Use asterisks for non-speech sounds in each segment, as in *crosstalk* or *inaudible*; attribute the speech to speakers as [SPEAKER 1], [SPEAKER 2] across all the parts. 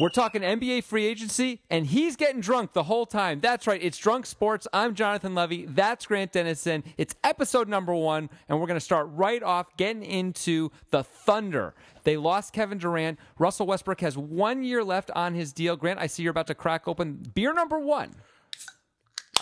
[SPEAKER 1] We're talking NBA free agency, and he's getting drunk the whole time. That's right. It's Drunk Sports. I'm Jonathan Levy. That's Grant Dennison. It's episode number one, and we're going to start right off getting into the Thunder. They lost Kevin Durant. Russell Westbrook has one year left on his deal. Grant, I see you're about to crack open beer number one.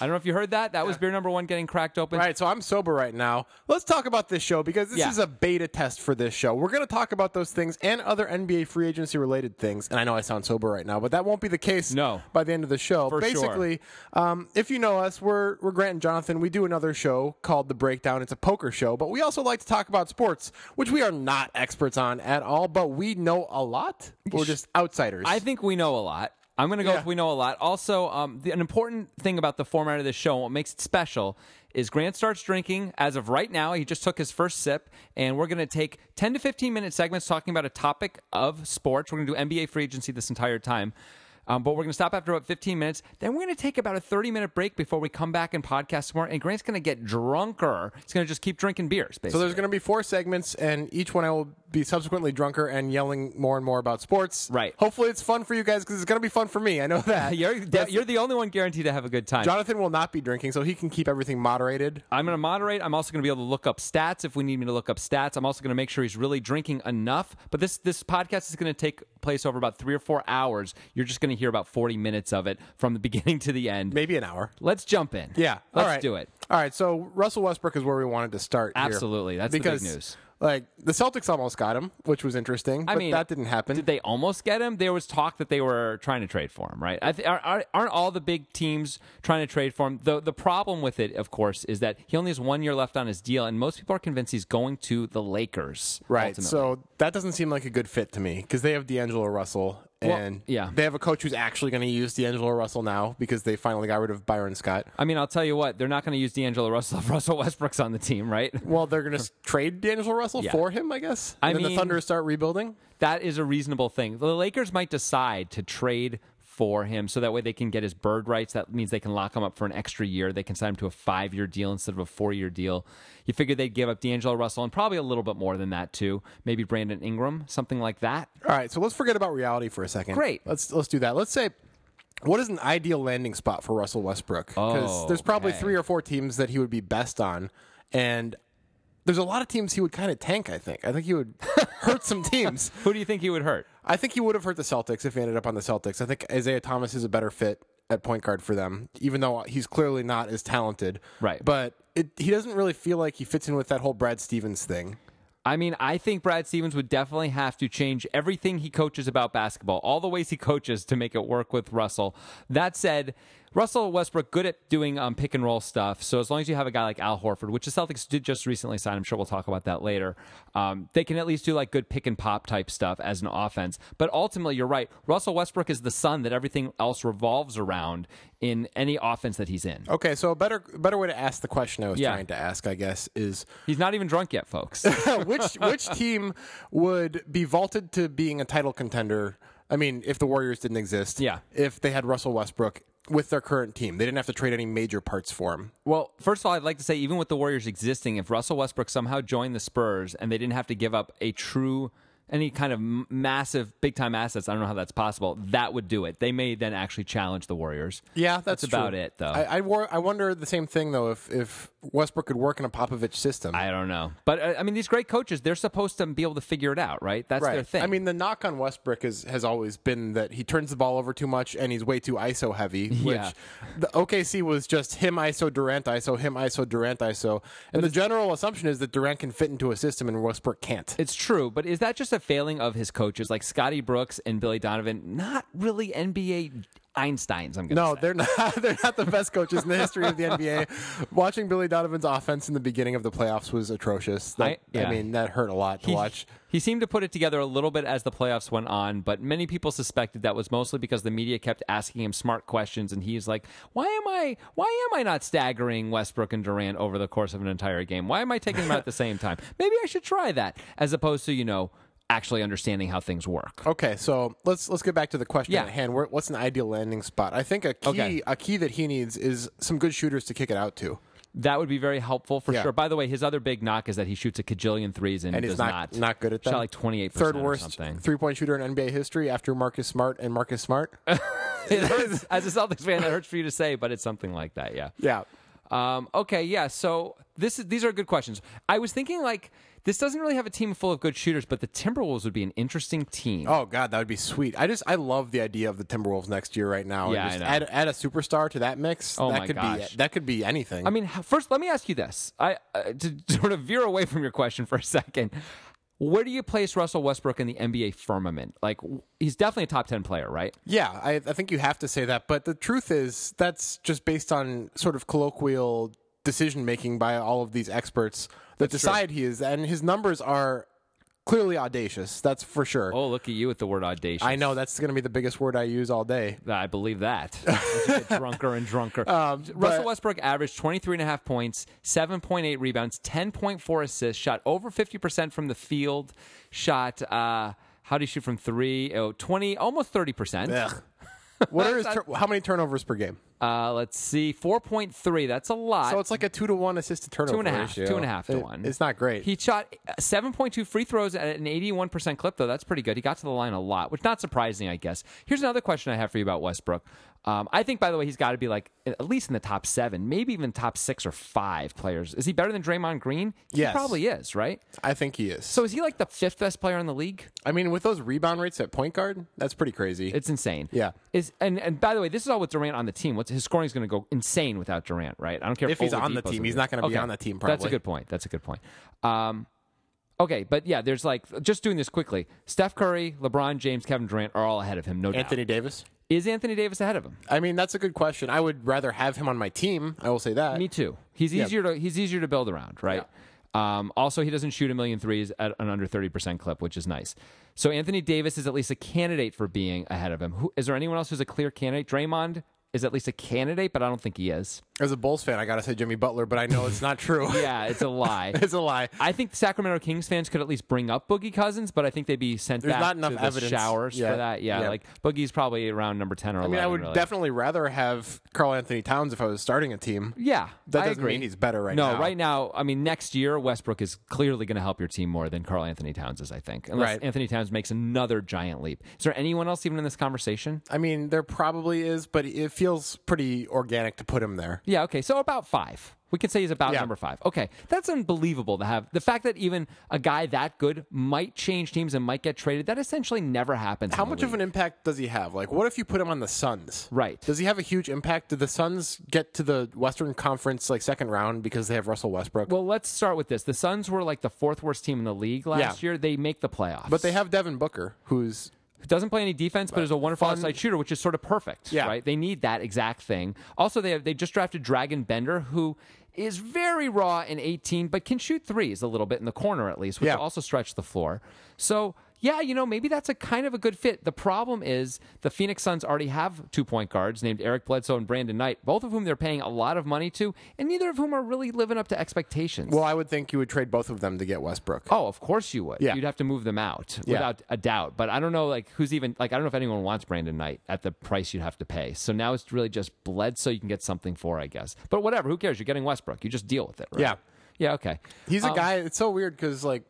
[SPEAKER 1] I don't know if you heard that. That was beer number one getting cracked open.
[SPEAKER 2] All right, so I'm sober right now. Let's talk about this show because this
[SPEAKER 1] Yeah.
[SPEAKER 2] is a beta test for this show. We're going to talk about those things and other NBA free agency related things. And I know I sound sober right now, but that won't be the case
[SPEAKER 1] No.
[SPEAKER 2] by the end of the show.
[SPEAKER 1] For sure.
[SPEAKER 2] Basically, um, if you know us, we're, we're Grant and Jonathan. We do another show called The Breakdown. It's a poker show, but we also like to talk about sports, which we are not experts on at all, but we know a lot. We're just outsiders.
[SPEAKER 1] I think we know a lot. I'm going to go
[SPEAKER 2] Yeah.
[SPEAKER 1] with we know a lot. Also, um, the, an important thing about the format of this show, what makes it special, is Grant starts drinking as of right now. He just took his first sip, and we're going to take 10 to 15 minute segments talking about a topic of sports. We're going to do NBA free agency this entire time. Um, but we're going to stop after about 15 minutes. Then we're going to take about a 30 minute break before we come back and podcast some more. And Grant's going to get drunker. He's going to just keep drinking beers, basically.
[SPEAKER 2] So there's going to be four segments, and each one I will be subsequently drunker and yelling more and more about sports.
[SPEAKER 1] Right.
[SPEAKER 2] Hopefully, it's fun for you guys because it's going to be fun for me. I know
[SPEAKER 1] *laughs* *laughs*
[SPEAKER 2] that.
[SPEAKER 1] you're,
[SPEAKER 2] That's-
[SPEAKER 1] you're the only one guaranteed to have a good time.
[SPEAKER 2] Jonathan will not be drinking, so he can keep everything moderated.
[SPEAKER 1] I'm going to moderate. I'm also going to be able to look up stats if we need me to look up stats. I'm also going to make sure he's really drinking enough. But this this podcast is going to take place over about three or four hours. You're just going to hear about 40 minutes of it from the *laughs* beginning to the end.
[SPEAKER 2] Maybe an hour.
[SPEAKER 1] Let's jump in.
[SPEAKER 2] Yeah.
[SPEAKER 1] let's
[SPEAKER 2] All right.
[SPEAKER 1] do it.
[SPEAKER 2] All right. So Russell Westbrook is where we wanted to start. here.
[SPEAKER 1] Absolutely. That's the big
[SPEAKER 2] because,
[SPEAKER 1] news.
[SPEAKER 2] Like the Celtics almost got him, which was interesting.
[SPEAKER 1] I
[SPEAKER 2] but
[SPEAKER 1] mean,
[SPEAKER 2] that didn't happen.
[SPEAKER 1] Did they almost get him? There was talk that they were trying to trade for him, right? I th- are- are, aren't all the big teams trying to trade for him? The the problem with it, of course, is that he only has one year left on his deal, and most people are convinced he's going to the Lakers.
[SPEAKER 2] Right.
[SPEAKER 1] ultimately.
[SPEAKER 2] So that doesn't seem like a good fit to me because they have D'Angelo Russell and
[SPEAKER 1] yeah.
[SPEAKER 2] they have a coach who's actually going to use D'Angelo Russell now because they finally got rid of Byron Scott.
[SPEAKER 1] I mean, I'll tell you what, they're not going to use D'Angelo Russell if *laughs* Russell Westbrook's on the team, right? *laughs*
[SPEAKER 2] Well, they're going to trade D'Angelo Russell
[SPEAKER 1] Yeah.
[SPEAKER 2] for him, I guess.
[SPEAKER 1] I
[SPEAKER 2] and then
[SPEAKER 1] mean-
[SPEAKER 2] the Thunder start rebuilding.
[SPEAKER 1] That is a reasonable thing. The Lakers might decide to trade for him so that way they can get his bird rights. That means they can lock him up for an extra year. They can sign him to a five year deal instead of a four year deal. You figure they'd give up D'Angelo Russell and probably a little bit more than that, too. Maybe Brandon Ingram, something like that.
[SPEAKER 2] All right, so let's forget about reality for a second.
[SPEAKER 1] Great.
[SPEAKER 2] Let's let's do that. Let's say what is an ideal landing spot for Russell Westbrook? Because
[SPEAKER 1] Oh,
[SPEAKER 2] there's probably
[SPEAKER 1] okay.
[SPEAKER 2] three or four teams that he would be best on, and there's a lot of teams he would kind of tank. I think. I think
[SPEAKER 1] *laughs*
[SPEAKER 2] he would hurt some teams.
[SPEAKER 1] Who do you think he would hurt?
[SPEAKER 2] I think he would have hurt the Celtics if he ended up on the Celtics. I think Isaiah Thomas is a better fit at point guard for them, even though he's clearly not as talented.
[SPEAKER 1] Right.
[SPEAKER 2] But it, he doesn't really feel like he fits in with that whole Brad Stevens thing.
[SPEAKER 1] I mean, I think Brad Stevens would definitely have to change everything he coaches about basketball, all the ways he coaches to make it work with Russell. That said, Russell Westbrook good at doing um, pick and roll stuff. So as long as you have a guy like Al Horford, which the Celtics did just recently sign, I'm sure we'll talk about that later. Um, they can at least do like good pick and pop type stuff as an offense. But ultimately, you're right. Russell Westbrook is the sun that everything else revolves around in any offense that he's in.
[SPEAKER 2] Okay, so a better better way to ask the question I was
[SPEAKER 1] Yeah.
[SPEAKER 2] trying to ask, I guess, is *laughs*
[SPEAKER 1] He's not even drunk yet, folks.
[SPEAKER 2] which which team would be vaulted to being a title contender? I mean, if the Warriors didn't exist,
[SPEAKER 1] Yeah.
[SPEAKER 2] If they had Russell Westbrook with their current team, they didn't have to trade any major parts for him.
[SPEAKER 1] Well, first of all, I'd like to say, even with the Warriors existing, if Russell Westbrook somehow joined the Spurs and they didn't have to give up a true, any kind of m- massive, big time assets, I don't know how that's possible, that would do it. They may then actually challenge the Warriors.
[SPEAKER 2] Yeah,
[SPEAKER 1] that's,
[SPEAKER 2] that's,
[SPEAKER 1] about
[SPEAKER 2] true.
[SPEAKER 1] it, though. I,
[SPEAKER 2] I I, wor- I wonder the same thing though. If if Westbrook could work in a Popovich system,
[SPEAKER 1] don't know. But, uh, I, I mean, these great coaches, they're supposed to be able to figure it out, right? That's their thing.
[SPEAKER 2] I mean, the knock on Westbrook is, has always been that he turns the ball over too much and he's way too ISO heavy.
[SPEAKER 1] *laughs*
[SPEAKER 2] Which
[SPEAKER 1] Yeah.
[SPEAKER 2] the OKC was just him ISO Durant ISO him ISO Durant ISO, and the general assumption is that Durant can fit into a system and Westbrook can't.
[SPEAKER 1] It's true, but is that just a failing of his coaches like Scotty Brooks and Billy Donovan? Not really NBA Einsteins, I'm going to
[SPEAKER 2] no, they're not. *laughs* They're not the best coaches in the history of the NBA. Watching Billy Donovan's offense in the beginning of the playoffs was atrocious. That,
[SPEAKER 1] I- yeah.
[SPEAKER 2] mean, that hurt a lot to
[SPEAKER 1] he-
[SPEAKER 2] watch.
[SPEAKER 1] He seemed to put it together a little bit as the playoffs went on, but many people suspected that was mostly because the media kept asking him smart questions, and he's like, "Why am I? Why am I not staggering Westbrook and Durant over the course of an entire game? Why am I taking them out at the same time? Maybe I should try that as opposed to you know actually understanding how things work."
[SPEAKER 2] Okay, so let's let's get back to the question
[SPEAKER 1] Yeah.
[SPEAKER 2] at hand. Where, what's an ideal landing spot? I think a key
[SPEAKER 1] Okay.
[SPEAKER 2] a key that he needs is some good shooters to kick it out to.
[SPEAKER 1] That would be very helpful for
[SPEAKER 2] Yeah.
[SPEAKER 1] sure. By the way, his other big knock is that he shoots a kajillion threes and,
[SPEAKER 2] And he's
[SPEAKER 1] does
[SPEAKER 2] not-
[SPEAKER 1] not
[SPEAKER 2] not good at
[SPEAKER 1] shot
[SPEAKER 2] them.
[SPEAKER 1] like twenty eight
[SPEAKER 2] Third
[SPEAKER 1] percent or
[SPEAKER 2] worst
[SPEAKER 1] something. *laughs*
[SPEAKER 2] three point shooter in NBA history after Marcus Smart and Marcus Smart.
[SPEAKER 1] As a Celtics fan, that hurts for you to say, but it's something like that. *laughs* Yeah.
[SPEAKER 2] yeah.
[SPEAKER 1] Um, okay, yeah. So this is, these are good questions. I was thinking like this doesn't really have a team full of good shooters, but the Timberwolves would be an interesting team.
[SPEAKER 2] Oh God, that would be sweet. I just I love the idea of the Timberwolves next year right now.
[SPEAKER 1] Yeah,
[SPEAKER 2] and just
[SPEAKER 1] I know.
[SPEAKER 2] add add a superstar to that mix.
[SPEAKER 1] Oh,
[SPEAKER 2] that
[SPEAKER 1] my
[SPEAKER 2] could
[SPEAKER 1] gosh.
[SPEAKER 2] be that could be anything.
[SPEAKER 1] I mean, h- first let me ask you this. I uh, to *laughs* sort of veer away from your question for a second. Where do you place Russell Westbrook in the NBA firmament? Like w- he's definitely a top 10 player, right?
[SPEAKER 2] Yeah, I, I think you have to say that. But the truth is, that's just based on sort of colloquial decision making by all of these experts that decide he is. And his numbers are clearly audacious. That's for sure.
[SPEAKER 1] Oh, look at you with the word audacious.
[SPEAKER 2] I know that's going to be the biggest word I use all day.
[SPEAKER 1] I believe that.
[SPEAKER 2] *laughs*
[SPEAKER 1] As you get drunker and drunker. Russell
[SPEAKER 2] Um, but-
[SPEAKER 1] Westbrook averaged 23 and a half points, 7.8 rebounds, 10.4 assists, shot over 50% from the field, shot, uh, how do you shoot from three? Oh, 20, almost 30%.
[SPEAKER 2] Ugh. *laughs* What are his tur- how many turnovers per game?
[SPEAKER 1] Uh, let's see, 4.3. That's a lot.
[SPEAKER 2] So it's like a two to one assist to turnover
[SPEAKER 1] two and a half,
[SPEAKER 2] ratio.
[SPEAKER 1] two and a half to
[SPEAKER 2] It-
[SPEAKER 1] one.
[SPEAKER 2] It's not great.
[SPEAKER 1] He shot uh, 7.2 free throws at an 81% clip, though. That's pretty good. He got to the line a lot, which not surprising, I guess. Here's another question I have for you about Westbrook. Um, I think, by the way, he's got to be like at least in the top seven, maybe even top six or five players. Is he better than Draymond Green? He
[SPEAKER 2] Yes.
[SPEAKER 1] probably is, right?
[SPEAKER 2] I think he is.
[SPEAKER 1] So is he like the fifth best player in the league?
[SPEAKER 2] I mean, with those rebound rates at point guard, that's pretty crazy.
[SPEAKER 1] It's insane.
[SPEAKER 2] Yeah.
[SPEAKER 1] Is and and by the way, this is all with Durant on the team. What's his scoring's going to go insane without Durant, right? I don't care
[SPEAKER 2] If he's
[SPEAKER 1] Oladipo's
[SPEAKER 2] on the team, he's not gonna be on the team,
[SPEAKER 1] That's a
[SPEAKER 2] probably.
[SPEAKER 1] good point. That's a good point. Um, okay, but yeah, there's like just doing this quickly. Steph Curry, LeBron James, Kevin Durant are all ahead of him. No doubt.
[SPEAKER 2] Anthony Davis.
[SPEAKER 1] Is Anthony Davis ahead of him?
[SPEAKER 2] I mean, that's a good question. I would rather have him on my team. I will say that.
[SPEAKER 1] Me too. He's easier to he's easier to build around, right? Um, also, he doesn't shoot a million threes at an under thirty percent clip, which is nice. So Anthony Davis is at least a candidate for being ahead of him. Who, is there anyone else who's a clear candidate? Draymond is at least a candidate, but I don't think he is.
[SPEAKER 2] As a Bulls fan, I gotta say Jimmy Butler, but I know it's not true.
[SPEAKER 1] *laughs* Yeah, it's a lie.
[SPEAKER 2] *laughs* it's a lie.
[SPEAKER 1] I think the Sacramento Kings fans could at least bring up Boogie Cousins, but I think they'd be sent
[SPEAKER 2] There's
[SPEAKER 1] back
[SPEAKER 2] not enough
[SPEAKER 1] to the
[SPEAKER 2] evidence
[SPEAKER 1] showers
[SPEAKER 2] yet.
[SPEAKER 1] for that. Yeah,
[SPEAKER 2] Yeah.
[SPEAKER 1] like Boogie's probably around number ten or
[SPEAKER 2] I
[SPEAKER 1] eleven.
[SPEAKER 2] mean, I would
[SPEAKER 1] really.
[SPEAKER 2] definitely rather have Carl Anthony Towns if I was starting a team.
[SPEAKER 1] Yeah,
[SPEAKER 2] That
[SPEAKER 1] I
[SPEAKER 2] doesn't
[SPEAKER 1] agree.
[SPEAKER 2] mean he's better right
[SPEAKER 1] no,
[SPEAKER 2] now.
[SPEAKER 1] right now, I mean, next year Westbrook is clearly going to help your team more than Carl Anthony Towns is. I think, unless
[SPEAKER 2] Right.
[SPEAKER 1] Anthony Towns makes another giant leap. Is there anyone else even in this conversation?
[SPEAKER 2] I mean, there probably is, but it feels pretty organic to put him there.
[SPEAKER 1] Yeah. Okay. So about five. We can say he's about
[SPEAKER 2] Yeah.
[SPEAKER 1] number five. Okay, that's unbelievable to have the fact that even a guy that good might change teams and might get traded. That essentially never happens.
[SPEAKER 2] How
[SPEAKER 1] in the
[SPEAKER 2] much of
[SPEAKER 1] league.
[SPEAKER 2] an impact does he have? Like, what if you put him on the Suns?
[SPEAKER 1] Right.
[SPEAKER 2] Does he have a huge impact? Did the Suns get to the Western Conference like second round because they have Russell Westbrook?
[SPEAKER 1] Well, let's start with this. The Suns were like the fourth worst team in the league last
[SPEAKER 2] Yeah.
[SPEAKER 1] year. They make the playoffs,
[SPEAKER 2] but they have Devin Booker, who's
[SPEAKER 1] doesn't play any defense, but is a wonderful
[SPEAKER 2] fun-
[SPEAKER 1] outside shooter, which is sort of perfect.
[SPEAKER 2] Yeah.
[SPEAKER 1] right. They need that exact thing. Also, they have, they just drafted Dragon Bender, who is very raw in 18, but can shoot threes a little bit in the corner at least, which
[SPEAKER 2] Yeah.
[SPEAKER 1] also stretch the floor. So. Yeah, you know, maybe that's a kind of a good fit. The problem is the Phoenix Suns already have two point guards named Eric Bledsoe and Brandon Knight, both of whom they're paying a lot of money to, and neither of whom are really living up to expectations.
[SPEAKER 2] well, I would think you would trade both of them to get Westbrook.
[SPEAKER 1] Oh, of course you would.
[SPEAKER 2] Yeah.
[SPEAKER 1] You'd have to move them out without a doubt. But I don't know like who's even like I don't know if anyone wants Brandon Knight at the price you'd have to pay. So now it's really just bled so you can get something for, I guess. But whatever, who cares? You're getting Westbrook. You just deal with it, right?
[SPEAKER 2] Yeah.
[SPEAKER 1] Yeah, okay.
[SPEAKER 2] He's
[SPEAKER 1] Um,
[SPEAKER 2] a guy. It's so weird because like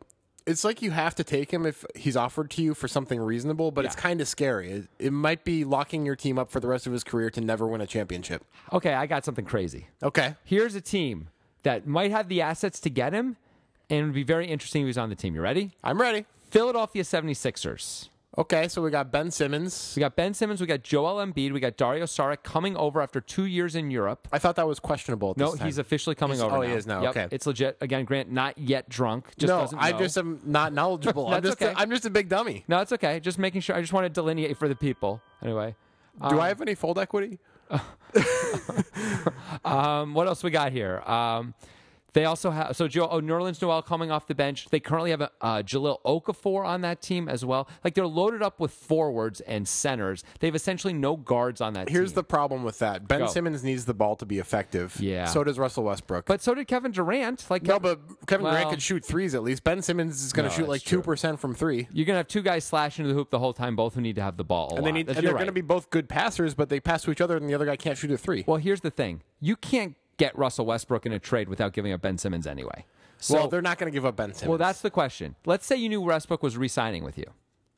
[SPEAKER 2] it's like you have to take him if he's offered to you for something reasonable, but it's kind of scary. It, it might be locking your team up for the rest of his career to never win a championship.
[SPEAKER 1] Okay, I got something crazy.
[SPEAKER 2] Okay.
[SPEAKER 1] Here's a team that might have the assets to get him and it would be very interesting if he's on the team. You ready?
[SPEAKER 2] I'm ready.
[SPEAKER 1] Philadelphia 76ers.
[SPEAKER 2] Okay, so we got Ben Simmons.
[SPEAKER 1] We got Ben Simmons, we got Joel Embiid, we got Dario Saric coming over after 2 years in Europe.
[SPEAKER 2] I thought that was questionable. At
[SPEAKER 1] No,
[SPEAKER 2] this time.
[SPEAKER 1] he's officially coming
[SPEAKER 2] He's-
[SPEAKER 1] over.
[SPEAKER 2] oh, he is now.
[SPEAKER 1] Yep.
[SPEAKER 2] Okay.
[SPEAKER 1] it's legit. Again, Grant not yet drunk. Just
[SPEAKER 2] no.
[SPEAKER 1] doesn't
[SPEAKER 2] I
[SPEAKER 1] know.
[SPEAKER 2] just am
[SPEAKER 1] *laughs*
[SPEAKER 2] not knowledgeable. I'm
[SPEAKER 1] That's
[SPEAKER 2] just
[SPEAKER 1] okay.
[SPEAKER 2] i I'm just a big dummy.
[SPEAKER 1] no, it's okay. Just making sure. I just want to delineate for the people. Anyway,
[SPEAKER 2] Do I have any fold equity?
[SPEAKER 1] um, what else we got here? Um, they also have so Joe oh, New Orleans Noel coming off the bench. They currently have a uh, Jalil Okafor on that team as well. Like they're loaded up with forwards and centers. They have essentially no guards on that.
[SPEAKER 2] Here's
[SPEAKER 1] team.
[SPEAKER 2] the problem with that. Ben
[SPEAKER 1] Go.
[SPEAKER 2] Simmons needs the ball to be effective.
[SPEAKER 1] Yeah.
[SPEAKER 2] So does Russell Westbrook.
[SPEAKER 1] but so did Kevin Durant. Like
[SPEAKER 2] no, but Kevin
[SPEAKER 1] Well-
[SPEAKER 2] Grant could shoot threes at least. Ben Simmons is going to
[SPEAKER 1] No,
[SPEAKER 2] shoot
[SPEAKER 1] that's
[SPEAKER 2] like
[SPEAKER 1] true.
[SPEAKER 2] two percent from three.
[SPEAKER 1] you're gonna have two guys slash into the hoop the whole time, both who need to have the ball. A
[SPEAKER 2] And
[SPEAKER 1] lot.
[SPEAKER 2] they need,
[SPEAKER 1] That's-
[SPEAKER 2] and
[SPEAKER 1] you're
[SPEAKER 2] they're going
[SPEAKER 1] right.
[SPEAKER 2] to be both good passers, but they pass to each other, and the other guy can't shoot a three.
[SPEAKER 1] Well, here's the thing. You can't get Russell Westbrook in a trade without giving up Ben Simmons anyway. So,
[SPEAKER 2] well, they're not going to give up Ben Simmons.
[SPEAKER 1] well, that's the question. Let's say you knew Westbrook was re-signing with you.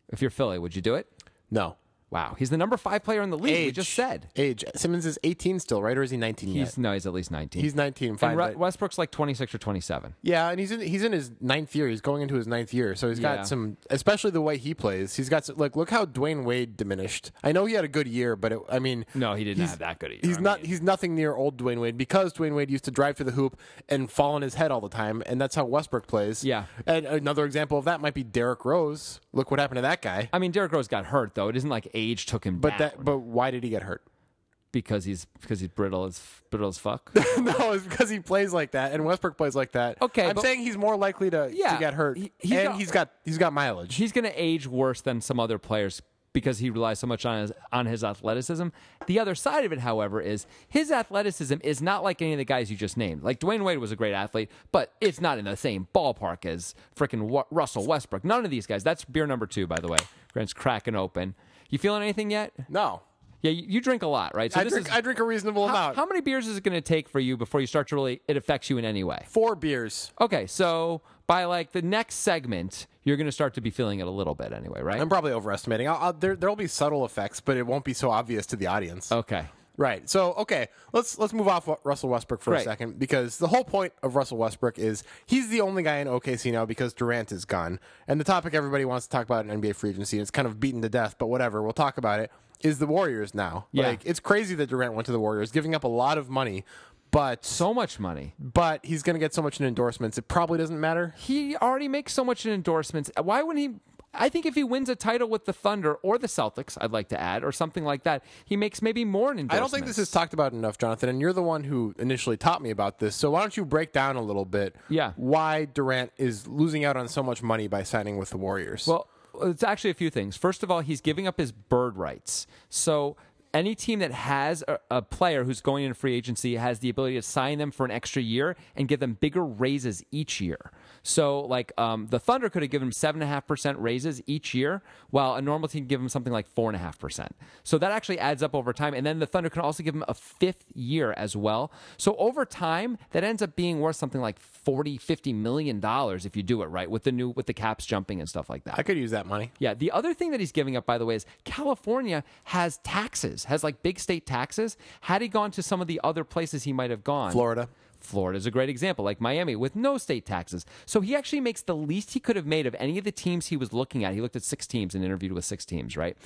[SPEAKER 1] If you're Philly, would you do it?
[SPEAKER 2] no.
[SPEAKER 1] Wow, he's the number five player in the league. We just said
[SPEAKER 2] age. Simmons is 18 still, right? Or is he 19
[SPEAKER 1] he's
[SPEAKER 2] yet?
[SPEAKER 1] no, he's at least nineteen.
[SPEAKER 2] He's 19. Fine.
[SPEAKER 1] and Ru-
[SPEAKER 2] right?
[SPEAKER 1] Westbrook's like twenty six or twenty seven.
[SPEAKER 2] Yeah, and he's in he's in his ninth year. He's going into his ninth year, so he's
[SPEAKER 1] Yeah.
[SPEAKER 2] got some. Especially the way he plays, he's got some, like look how Dwayne Wade diminished. I know he had a good year, but it, I mean,
[SPEAKER 1] No, he didn't
[SPEAKER 2] he's-
[SPEAKER 1] have that good a year.
[SPEAKER 2] He's
[SPEAKER 1] I
[SPEAKER 2] not.
[SPEAKER 1] mean-
[SPEAKER 2] he's nothing near old Dwayne Wade because Dwayne Wade used to drive to the hoop and fall on his head all the time, and that's how Westbrook plays.
[SPEAKER 1] Yeah.
[SPEAKER 2] And another example of that might be Derrick Rose. Look what happened to that guy.
[SPEAKER 1] I mean, Derrick Rose got hurt though. It isn't like age took him
[SPEAKER 2] But
[SPEAKER 1] down
[SPEAKER 2] that. But why did he get hurt? *laughs*
[SPEAKER 1] because he's because he's brittle as brittle as fuck.
[SPEAKER 2] no, it's because he plays like that, and Westbrook plays like that.
[SPEAKER 1] Okay,
[SPEAKER 2] I'm
[SPEAKER 1] but-
[SPEAKER 2] saying he's more likely to,
[SPEAKER 1] Yeah,
[SPEAKER 2] to get hurt,
[SPEAKER 1] he- he's
[SPEAKER 2] and
[SPEAKER 1] not-
[SPEAKER 2] he's got he's got mileage.
[SPEAKER 1] he's going to age worse than some other players because he relies so much on his on his athleticism. The other side of it, however, is his athleticism is not like any of the guys you just named. Like Dwayne Wade was a great athlete, but it's not in the same ballpark as freaking Wa- Russell Westbrook. None of these guys. That's beer number two, by the way. Grant's cracking open. You feeling anything yet?
[SPEAKER 2] no,
[SPEAKER 1] Yeah, you, you drink a lot, right? So
[SPEAKER 2] I drink
[SPEAKER 1] is-
[SPEAKER 2] I drink a reasonable
[SPEAKER 1] how,
[SPEAKER 2] amount.
[SPEAKER 1] how many beers is it going to take for you before you start to really it affects you in any way?
[SPEAKER 2] Four beers.
[SPEAKER 1] Okay, so by like the next segment, you're going to start to be feeling it a little bit anyway, right?
[SPEAKER 2] I'm probably overestimating. I'll, I'll, there there'll be subtle effects, but it won't be so obvious to the audience.
[SPEAKER 1] okay.
[SPEAKER 2] Right. So okay, let's let's move off Russell Westbrook for
[SPEAKER 1] Right.
[SPEAKER 2] a second because the whole point of Russell Westbrook is he's the only guy in OKC now because Durant is gone, and the topic everybody wants to talk about in NBA free agency and it's kind of beaten to death, but whatever, we'll talk about it. Is the Warriors now?
[SPEAKER 1] Yeah.
[SPEAKER 2] Like it's crazy that Durant went to the Warriors, giving up a lot of money, but
[SPEAKER 1] so much money.
[SPEAKER 2] but he's going to get so much in endorsements, it probably doesn't matter.
[SPEAKER 1] He already makes so much in endorsements. Why wouldn't he? I think if he wins a title with the Thunder or the Celtics, I'd like to add, or something like that, he makes maybe more in endorsements.
[SPEAKER 2] I don't think this is talked about enough, Jonathan, and you're the one who initially taught me about this. So why don't you break down a little bit
[SPEAKER 1] Yeah.
[SPEAKER 2] why Durant is losing out on so much money by signing with the Warriors?
[SPEAKER 1] Well, it's actually a few things. First of all, he's giving up his bird rights. So any team that has a, a player who's going in free agency has the ability to sign them for an extra year and give them bigger raises each year. So, like um, the Thunder could have given him seven and a half percent raises each year, while a normal team give him something like four and a half percent. So that actually adds up over time. And then the Thunder can also give him a fifth year as well. So over time, that ends up being worth something like 40, 50 million dollars if you do it right with the new with the caps jumping and stuff like that.
[SPEAKER 2] I could use that money.
[SPEAKER 1] Yeah. The other thing that he's giving up, by the way, is California has taxes, has like big state taxes. Had he gone to some of the other places he might have gone,
[SPEAKER 2] Florida.
[SPEAKER 1] Florida is a great example, like Miami with no state taxes. So he actually makes the least he could have made of any of the teams he was looking at. He looked at six teams and interviewed with six teams, right?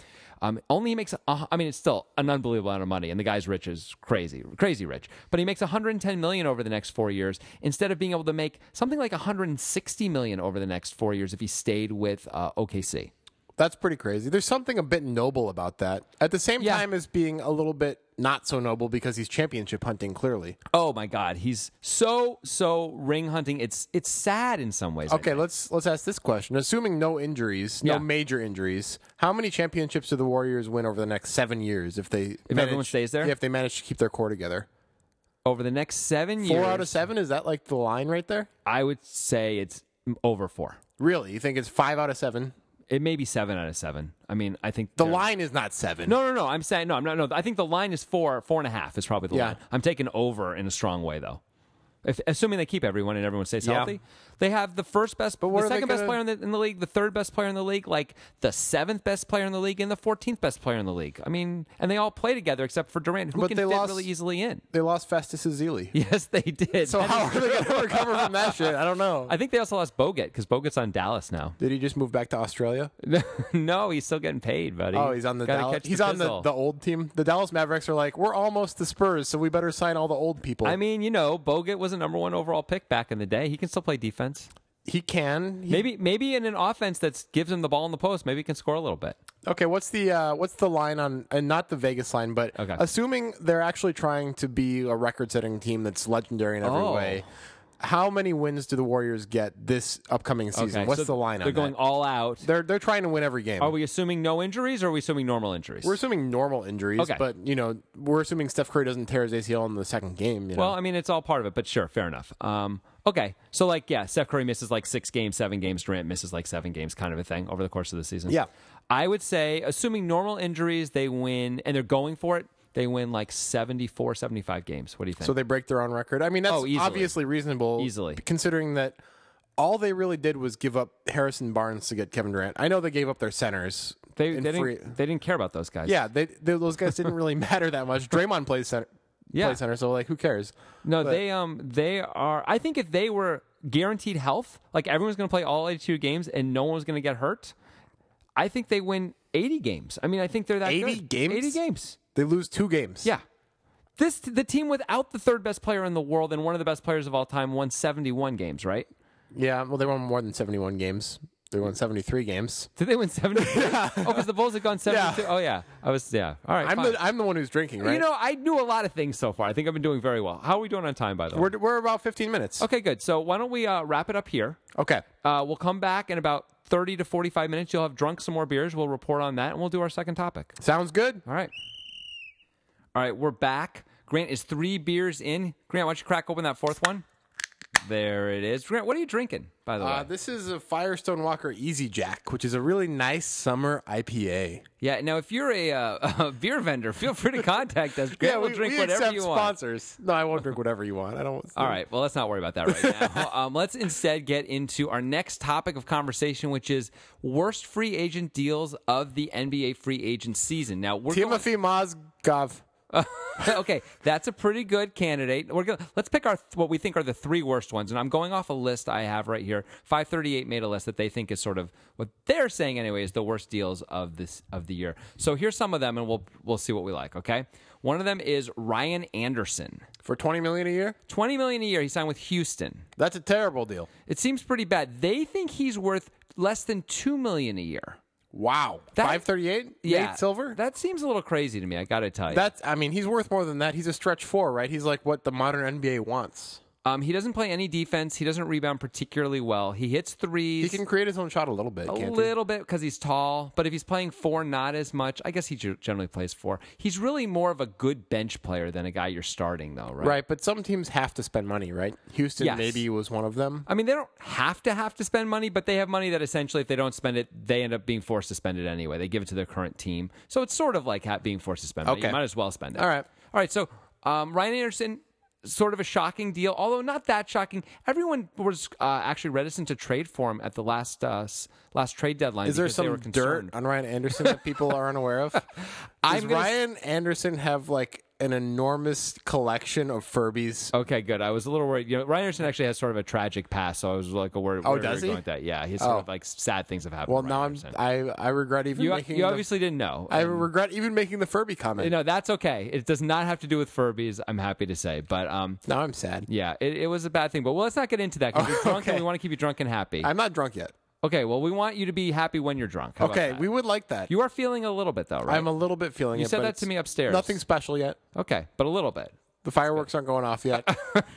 [SPEAKER 1] Um, only he makes, uh, I mean, it's still an unbelievable amount of money, and the guy's rich is crazy, crazy rich. But he makes 110 million over the next four years instead of being able to make something like 160 million over the next four years if he stayed with uh, OKC.
[SPEAKER 2] That's pretty crazy. There's something a bit noble about that. At the same
[SPEAKER 1] Yeah.
[SPEAKER 2] time as being a little bit not so noble because he's championship hunting clearly.
[SPEAKER 1] Oh my God, he's so so ring hunting. It's it's sad in some ways. I
[SPEAKER 2] Okay, let's let's ask this question. Assuming no injuries, no
[SPEAKER 1] Yeah.
[SPEAKER 2] major injuries, how many championships do the Warriors win over the next 7 years if they If
[SPEAKER 1] everyone stays there?
[SPEAKER 2] If they manage to keep their core together.
[SPEAKER 1] over the next seven
[SPEAKER 2] 4
[SPEAKER 1] years,
[SPEAKER 2] out of 7 is that like the line right there?
[SPEAKER 1] I would say it's over four.
[SPEAKER 2] Really? You think it's 5 out of 7?
[SPEAKER 1] It may be seven out of seven. I mean, I think
[SPEAKER 2] The
[SPEAKER 1] they're-
[SPEAKER 2] line is not 7.
[SPEAKER 1] No, no, no. I'm saying no. I'm not. No, I think the line is four. Four and a half is probably the
[SPEAKER 2] Yeah.
[SPEAKER 1] line. I'm taking over in a strong way though. If, assuming they keep everyone and everyone stays
[SPEAKER 2] Yeah.
[SPEAKER 1] healthy, they have the first best, but
[SPEAKER 2] what
[SPEAKER 1] the
[SPEAKER 2] are they
[SPEAKER 1] second best
[SPEAKER 2] gonna-
[SPEAKER 1] player in the, in the league, the third best player in the league, like the seventh best player in the league, and the fourteenth best player in the league. I mean, and they all play together except for Durant, who
[SPEAKER 2] But
[SPEAKER 1] can
[SPEAKER 2] they
[SPEAKER 1] fit
[SPEAKER 2] lost-
[SPEAKER 1] really easily in.
[SPEAKER 2] They lost Festus Ezeli.
[SPEAKER 1] Yes, they did.
[SPEAKER 2] So
[SPEAKER 1] That
[SPEAKER 2] how
[SPEAKER 1] is-
[SPEAKER 2] are they going *laughs* to recover from that shit? I don't know.
[SPEAKER 1] I think they also lost Bogut because Bogut's on Dallas now. *laughs*
[SPEAKER 2] Did he just move back to Australia?
[SPEAKER 1] no, he's still getting paid, buddy.
[SPEAKER 2] Oh, he's on the
[SPEAKER 1] Gotta
[SPEAKER 2] Dallas.
[SPEAKER 1] catch
[SPEAKER 2] He's on the,
[SPEAKER 1] fizzle.
[SPEAKER 2] the old team. The Dallas Mavericks are like, we're almost the Spurs, so we better sign all the old people.
[SPEAKER 1] I mean, you know, Bogut was a number one overall pick back in the day. He can still play defense.
[SPEAKER 2] he can. He-
[SPEAKER 1] Maybe, maybe in an offense that gives him the ball in the post, maybe he can score a little bit.
[SPEAKER 2] okay. What's the uh, what's the line on? And not the Vegas line, but
[SPEAKER 1] Okay.
[SPEAKER 2] assuming they're actually trying to be a record-setting team that's legendary in every
[SPEAKER 1] Oh.
[SPEAKER 2] way. How many wins do the Warriors get this upcoming season?
[SPEAKER 1] Okay,
[SPEAKER 2] What's
[SPEAKER 1] so
[SPEAKER 2] the line on
[SPEAKER 1] They're going
[SPEAKER 2] that?
[SPEAKER 1] all out.
[SPEAKER 2] They're they're trying to win every game.
[SPEAKER 1] Are we assuming no injuries, or are we assuming normal injuries?
[SPEAKER 2] We're assuming normal injuries,
[SPEAKER 1] Okay.
[SPEAKER 2] but you know, we're assuming Steph Curry doesn't tear his ACL in the second game. You know?
[SPEAKER 1] well, I mean, it's all part of it, but sure, fair enough. Um, okay, so like, yeah, Steph Curry misses like six games, seven games. Durant misses like seven games, kind of a thing over the course of the season.
[SPEAKER 2] Yeah.
[SPEAKER 1] I would say, assuming normal injuries, they win, and they're going for it. They win like 74, 75 games. What do you think?
[SPEAKER 2] So they break their own record. I mean, that's
[SPEAKER 1] Oh, easily.
[SPEAKER 2] obviously reasonable.
[SPEAKER 1] Easily.
[SPEAKER 2] Considering that all they really did was give up Harrison Barnes to get Kevin Durant. I know they gave up their centers.
[SPEAKER 1] they,
[SPEAKER 2] in
[SPEAKER 1] they, didn't,
[SPEAKER 2] free-
[SPEAKER 1] they didn't care about those guys.
[SPEAKER 2] Yeah, they, they, those guys didn't really *laughs* matter that much. Draymond plays center.
[SPEAKER 1] Yeah.
[SPEAKER 2] Play center, so like, who cares?
[SPEAKER 1] No, they um they are I think if they were guaranteed health, like everyone's gonna play all eighty two games and no one was gonna get hurt, I think they win eighty games. I mean I think they're that
[SPEAKER 2] 80
[SPEAKER 1] good.
[SPEAKER 2] games?
[SPEAKER 1] Eighty games.
[SPEAKER 2] They lose two games.
[SPEAKER 1] Yeah. This the team without the third best player in the world and one of the best players of all time won seventy one games, right?
[SPEAKER 2] Yeah. Well, they won more than seventy-one games. They won seventy-three games.
[SPEAKER 1] Did they win seventy?
[SPEAKER 2] *laughs*
[SPEAKER 1] oh, because the Bulls had gone seventy two. Oh yeah. I was yeah. All right,
[SPEAKER 2] I'm
[SPEAKER 1] fine.
[SPEAKER 2] the I'm the one who's drinking, right?
[SPEAKER 1] You know, I knew a lot of things so far. I think I've been doing very well. How are we doing on time, by the way?
[SPEAKER 2] we're we're about fifteen minutes.
[SPEAKER 1] okay, good. So why don't we uh, wrap it up here?
[SPEAKER 2] Okay.
[SPEAKER 1] Uh, we'll come back in about 30 to 45 minutes. You'll have drunk some more beers. We'll report on that and we'll do our second topic.
[SPEAKER 2] Sounds good.
[SPEAKER 1] All right. All right, we're back. Grant is three beers in. Grant, why don't you crack open that fourth one? There it is. Grant, what are you drinking, by the
[SPEAKER 2] Uh,
[SPEAKER 1] way?
[SPEAKER 2] this is a Firestone Walker Easy Jack, which is a really nice summer IPA.
[SPEAKER 1] Yeah, now if you're a, uh, *laughs* a beer vendor, feel free to contact us. Grant will drink whatever
[SPEAKER 2] accept
[SPEAKER 1] you want.
[SPEAKER 2] sponsors. No, I won't drink whatever you want. I don't.
[SPEAKER 1] *laughs* All right. Well, let's not worry about that right
[SPEAKER 2] *laughs*
[SPEAKER 1] now. um, let's instead get into our next topic of conversation, which is worst free agent deals of the NBA free agent season. Now we're going-
[SPEAKER 2] Timothy Mozgov.
[SPEAKER 1] *laughs* okay, that's a pretty good candidate. We're gonna let's pick our what we think are the three worst ones, and I'm going off a list I have right here. 538 made a list that they think is sort of what they're saying anyway is the worst deals of this of the year. So here's some of them, and we'll we'll see what we like. Okay, one of them is Ryan Anderson,
[SPEAKER 2] for 20 million a year
[SPEAKER 1] 20 million a year. He signed with Houston.
[SPEAKER 2] that's a terrible deal
[SPEAKER 1] It seems pretty bad. They think he's worth less than two million a year.
[SPEAKER 2] wow 538 Nate silver
[SPEAKER 1] That seems a little crazy to me. I got to tell you.
[SPEAKER 2] that's i mean he's worth more than that he's a stretch four right he's like what the modern nba wants
[SPEAKER 1] Um, he doesn't play any defense. He doesn't rebound particularly well. He hits
[SPEAKER 2] he
[SPEAKER 1] threes
[SPEAKER 2] can create his own shot a little bit
[SPEAKER 1] a
[SPEAKER 2] can't
[SPEAKER 1] little bit because he's tall, but if he's playing four, not as much. I guess he ge- generally plays four. He's really more of a good bench player than a guy you're starting, though, right?
[SPEAKER 2] he right but some teams have to spend money right houston
[SPEAKER 1] Yes.
[SPEAKER 2] maybe was one of them
[SPEAKER 1] I mean, they don't have to have to spend money, but they have money that essentially, if they don't spend it, they end up being forced to spend it anyway. They give it to their current team, so it's sort of like ha- being forced to spend. Money.
[SPEAKER 2] Okay.
[SPEAKER 1] you might as well spend it.
[SPEAKER 2] All right.
[SPEAKER 1] all right. So um, Ryan Anderson, sort of a shocking deal, although not that shocking. Everyone was uh, actually reticent to trade for him at the last uh, s- last trade deadline.
[SPEAKER 2] is there
[SPEAKER 1] because they
[SPEAKER 2] some
[SPEAKER 1] were concerned.
[SPEAKER 2] dirt on ryan anderson that people are unaware
[SPEAKER 1] *laughs*
[SPEAKER 2] of does
[SPEAKER 1] I'm gonna s-
[SPEAKER 2] ryan anderson have like an enormous collection of furbies
[SPEAKER 1] Okay, good. I was a little worried. You know, Ryan Anderson actually has sort of a tragic past, so I was like, "Where, where
[SPEAKER 2] Oh, does
[SPEAKER 1] are you
[SPEAKER 2] he? Oh.
[SPEAKER 1] going with that?" Yeah, he's sort of like sad things have happened.
[SPEAKER 2] well
[SPEAKER 1] to Ryan
[SPEAKER 2] now i'm
[SPEAKER 1] Anderson.
[SPEAKER 2] i i regret even
[SPEAKER 1] you,
[SPEAKER 2] making
[SPEAKER 1] you
[SPEAKER 2] the-
[SPEAKER 1] obviously didn't know.
[SPEAKER 2] i regret even making the furby comment
[SPEAKER 1] No, that's okay. It does not have to do with Furbies. I'm happy to say, but um,
[SPEAKER 2] now i'm sad
[SPEAKER 1] yeah, it, it was a bad thing. But well, let's not get into that
[SPEAKER 2] *laughs*
[SPEAKER 1] because you're drunk and
[SPEAKER 2] okay.
[SPEAKER 1] we want to keep you drunk and happy.
[SPEAKER 2] i'm not drunk yet
[SPEAKER 1] okay, well, we want you to be happy when you're drunk. How about
[SPEAKER 2] okay
[SPEAKER 1] that?
[SPEAKER 2] we would like that
[SPEAKER 1] you are feeling a little bit though, right?
[SPEAKER 2] I'm a little bit feeling
[SPEAKER 1] you
[SPEAKER 2] it.
[SPEAKER 1] said
[SPEAKER 2] but
[SPEAKER 1] that to
[SPEAKER 2] it's
[SPEAKER 1] me upstairs.
[SPEAKER 2] Nothing special yet.
[SPEAKER 1] Okay, but a little bit. *laughs*
[SPEAKER 2] The fireworks aren't going off yet.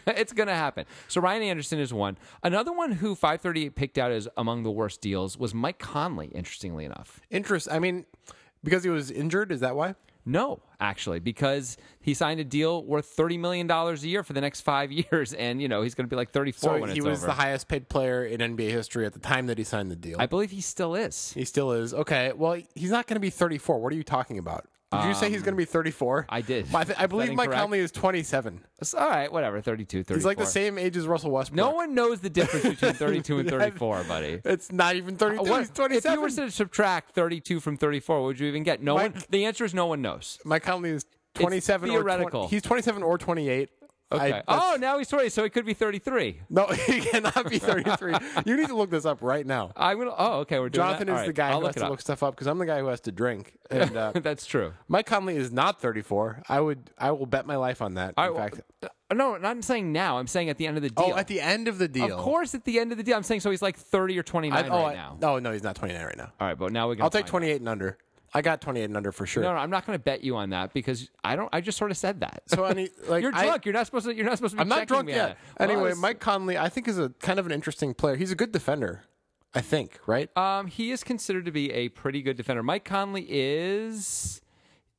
[SPEAKER 1] it's going to happen. So Ryan Anderson is one. Another one who 538 picked out as among the worst deals was Mike Conley, interestingly enough.
[SPEAKER 2] Interest. I mean, because he was injured, is that why?
[SPEAKER 1] No, actually, because he signed a deal worth $30 million a year for the next five *laughs* years. And, you know, he's going to be like 34
[SPEAKER 2] So
[SPEAKER 1] when
[SPEAKER 2] he
[SPEAKER 1] it's
[SPEAKER 2] was
[SPEAKER 1] over.
[SPEAKER 2] the highest paid player in NBA history at the time that he signed the deal.
[SPEAKER 1] I believe he still is.
[SPEAKER 2] he still is. Okay. Well, he's not going to be 34. What are you talking about? Did you say he's going to be 34?
[SPEAKER 1] Um, I did.
[SPEAKER 2] I, th- I
[SPEAKER 1] Is that
[SPEAKER 2] believe Mike
[SPEAKER 1] incorrect?
[SPEAKER 2] Conley is 27.
[SPEAKER 1] It's all right, whatever, 32, 34.
[SPEAKER 2] He's like the same age as Russell Westbrook.
[SPEAKER 1] No one knows the difference
[SPEAKER 2] *laughs*
[SPEAKER 1] between 32 and 34, buddy.
[SPEAKER 2] It's not even
[SPEAKER 1] Uh,
[SPEAKER 2] 32.
[SPEAKER 1] What-
[SPEAKER 2] he's
[SPEAKER 1] if you
[SPEAKER 2] 27.
[SPEAKER 1] were to subtract 32 from 34, what would you even get? No
[SPEAKER 2] Mike-
[SPEAKER 1] one. The answer is no one knows.
[SPEAKER 2] Mike Conley is 27 or
[SPEAKER 1] theoretical.
[SPEAKER 2] 20 he's 27 or 28.
[SPEAKER 1] Okay.
[SPEAKER 2] I,
[SPEAKER 1] oh, now he's 20, so he could be 33.
[SPEAKER 2] No, *laughs* he cannot
[SPEAKER 1] *laughs*
[SPEAKER 2] be 33. you need to look this up right now.
[SPEAKER 1] I'm gonna. Oh, okay. We're doing
[SPEAKER 2] Jonathan
[SPEAKER 1] is
[SPEAKER 2] is the guy
[SPEAKER 1] I'll
[SPEAKER 2] who
[SPEAKER 1] look
[SPEAKER 2] has
[SPEAKER 1] it
[SPEAKER 2] to
[SPEAKER 1] up.
[SPEAKER 2] look stuff up because I'm the guy who has to drink. And *laughs* uh,
[SPEAKER 1] *laughs* That's true.
[SPEAKER 2] Mike Conley is not 34. I would, I will bet my life on that.
[SPEAKER 1] I, uh,
[SPEAKER 2] in fact,
[SPEAKER 1] no, not- I'm saying now. I'm saying at the end of the deal.
[SPEAKER 2] oh, at the end of the deal,
[SPEAKER 1] of course, at the end of the deal, I'm saying so he's like 30 or 29
[SPEAKER 2] I, oh,
[SPEAKER 1] right
[SPEAKER 2] I-
[SPEAKER 1] now.
[SPEAKER 2] No, no, he's not 29 right now.
[SPEAKER 1] All right, but now we.
[SPEAKER 2] I'll take 28 and under. I got 28 and under for sure.
[SPEAKER 1] No, no, I'm not going to bet you on that because I don't. I just sort of said that.
[SPEAKER 2] So *laughs* any, like
[SPEAKER 1] you're
[SPEAKER 2] I-
[SPEAKER 1] drunk. you're not supposed to. You're not supposed to. Be
[SPEAKER 2] I'm not
[SPEAKER 1] checking
[SPEAKER 2] drunk
[SPEAKER 1] me
[SPEAKER 2] yet.
[SPEAKER 1] On that. Well,
[SPEAKER 2] anyway,
[SPEAKER 1] it's-
[SPEAKER 2] Mike Conley, I think is a kind of an interesting player. He's a good defender, I think. Right?
[SPEAKER 1] Um, he is considered to be a pretty good defender. Mike Conley is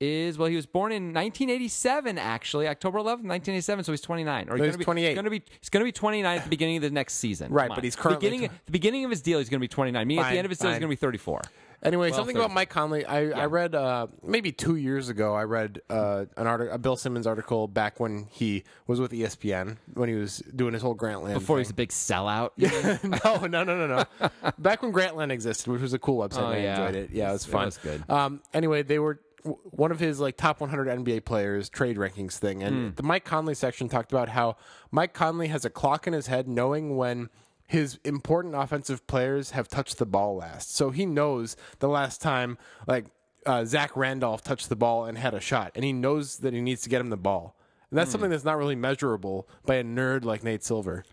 [SPEAKER 1] is well, he was born in 1987, actually October 11th, 1987. So he's 29. Or
[SPEAKER 2] he's
[SPEAKER 1] gonna be,
[SPEAKER 2] 28.
[SPEAKER 1] Going to be he's going to be 29 at the beginning of the next season.
[SPEAKER 2] Right,
[SPEAKER 1] Come
[SPEAKER 2] but
[SPEAKER 1] on.
[SPEAKER 2] he's currently
[SPEAKER 1] beginning the beginning of his deal. He's going to be 29. Meaning at
[SPEAKER 2] Fine,
[SPEAKER 1] the end of his deal, he's
[SPEAKER 2] fine.
[SPEAKER 1] going to be 34.
[SPEAKER 2] Anyway, something
[SPEAKER 1] third.
[SPEAKER 2] about Mike Conley. I, I read uh, maybe two years ago. I read uh, an article, a Bill Simmons article, back when he was with E ESPN when he was doing his whole Grantland.
[SPEAKER 1] Before
[SPEAKER 2] thing.
[SPEAKER 1] he's a big
[SPEAKER 2] *laughs*
[SPEAKER 1] sellout. you mean?
[SPEAKER 2] no, no, no, no, no. Back when Grantland existed, which was a cool website, I
[SPEAKER 1] Oh, yeah.
[SPEAKER 2] enjoyed it. Yeah, it was fun.
[SPEAKER 1] was good.
[SPEAKER 2] Um, anyway, they were w- one of his like top 100 NBA players trade rankings thing,
[SPEAKER 1] Hmm.
[SPEAKER 2] and the Mike Conley section talked about how Mike Conley has a clock in his head, knowing when. His important offensive players have touched the ball last, so he knows the last time like uh, Zach Randolph touched the ball and had a shot, and he knows that he needs to get him the ball. And
[SPEAKER 1] Hmm.
[SPEAKER 2] that's something that's not really measurable by a nerd like Nate Silver.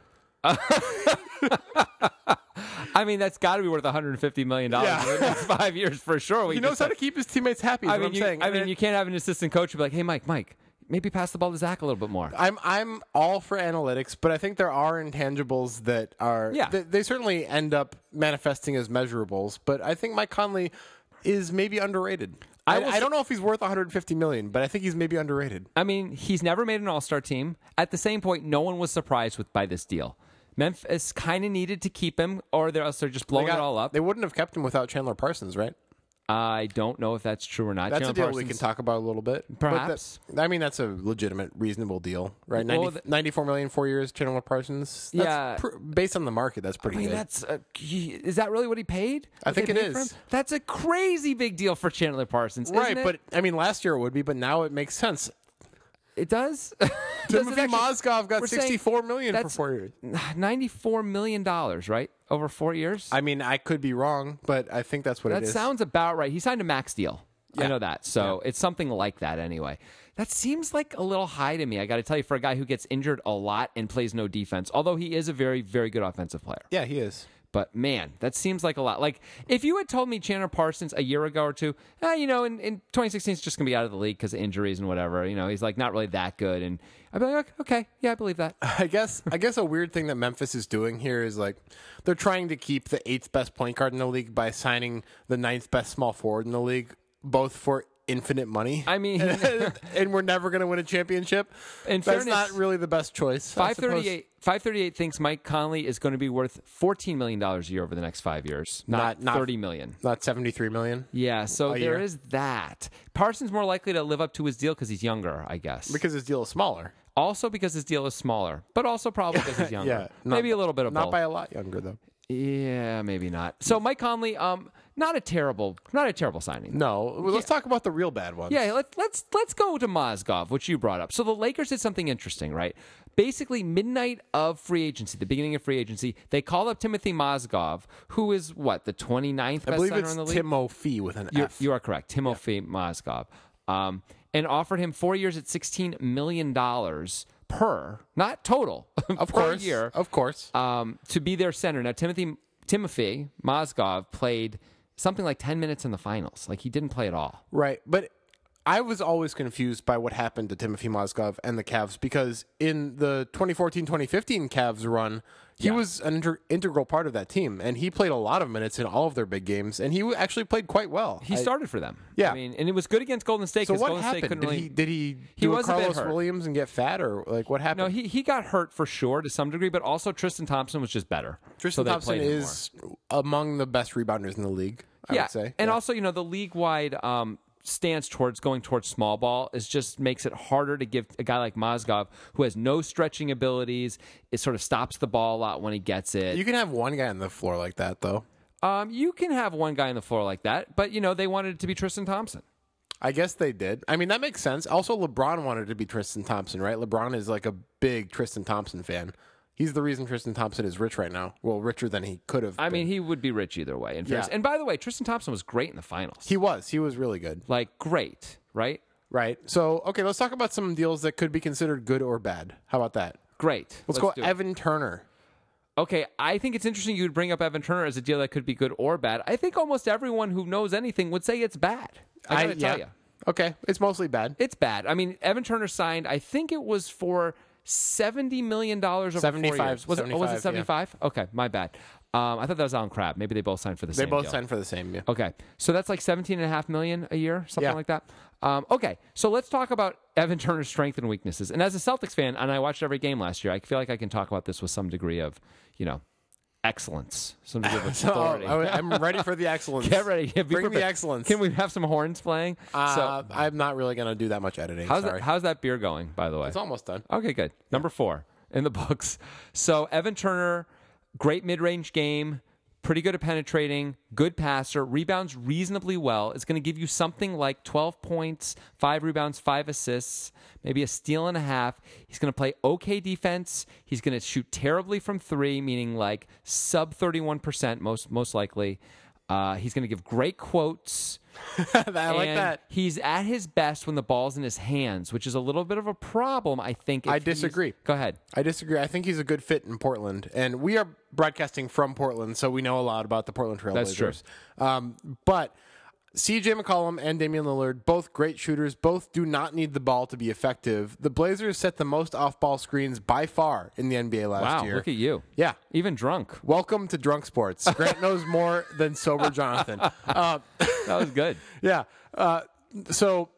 [SPEAKER 1] I mean, that's got to be worth 150 million dollars
[SPEAKER 2] Yeah.
[SPEAKER 1] in the next five years for sure.
[SPEAKER 2] He knows how to keep his teammates happy. Is
[SPEAKER 1] I
[SPEAKER 2] what
[SPEAKER 1] mean,
[SPEAKER 2] I'm
[SPEAKER 1] you,
[SPEAKER 2] saying.
[SPEAKER 1] I
[SPEAKER 2] And
[SPEAKER 1] mean,
[SPEAKER 2] it-
[SPEAKER 1] you can't have an assistant coach who be like, "Hey, Mike, Mike, maybe pass the ball to Zach a little bit more."
[SPEAKER 2] I'm I'm all for analytics, but I think there are intangibles that are
[SPEAKER 1] Yeah.
[SPEAKER 2] th- they certainly end up manifesting as measurables. But I think Mike Conley is maybe underrated.
[SPEAKER 1] I
[SPEAKER 2] I,
[SPEAKER 1] will
[SPEAKER 2] I,
[SPEAKER 1] s-
[SPEAKER 2] don't know if he's worth 150 million, but I think he's maybe underrated.
[SPEAKER 1] I mean, he's never made an All Star team. At the same point, no one was surprised with by this deal. Memphis kind of needed to keep him, or they're else they're just blowing
[SPEAKER 2] got-
[SPEAKER 1] it all up.
[SPEAKER 2] They wouldn't have kept him without Chandler Parsons, right?
[SPEAKER 1] I don't know if that's true or not.
[SPEAKER 2] That's
[SPEAKER 1] Jalen
[SPEAKER 2] a deal we
[SPEAKER 1] Parsons-
[SPEAKER 2] can talk about a little bit. But
[SPEAKER 1] Perhaps.
[SPEAKER 2] that- I mean, that's a legitimate, reasonable deal, right? 90,
[SPEAKER 1] Well, th-
[SPEAKER 2] 94 million, four years, Chandler Parsons. That's
[SPEAKER 1] Yeah.
[SPEAKER 2] pr- based on the market, that's pretty
[SPEAKER 1] I mean,
[SPEAKER 2] good.
[SPEAKER 1] that's a, he- is that really what he paid?
[SPEAKER 2] I
[SPEAKER 1] What
[SPEAKER 2] think
[SPEAKER 1] they
[SPEAKER 2] it
[SPEAKER 1] paid for
[SPEAKER 2] is.
[SPEAKER 1] him? That's a crazy big deal for Chandler Parsons, isn't
[SPEAKER 2] right,
[SPEAKER 1] it?
[SPEAKER 2] but I mean, last year it would be, but now it makes sense.
[SPEAKER 1] it does. Does it
[SPEAKER 2] *laughs* Timothy
[SPEAKER 1] actually-
[SPEAKER 2] Mozgov got
[SPEAKER 1] We're saying
[SPEAKER 2] sixty-four million for
[SPEAKER 1] that's-
[SPEAKER 2] four years.
[SPEAKER 1] Ninety-four million dollars, right, over four years.
[SPEAKER 2] I mean, I could be wrong, but I think that's what
[SPEAKER 1] That
[SPEAKER 2] it is.
[SPEAKER 1] sounds about right. He signed a max deal. I
[SPEAKER 2] Yeah.
[SPEAKER 1] know that. So it's something like that anyway. That seems like a little high to me. I got to tell you, for a guy who gets injured a lot and plays no defense, although he is a very, very good offensive player.
[SPEAKER 2] yeah, he is. *laughs*
[SPEAKER 1] But man, that seems like a lot. Like if you had told me Chandler Parsons a year ago or two, ah, you know, in, in 2016 he's just gonna be out of the league because of injuries and whatever. You know, he's like not really that good, and I'd be like, okay, yeah, I believe that.
[SPEAKER 2] I guess. I guess a weird thing that Memphis is doing here is like they're trying to keep the eighth best point guard in the league by signing the ninth best small forward in the league, both for infinite money.
[SPEAKER 1] I
[SPEAKER 2] *laughs*
[SPEAKER 1] mean,
[SPEAKER 2] and we're never going to win a championship.
[SPEAKER 1] In
[SPEAKER 2] that's
[SPEAKER 1] fairness,
[SPEAKER 2] not really the best choice. I
[SPEAKER 1] Five
[SPEAKER 2] suppose.
[SPEAKER 1] thirty-eight. Five thirty-eight thinks Mike Conley is going to be worth fourteen million dollars a year over the next five years, not,
[SPEAKER 2] Not- not-
[SPEAKER 1] thirty million.
[SPEAKER 2] not seventy-three million.
[SPEAKER 1] Yeah, so
[SPEAKER 2] A
[SPEAKER 1] there
[SPEAKER 2] year.
[SPEAKER 1] is that. Parsons more likely to live up to his deal because he's younger, I guess.
[SPEAKER 2] Because his deal is smaller.
[SPEAKER 1] also because his deal is smaller, but also probably because he's younger.
[SPEAKER 2] *laughs* Yeah, not-
[SPEAKER 1] maybe a little bit of
[SPEAKER 2] Not
[SPEAKER 1] both.
[SPEAKER 2] by a lot younger though.
[SPEAKER 1] yeah, maybe not. So Mike Conley, um, not a terrible, not a terrible signing.
[SPEAKER 2] No. Well, let's talk about the real bad ones.
[SPEAKER 1] Yeah, let's let's let's go to Mozgov, which you brought up. So the Lakers did something interesting, right? Basically, midnight of free agency, the beginning of free agency, they call up Timothy Mozgov, who is what the 29th best
[SPEAKER 2] I believe
[SPEAKER 1] center
[SPEAKER 2] it's
[SPEAKER 1] in the league.
[SPEAKER 2] Timofey with an
[SPEAKER 1] You're,
[SPEAKER 2] F.
[SPEAKER 1] you are correct. Timofey Mozgov. Um, and offered him four years at $16 million per, not total, *laughs*
[SPEAKER 2] of
[SPEAKER 1] per
[SPEAKER 2] course,
[SPEAKER 1] year,
[SPEAKER 2] of course.
[SPEAKER 1] um, to be their center. Now, Timothy Timothy Mozgov played something like 10 minutes in the finals. Like, he didn't play at all.
[SPEAKER 2] Right, but I was always confused by what happened to Timothy Mozgov and the Cavs because in the 2014-2015 Cavs run, he
[SPEAKER 1] Yeah.
[SPEAKER 2] was an inter- integral part of that team, and he played a lot of minutes in all of their big games, and he w- actually played quite well.
[SPEAKER 1] He
[SPEAKER 2] I-
[SPEAKER 1] started for them.
[SPEAKER 2] Yeah.
[SPEAKER 1] I mean, and it was good against Golden State
[SPEAKER 2] so
[SPEAKER 1] because
[SPEAKER 2] what
[SPEAKER 1] Golden State couldn't
[SPEAKER 2] happened? Did
[SPEAKER 1] really.
[SPEAKER 2] he did he,
[SPEAKER 1] He
[SPEAKER 2] do a
[SPEAKER 1] was a bit
[SPEAKER 2] Carlos
[SPEAKER 1] hurt.
[SPEAKER 2] Williams and get fat, or like what happened?
[SPEAKER 1] no, he, he got hurt for sure to some degree, but also Tristan Thompson was just better.
[SPEAKER 2] Tristan
[SPEAKER 1] so they
[SPEAKER 2] Thompson
[SPEAKER 1] played him more.
[SPEAKER 2] is among the best rebounders in the league. I
[SPEAKER 1] yeah.
[SPEAKER 2] would say,
[SPEAKER 1] And
[SPEAKER 2] Yeah.
[SPEAKER 1] also, you know, the league wide um, stance towards going towards small ball is just makes it harder to give a guy like Mozgov, who has no stretching abilities, it sort of stops the ball a lot when he gets it.
[SPEAKER 2] you can have one guy on the floor like that, though.
[SPEAKER 1] um, you can have one guy on the floor like that, but, you know, they wanted it to be Tristan Thompson.
[SPEAKER 2] I guess they did. I mean, that makes sense. Also, LeBron wanted to be Tristan Thompson, right? LeBron is like a big Tristan Thompson fan. He's the reason Tristan Thompson is rich right now. Well, richer than he could have.
[SPEAKER 1] I
[SPEAKER 2] been.
[SPEAKER 1] mean, he would be rich either way. In fairness.
[SPEAKER 2] Yeah.
[SPEAKER 1] And by the way, Tristan Thompson was great in the finals.
[SPEAKER 2] he was. He was really good.
[SPEAKER 1] Like, great, right?
[SPEAKER 2] Right. So, okay, let's talk about some deals that could be considered good or bad. How about that?
[SPEAKER 1] Great.
[SPEAKER 2] Let's,
[SPEAKER 1] do
[SPEAKER 2] go
[SPEAKER 1] it.
[SPEAKER 2] Evan Turner.
[SPEAKER 1] Okay, I think it's interesting you would bring up Evan Turner as a deal that could be good or bad. I think almost everyone who knows anything would say it's bad. I gotta tell
[SPEAKER 2] yeah.
[SPEAKER 1] you.
[SPEAKER 2] Okay, it's mostly bad.
[SPEAKER 1] It's bad. I mean, Evan Turner signed. I think it was for seventy million dollars over four
[SPEAKER 2] 75,
[SPEAKER 1] years. Was it? Oh, was it
[SPEAKER 2] 75,
[SPEAKER 1] seventy-five? Okay, my bad. Um, I thought that was Alan Crab. Maybe they both signed for the
[SPEAKER 2] They
[SPEAKER 1] same.
[SPEAKER 2] both
[SPEAKER 1] deal.
[SPEAKER 2] signed for the same. Yeah.
[SPEAKER 1] Okay, so that's like seventeen and a half million a year, something
[SPEAKER 2] Yeah.
[SPEAKER 1] like that. Um, okay, so let's talk about Evan Turner's strengths and weaknesses. And as a Celtics fan, and I watched every game last year, I feel like I can talk about this with some degree of, you know, excellence, some degree of
[SPEAKER 2] *laughs* So,
[SPEAKER 1] authority.
[SPEAKER 2] Oh, I, am ready for the excellence.
[SPEAKER 1] *laughs* Get ready. Be
[SPEAKER 2] Bring
[SPEAKER 1] prepared.
[SPEAKER 2] the excellence.
[SPEAKER 1] Can we have some horns playing?
[SPEAKER 2] Uh,
[SPEAKER 1] so,
[SPEAKER 2] I'm not really going to do that much editing.
[SPEAKER 1] how's *laughs*
[SPEAKER 2] sorry.
[SPEAKER 1] that, how's that beer going, by the way?
[SPEAKER 2] it's almost done.
[SPEAKER 1] Okay, good. Number four in the *laughs* books. So Evan Turner, great mid-range game, pretty good at penetrating, good passer, rebounds reasonably well. It's going to give you something like 12 points, five rebounds, five assists, maybe a steal and a half. He's going to play okay defense. He's going to shoot terribly from three, meaning like sub 31% most most likely. Uh, he's going to give great quotes.
[SPEAKER 2] *laughs* I like
[SPEAKER 1] And
[SPEAKER 2] that.
[SPEAKER 1] He's at his best when the ball's in his hands, which is a little bit of a problem, I think. if
[SPEAKER 2] I
[SPEAKER 1] he's-
[SPEAKER 2] disagree.
[SPEAKER 1] Go ahead.
[SPEAKER 2] I disagree. I think he's a good fit in Portland, and we are broadcasting from Portland, so we know a lot about the Portland Trailblazers.
[SPEAKER 1] That's true.
[SPEAKER 2] Um, but CJ McCollum and Damian Lillard, both great shooters, both do not need the ball to be effective. The Blazers set the most off-ball screens by far in the NBA last
[SPEAKER 1] Wow,
[SPEAKER 2] year.
[SPEAKER 1] look at you.
[SPEAKER 2] Yeah.
[SPEAKER 1] Even drunk.
[SPEAKER 2] Welcome to drunk sports. Grant knows more
[SPEAKER 1] *laughs*
[SPEAKER 2] than sober Jonathan. Uh,
[SPEAKER 1] That was
[SPEAKER 2] *laughs*
[SPEAKER 1] good.
[SPEAKER 2] yeah. Uh, so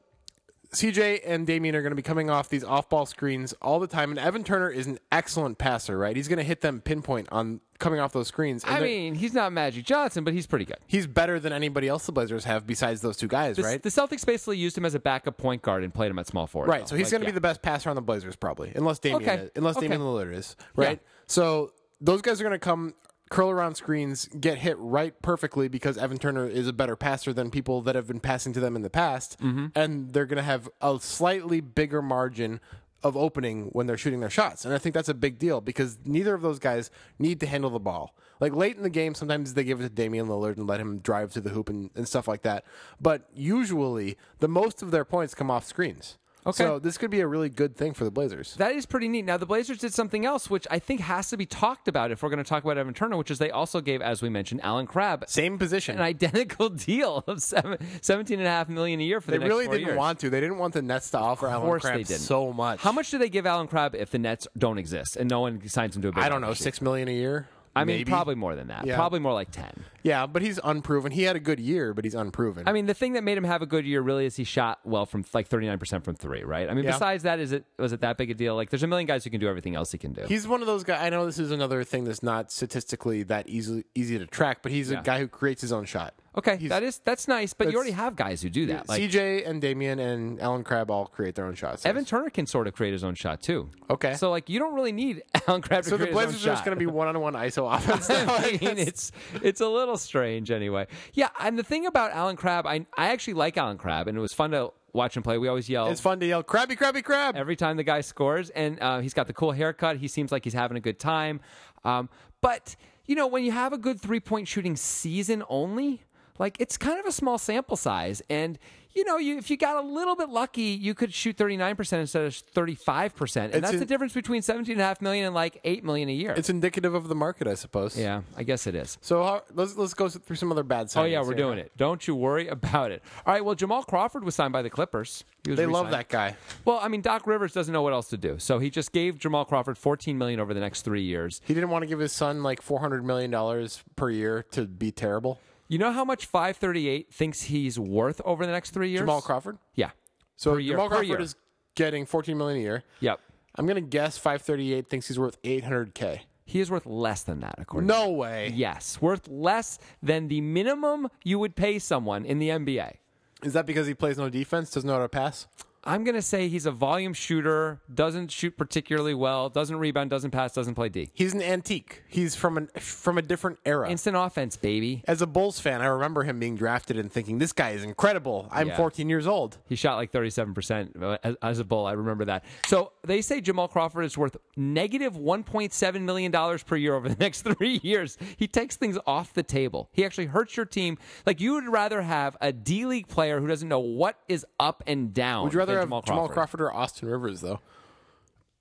[SPEAKER 2] CJ and Damien are going to be coming off these off-ball screens all the time, and Evan Turner is an excellent passer. Right, he's going to hit them pinpoint on coming off those screens. And
[SPEAKER 1] I
[SPEAKER 2] they're-
[SPEAKER 1] mean, he's not Magic Johnson, but he's pretty good.
[SPEAKER 2] he's better than anybody else the Blazers have besides those two guys.
[SPEAKER 1] The,
[SPEAKER 2] right.
[SPEAKER 1] the Celtics basically used him as a backup point guard and played him at small forward.
[SPEAKER 2] Right, so he's going to be the best passer on the Blazers probably, unless Damian
[SPEAKER 1] Okay.
[SPEAKER 2] is, unless
[SPEAKER 1] Okay.
[SPEAKER 2] Damian Lillard is right.
[SPEAKER 1] Yeah.
[SPEAKER 2] So those guys are going to come curl around screens, get hit right perfectly because Evan Turner is a better passer than people that have been passing to them in the past,
[SPEAKER 1] Mm-hmm.
[SPEAKER 2] and they're going to have a slightly bigger margin of opening when they're shooting their shots, and I think that's a big deal because neither of those guys need to handle the ball. Like late in the game, sometimes they give it to Damian Lillard and let him drive to the hoop and, and stuff like that. But usually, the most of their points come off screens.
[SPEAKER 1] Okay.
[SPEAKER 2] So this could be a really good thing for the Blazers.
[SPEAKER 1] That is pretty neat. Now, the Blazers did something else, which I think has to be talked about if we're going to talk about Evan Turner, which is they also gave, as we mentioned, Alan Crabb
[SPEAKER 2] Same position.
[SPEAKER 1] an *laughs* identical deal of seven, 17 and a half million a year for
[SPEAKER 2] they
[SPEAKER 1] the next
[SPEAKER 2] really
[SPEAKER 1] four
[SPEAKER 2] didn't
[SPEAKER 1] years.
[SPEAKER 2] want to. They didn't want the Nets to offer Alan
[SPEAKER 1] course they
[SPEAKER 2] Crabb
[SPEAKER 1] didn't.
[SPEAKER 2] so much.
[SPEAKER 1] How much do they give Alan Crabb if the Nets don't exist and no one signs him to a big
[SPEAKER 2] I don't know.
[SPEAKER 1] contract?
[SPEAKER 2] Six million a year.
[SPEAKER 1] I mean,
[SPEAKER 2] Maybe.
[SPEAKER 1] probably more than that.
[SPEAKER 2] Yeah.
[SPEAKER 1] Probably more like 10.
[SPEAKER 2] Yeah, but he's unproven. He had a good year, but he's unproven.
[SPEAKER 1] I mean, the thing that made him have a good year really is he shot well from like 39% from three, right? I mean,
[SPEAKER 2] Yeah.
[SPEAKER 1] besides that, is it was it that big a deal? Like, there's a million guys who can do everything else he can do.
[SPEAKER 2] he's one of those guys. I know this is another thing that's not statistically that easy easy to track, but he's a guy who creates his own shot.
[SPEAKER 1] okay,
[SPEAKER 2] he's-
[SPEAKER 1] that is that's nice, but you already have guys who do that. Like,
[SPEAKER 2] CJ and Damian and Alan Crabb all create their own shots.
[SPEAKER 1] Evan Turner can sort of create his own shot too.
[SPEAKER 2] Okay.
[SPEAKER 1] so like, you don't really need *laughs* Alan Crabb to
[SPEAKER 2] so the
[SPEAKER 1] create
[SPEAKER 2] Blazers
[SPEAKER 1] his
[SPEAKER 2] are
[SPEAKER 1] own
[SPEAKER 2] just
[SPEAKER 1] shot. *laughs*
[SPEAKER 2] going to be one on one ISO offense. *laughs* now, I
[SPEAKER 1] I mean,
[SPEAKER 2] guess.
[SPEAKER 1] it's it's a little strange anyway. Yeah, and the thing about Alan Crabb, I I actually like Alan Crabb, and it was fun to watch him play. We always yell
[SPEAKER 2] It's fun to yell Krabby Krabby
[SPEAKER 1] *laughs*
[SPEAKER 2] Crab.
[SPEAKER 1] every time the guy scores, and uh, he's got the cool haircut. He seems like he's having a good time. Um, but you know, when you have a good three point shooting season only, like it's kind of a small sample size, and you know, you if you got a little bit lucky, you could shoot thirty nine percent instead of thirty five percent, and that's
[SPEAKER 2] in-
[SPEAKER 1] the difference between seventeen and a half million and like eight million a year.
[SPEAKER 2] It's indicative of the market, I suppose.
[SPEAKER 1] yeah, I guess it is.
[SPEAKER 2] So how, let's let's go through some other bad signings.
[SPEAKER 1] Oh yeah, we're doing it. Don't you worry *laughs* about it. All right. Well, Jamal Crawford was signed by the Clippers. He was
[SPEAKER 2] They love
[SPEAKER 1] re-signed.
[SPEAKER 2] that guy.
[SPEAKER 1] Well, I mean, Doc Rivers doesn't know what else to do, so he just gave Jamal Crawford fourteen million over the next three years.
[SPEAKER 2] He didn't want to give his son like four hundred million dollars per year to be terrible.
[SPEAKER 1] You know how much five thirty eight thinks he's worth over the next three years?
[SPEAKER 2] Jamal Crawford.
[SPEAKER 1] Yeah.
[SPEAKER 2] So
[SPEAKER 1] year,
[SPEAKER 2] Jamal
[SPEAKER 1] per
[SPEAKER 2] Crawford
[SPEAKER 1] year.
[SPEAKER 2] is getting fourteen million a year.
[SPEAKER 1] Yep.
[SPEAKER 2] I'm gonna guess five thirty eight thinks he's worth eight hundred k.
[SPEAKER 1] He is worth less than that, according. to
[SPEAKER 2] No way.
[SPEAKER 1] Yes, worth less than the minimum you would pay someone in the NBA.
[SPEAKER 2] Is that because he plays no defense? Doesn't know how to pass?
[SPEAKER 1] I'm going to say he's a volume shooter, doesn't shoot particularly well, doesn't rebound, doesn't pass, doesn't play D.
[SPEAKER 2] He's an antique. He's from an from a different era.
[SPEAKER 1] Instant offense, baby.
[SPEAKER 2] As a Bulls fan, I remember him being drafted and thinking, "This guy is incredible. I'm
[SPEAKER 1] Yeah.
[SPEAKER 2] 14 years old."
[SPEAKER 1] He shot like 37% as- as a bull. I remember that. So they say Jamal Crawford is worth negative $1.7 million per year over the *laughs* next three years. He takes things off the table. He actually hurts your team. Like you would rather have a D League player who doesn't know what is up and down.
[SPEAKER 2] Would you
[SPEAKER 1] than
[SPEAKER 2] rather have
[SPEAKER 1] Jamal Crawford?
[SPEAKER 2] Jamal Crawford or Austin Rivers though?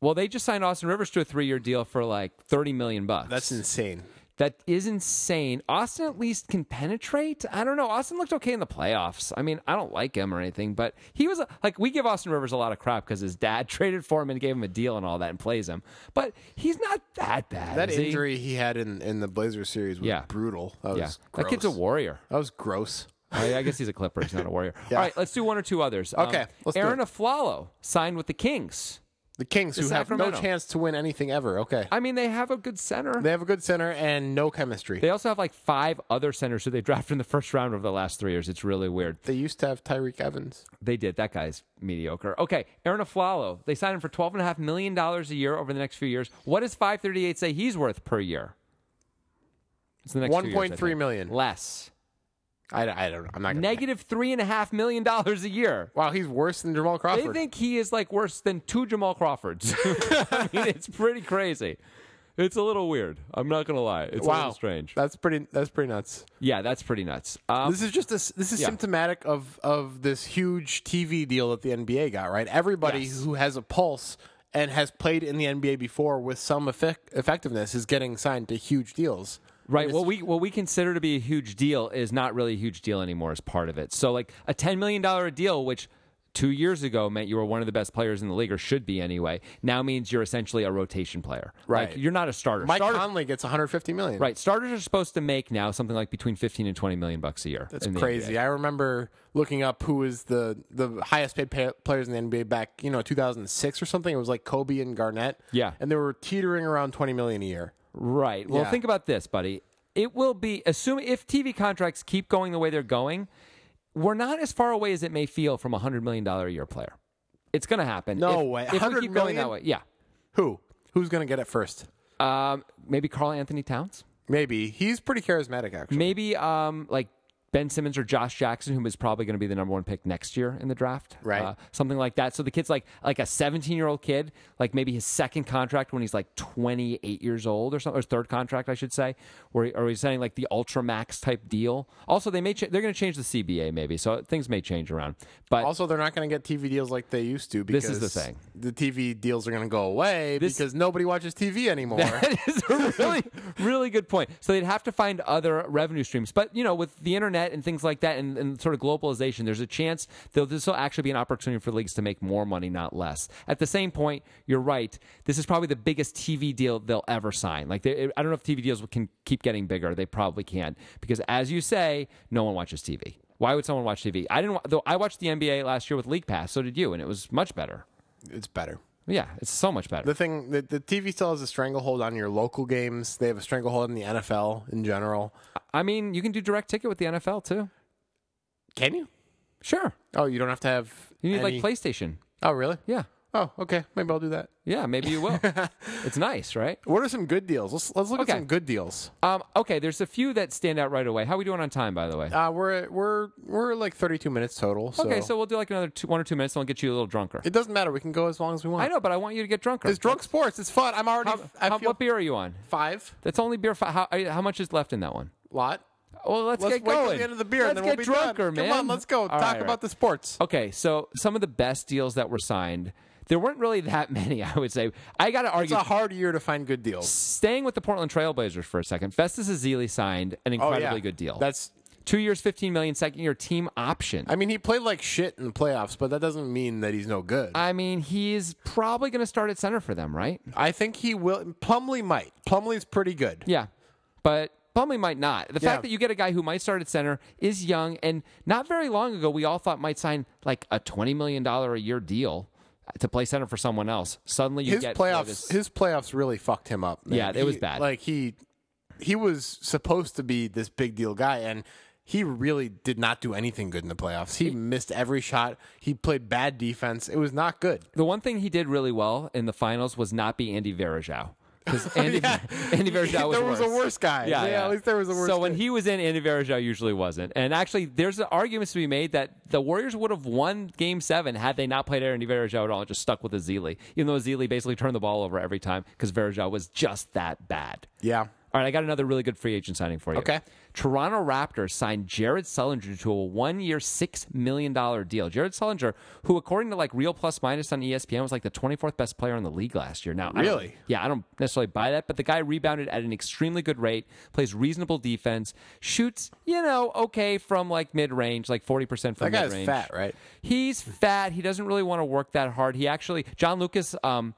[SPEAKER 1] Well, they just signed Austin Rivers to a three year deal for like 30 million bucks.
[SPEAKER 2] That's insane.
[SPEAKER 1] That is insane. Austin at least can penetrate. I don't know. Austin looked okay in the playoffs. I mean, I don't like him or anything, but he was a, like we give Austin Rivers a lot of crap because his dad *laughs* traded for him and gave him a deal and all that and plays him. But he's not that bad.
[SPEAKER 2] That
[SPEAKER 1] is he?
[SPEAKER 2] injury he had in, in the Blazers series was
[SPEAKER 1] Yeah.
[SPEAKER 2] brutal. That was
[SPEAKER 1] yeah,
[SPEAKER 2] gross.
[SPEAKER 1] that kid's a warrior.
[SPEAKER 2] That was gross.
[SPEAKER 1] I, I guess he's a Clipper.
[SPEAKER 2] *laughs*
[SPEAKER 1] He's not a warrior. All right, let's do one or two others. Um,
[SPEAKER 2] Okay, let's do
[SPEAKER 1] Aaron
[SPEAKER 2] it.
[SPEAKER 1] Aflalo signed with the Kings.
[SPEAKER 2] The Kings,
[SPEAKER 1] The
[SPEAKER 2] who have
[SPEAKER 1] Sacramento.
[SPEAKER 2] no chance to win anything ever. Okay.
[SPEAKER 1] I mean, they have a good center.
[SPEAKER 2] They have a good center and no chemistry.
[SPEAKER 1] They also have like five other centers who they *laughs* drafted in the first round over the last three years. It's really weird.
[SPEAKER 2] They used to have Tyreek Evans.
[SPEAKER 1] They did. That guy's mediocre. Okay, Aaron Aflalo. They signed him for twelve and a half million dollars a year over the next few years. What does five thirty eight say he's worth per year? It's the next few years, I
[SPEAKER 2] 1.3
[SPEAKER 1] think.
[SPEAKER 2] million.
[SPEAKER 1] less.
[SPEAKER 2] I, I don't know. I'm not gonna.
[SPEAKER 1] Negative three and a half million dollars a year.
[SPEAKER 2] Wow, he's worse than
[SPEAKER 1] They
[SPEAKER 2] Jamal Crawford.
[SPEAKER 1] think he is like worse than two Jamal Crawfords. *laughs* I mean, it's pretty crazy. It's a little weird. I'm not gonna lie. It's a
[SPEAKER 2] wow,
[SPEAKER 1] little strange.
[SPEAKER 2] That's pretty. That's pretty nuts.
[SPEAKER 1] Yeah, that's pretty nuts. Um,
[SPEAKER 2] This is just this. This is
[SPEAKER 1] Yeah.
[SPEAKER 2] symptomatic of of this huge TV deal that the NBA got. Right, everybody
[SPEAKER 1] Yes.
[SPEAKER 2] who has a pulse and has played in the NBA before with some effect, effectiveness is getting signed to huge deals.
[SPEAKER 1] Right. What we what we consider to be a huge deal is not really a huge deal anymore as part of it. So like a ten million dollar deal, which two years ago meant you were one of the best players in the league or should be anyway, now means you're essentially a rotation player.
[SPEAKER 2] Right.
[SPEAKER 1] Like, you're not a starter.
[SPEAKER 2] Mike
[SPEAKER 1] Starter-
[SPEAKER 2] Conley gets 150 million.
[SPEAKER 1] right. Starters are supposed to make now something like between fifteen and twenty million bucks a year.
[SPEAKER 2] That's
[SPEAKER 1] in the
[SPEAKER 2] crazy. I remember looking up who was the the highest paid pa- players in the NBA back, you know, 2006 or something. It was like Kobe and Garnett.
[SPEAKER 1] Yeah.
[SPEAKER 2] and they were teetering around 20 million a year.
[SPEAKER 1] Right. Well,
[SPEAKER 2] Yeah.
[SPEAKER 1] think about this, buddy. It will be assuming if TV contracts keep going the way they're going, we're not as far away as it may feel from a hundred million dollar a year player. It's going to happen.
[SPEAKER 2] No
[SPEAKER 1] If-
[SPEAKER 2] way.
[SPEAKER 1] If we
[SPEAKER 2] 100
[SPEAKER 1] keep going that
[SPEAKER 2] million?
[SPEAKER 1] way, yeah.
[SPEAKER 2] Who? Who's going to get it first?
[SPEAKER 1] Um, maybe Carl Anthony Towns.
[SPEAKER 2] Maybe he's pretty charismatic, actually.
[SPEAKER 1] Maybe um, like Ben Simmons or Josh Jackson, whom is probably going to be the number one pick next year in the draft. Uh,
[SPEAKER 2] Right.
[SPEAKER 1] something like that. So the kid's like like a 17 year old kid, like maybe his second contract when he's like 28 years old or something, or his third contract, I should say, where or he's signing like the ultra max type deal. Also, they may cha- they're going to change the CBA maybe, so things may change around. But
[SPEAKER 2] Also, they're not going to get TV deals like they used to because
[SPEAKER 1] This is the thing.
[SPEAKER 2] The TV deals are going to go away
[SPEAKER 1] This-
[SPEAKER 2] because nobody watches TV anymore.
[SPEAKER 1] That is a really, really good point. So they'd have to find other revenue streams. But, you know, with the internet and things like that and, and sort of globalization, there's a chance that this will actually be an opportunity for leagues to make more money, not less. At the same point, you're right. This is probably the biggest TV deal they'll ever sign. Like, they, I don't know if TV deals can keep getting bigger. They probably can. Because, as you say, no one watches TV. Why would someone watch TV? I didn't. wa- Though I watched the NBA last year with League Pass. So did you, and it was much better.
[SPEAKER 2] *laughs* it's better.
[SPEAKER 1] Yeah, it's so much better.
[SPEAKER 2] The thing that the TV still has a stranglehold on your local games. They have a stranglehold in the NFL in general.
[SPEAKER 1] I mean, you can do direct ticket with the NFL too.
[SPEAKER 2] Can you?
[SPEAKER 1] Sure.
[SPEAKER 2] Oh, you don't have to have.
[SPEAKER 1] You need
[SPEAKER 2] any-
[SPEAKER 1] like PlayStation.
[SPEAKER 2] Oh, really?
[SPEAKER 1] Yeah.
[SPEAKER 2] Oh, okay. Maybe I'll do that.
[SPEAKER 1] Yeah, maybe you
[SPEAKER 2] *laughs*
[SPEAKER 1] will. it's nice, right?
[SPEAKER 2] What are some good deals? Let's let's look
[SPEAKER 1] Okay.
[SPEAKER 2] at some good deals.
[SPEAKER 1] Um, okay, there's a few that stand out right away. How are we doing on time, by the way?
[SPEAKER 2] Uh, we're at- we're we're like thirty two minutes total. So
[SPEAKER 1] okay, so we'll do like another two, one or two minutes and we'll get you a little drunker.
[SPEAKER 2] it doesn't matter. We can go as long as we want.
[SPEAKER 1] I know, but I want you to get drunker.
[SPEAKER 2] It's drunk sports. It's fun. I'm already.
[SPEAKER 1] How,
[SPEAKER 2] I
[SPEAKER 1] how-
[SPEAKER 2] feel
[SPEAKER 1] what beer are you on?
[SPEAKER 2] five
[SPEAKER 1] That's only beer. Five. How, I- how much is left in that one?
[SPEAKER 2] lot.
[SPEAKER 1] Well, let's,
[SPEAKER 2] Let's
[SPEAKER 1] get
[SPEAKER 2] wait
[SPEAKER 1] going.
[SPEAKER 2] till the end of the beer
[SPEAKER 1] Let's
[SPEAKER 2] and then
[SPEAKER 1] get
[SPEAKER 2] we'll be
[SPEAKER 1] drunker,
[SPEAKER 2] done.
[SPEAKER 1] man.
[SPEAKER 2] Come on, let's go
[SPEAKER 1] All right,
[SPEAKER 2] talk
[SPEAKER 1] all
[SPEAKER 2] about
[SPEAKER 1] right. Oh,
[SPEAKER 2] the sports.
[SPEAKER 1] Okay, so some of the best deals that were signed. There weren't really that *laughs* many, I would say. I got to
[SPEAKER 2] It's
[SPEAKER 1] argue.
[SPEAKER 2] a hard year to find good deals.
[SPEAKER 1] Staying with the Portland Trailblazers for a second, Festus Azili signed
[SPEAKER 2] Oh,
[SPEAKER 1] an incredibly good deal.
[SPEAKER 2] That's.
[SPEAKER 1] Two years, fifteen million, second year team option.
[SPEAKER 2] I mean, he played like shit in the playoffs, but that doesn't mean that he's no good. I,
[SPEAKER 1] I mean, he's probably going to start at center for them, right?
[SPEAKER 2] think he will. Plumlee might. Plumlee's pretty good.
[SPEAKER 1] Yeah, but Plumlee might not. The
[SPEAKER 2] Yeah.
[SPEAKER 1] fact that you get a guy who might start at center is young, and not very long ago, we all thought might sign like a twenty million dollar a year deal to play center for someone else. Suddenly, you
[SPEAKER 2] his
[SPEAKER 1] get
[SPEAKER 2] playoffs
[SPEAKER 1] this-
[SPEAKER 2] his playoffs really fucked him up. man.
[SPEAKER 1] Yeah, it was
[SPEAKER 2] He-
[SPEAKER 1] bad.
[SPEAKER 2] Like he he was supposed to be this big deal guy and he really did not do anything good in the playoffs. He missed every shot. He played bad defense. It was not good.
[SPEAKER 1] The one thing he did really well in the finals was not be Andy Verajao.
[SPEAKER 2] *laughs*
[SPEAKER 1] Because Andy, Andy Verajao was
[SPEAKER 2] Oh, There was a worse guy.
[SPEAKER 1] Yeah,
[SPEAKER 2] Yeah, at least there was a worse
[SPEAKER 1] So when
[SPEAKER 2] guy.
[SPEAKER 1] he was in, Andy Verajao usually wasn't. And actually, there's arguments to be made that the Warriors would have won Game 7 had they not played Andy Verajao at all and just stuck with Azili. Even though Azili basically turned the ball over every time because Verajao was just that bad.
[SPEAKER 2] Yeah.
[SPEAKER 1] All right, I got another really good free agent signing for you.
[SPEAKER 2] Okay.
[SPEAKER 1] Toronto Raptors signed Jared Sullinger to a one-year, six million dollar deal. Jared Sullinger, who according to like Real Plus Minus on E ESPN was like the 24th best player in the league last year. Now, I don't-
[SPEAKER 2] Really?
[SPEAKER 1] yeah, I don't necessarily buy that, but the guy rebounded at an extremely good rate, plays reasonable defense, shoots, you know, okay from like mid-range, like 40% from
[SPEAKER 2] That guy's
[SPEAKER 1] mid-range.
[SPEAKER 2] fat, right?
[SPEAKER 1] He's fat. He doesn't really want to work that hard. He actually, John Lucas um,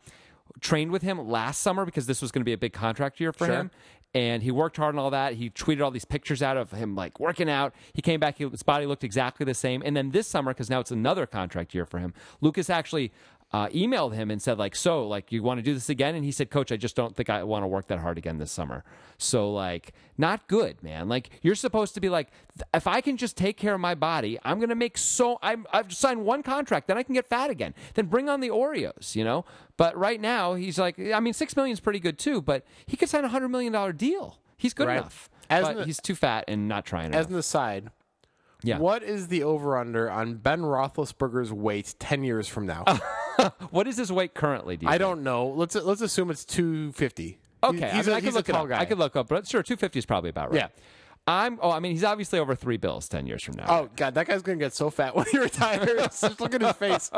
[SPEAKER 1] trained with him last summer because this was going to be a big contract year for
[SPEAKER 2] Sure.
[SPEAKER 1] him. And he worked hard and all that. He tweeted all these pictures out of him like working out. He came back, he, his body looked exactly the same. And then this summer, because now it's another contract year for him, Lucas actually uh, emailed him and said like, "So, like, you want to do this again?" And he said, "Coach, I just don't think I want to work that hard again this summer." So, like, not good, man. Like, you're supposed to be like, if I can just take care of my body, I'm gonna make so I'm I've just signed one contract, then I can get fat again. Then bring on the Oreos, you know. But right now, he's like, I mean, six million is pretty good too, but he could sign a hundred million dollar deal. He's good
[SPEAKER 2] Right.
[SPEAKER 1] enough.
[SPEAKER 2] As
[SPEAKER 1] but
[SPEAKER 2] an-
[SPEAKER 1] he's too fat and not trying
[SPEAKER 2] As
[SPEAKER 1] enough.
[SPEAKER 2] an aside,
[SPEAKER 1] Yeah.
[SPEAKER 2] what is the over under on Ben Roethlisberger's weight ten years from
[SPEAKER 1] *laughs*
[SPEAKER 2] now?
[SPEAKER 1] what is his weight currently? Do you
[SPEAKER 2] I
[SPEAKER 1] think?
[SPEAKER 2] don't know. Let's let's assume it's two fifty.
[SPEAKER 1] Okay, I,
[SPEAKER 2] he's
[SPEAKER 1] mean,
[SPEAKER 2] a,
[SPEAKER 1] I could
[SPEAKER 2] he's a
[SPEAKER 1] look it
[SPEAKER 2] tall
[SPEAKER 1] up.
[SPEAKER 2] guy.
[SPEAKER 1] I could look up, but sure, two fifty is probably about right.
[SPEAKER 2] Yeah.
[SPEAKER 1] I'm. Oh, I mean, he's obviously over three bills ten years from now.
[SPEAKER 2] Oh god, that guy's gonna get so fat *laughs* when he retires. *laughs* Just look at his face.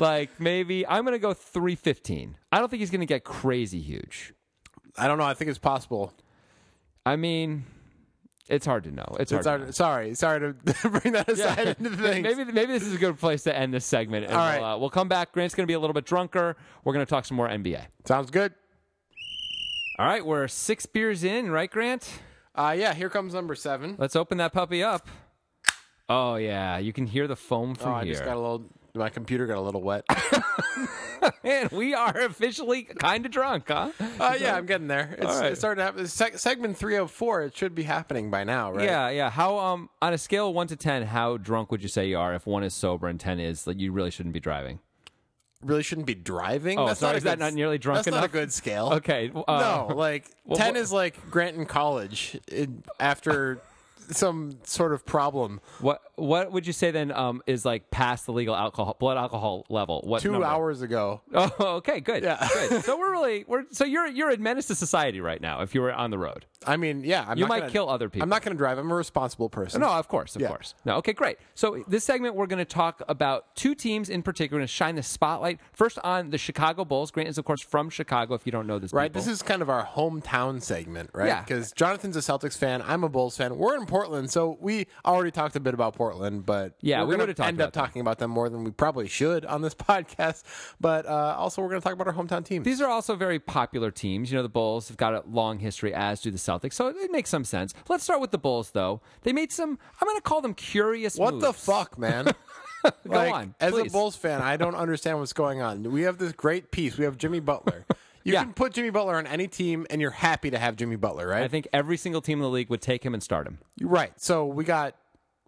[SPEAKER 1] like maybe I'm gonna go three fifteen. I don't think he's gonna get crazy huge.
[SPEAKER 2] I don't know. I think it's possible.
[SPEAKER 1] I mean, it's hard to know. It's, hard.
[SPEAKER 2] It's
[SPEAKER 1] to
[SPEAKER 2] our, sorry, sorry to *laughs* bring that
[SPEAKER 1] know.
[SPEAKER 2] aside into
[SPEAKER 1] *laughs*
[SPEAKER 2] things.
[SPEAKER 1] maybe maybe this is a good place to end this segment. And
[SPEAKER 2] All
[SPEAKER 1] we'll,
[SPEAKER 2] right.
[SPEAKER 1] uh, we'll come back. Grant's gonna be a little bit drunker. We're gonna talk some more NBA.
[SPEAKER 2] Sounds good.
[SPEAKER 1] All right, we're six beers in, right, Grant?
[SPEAKER 2] Uh, yeah, here comes number seven.
[SPEAKER 1] Let's open that puppy up. Oh yeah, you can hear the foam
[SPEAKER 2] Oh,
[SPEAKER 1] from
[SPEAKER 2] I
[SPEAKER 1] here.
[SPEAKER 2] just got a little. My computer got a little wet. *laughs*
[SPEAKER 1] Man, we are *laughs* officially kind of drunk, huh?
[SPEAKER 2] Uh, yeah, I'm getting there. It's,
[SPEAKER 1] All right.
[SPEAKER 2] it's starting to happen. Seg- segment three of four. It should be happening by now, right?
[SPEAKER 1] Yeah, yeah. How um on a scale of one to ten, how drunk would you say you are if one is sober and ten is like you really shouldn't be driving?
[SPEAKER 2] Really shouldn't be driving.
[SPEAKER 1] Oh,
[SPEAKER 2] that's
[SPEAKER 1] sorry,
[SPEAKER 2] not a
[SPEAKER 1] is that
[SPEAKER 2] good-
[SPEAKER 1] not nearly drunk
[SPEAKER 2] that's not
[SPEAKER 1] enough?
[SPEAKER 2] a good scale.
[SPEAKER 1] Okay. Uh,
[SPEAKER 2] no, like
[SPEAKER 1] well,
[SPEAKER 2] ten
[SPEAKER 1] what-
[SPEAKER 2] is like Grant in college in,
[SPEAKER 1] *laughs*
[SPEAKER 2] after some sort of problem.
[SPEAKER 1] What what would you say then um is like past the legal alcohol blood alcohol level? What
[SPEAKER 2] Two
[SPEAKER 1] number?
[SPEAKER 2] hours ago.
[SPEAKER 1] *laughs* Oh, okay, good.
[SPEAKER 2] Yeah.
[SPEAKER 1] good. So we're really we're so you're you're a menace to society right now if you were on the road.
[SPEAKER 2] I mean, yeah, I'm
[SPEAKER 1] You
[SPEAKER 2] not
[SPEAKER 1] might
[SPEAKER 2] gonna-
[SPEAKER 1] kill other people.
[SPEAKER 2] I'm not going to drive. I'm a responsible person.
[SPEAKER 1] No, of course, of
[SPEAKER 2] Yeah.
[SPEAKER 1] course. No, okay, great. So this segment we're going to talk about two teams in particular and shine the spotlight first on the Chicago Bulls. Grant is of course from Chicago. If you don't know this,
[SPEAKER 2] Right,
[SPEAKER 1] people.
[SPEAKER 2] this is kind of our hometown segment, right?
[SPEAKER 1] Yeah.
[SPEAKER 2] Because Jonathan's a Celtics fan, I'm a Bulls fan. We're in Portland, so we already talked a bit about Portland, but
[SPEAKER 1] Yeah, we
[SPEAKER 2] we're going
[SPEAKER 1] would've
[SPEAKER 2] to
[SPEAKER 1] talked
[SPEAKER 2] end
[SPEAKER 1] about
[SPEAKER 2] up talking about them more than we probably should on this *laughs* podcast. But uh, also, we're going to talk about our hometown team.
[SPEAKER 1] These are also very popular teams. You know, the Bulls have got a long history, as do the Celtics. So it makes some sense. Let's start with the Bulls, though. They made some, I'm going to call them curious
[SPEAKER 2] what the
[SPEAKER 1] moves.
[SPEAKER 2] fuck,
[SPEAKER 1] *laughs*
[SPEAKER 2] man?
[SPEAKER 1] Go
[SPEAKER 2] Like,
[SPEAKER 1] on.
[SPEAKER 2] As
[SPEAKER 1] please.
[SPEAKER 2] a Bulls fan, I don't understand what's going on. We have this great piece. We have
[SPEAKER 1] *laughs*
[SPEAKER 2] Jimmy Butler. You
[SPEAKER 1] Yeah.
[SPEAKER 2] can put Jimmy Butler on any team, and you're happy to have Jimmy Butler, right?
[SPEAKER 1] I think every single team in the league would take him and start him.
[SPEAKER 2] You're Right. So we got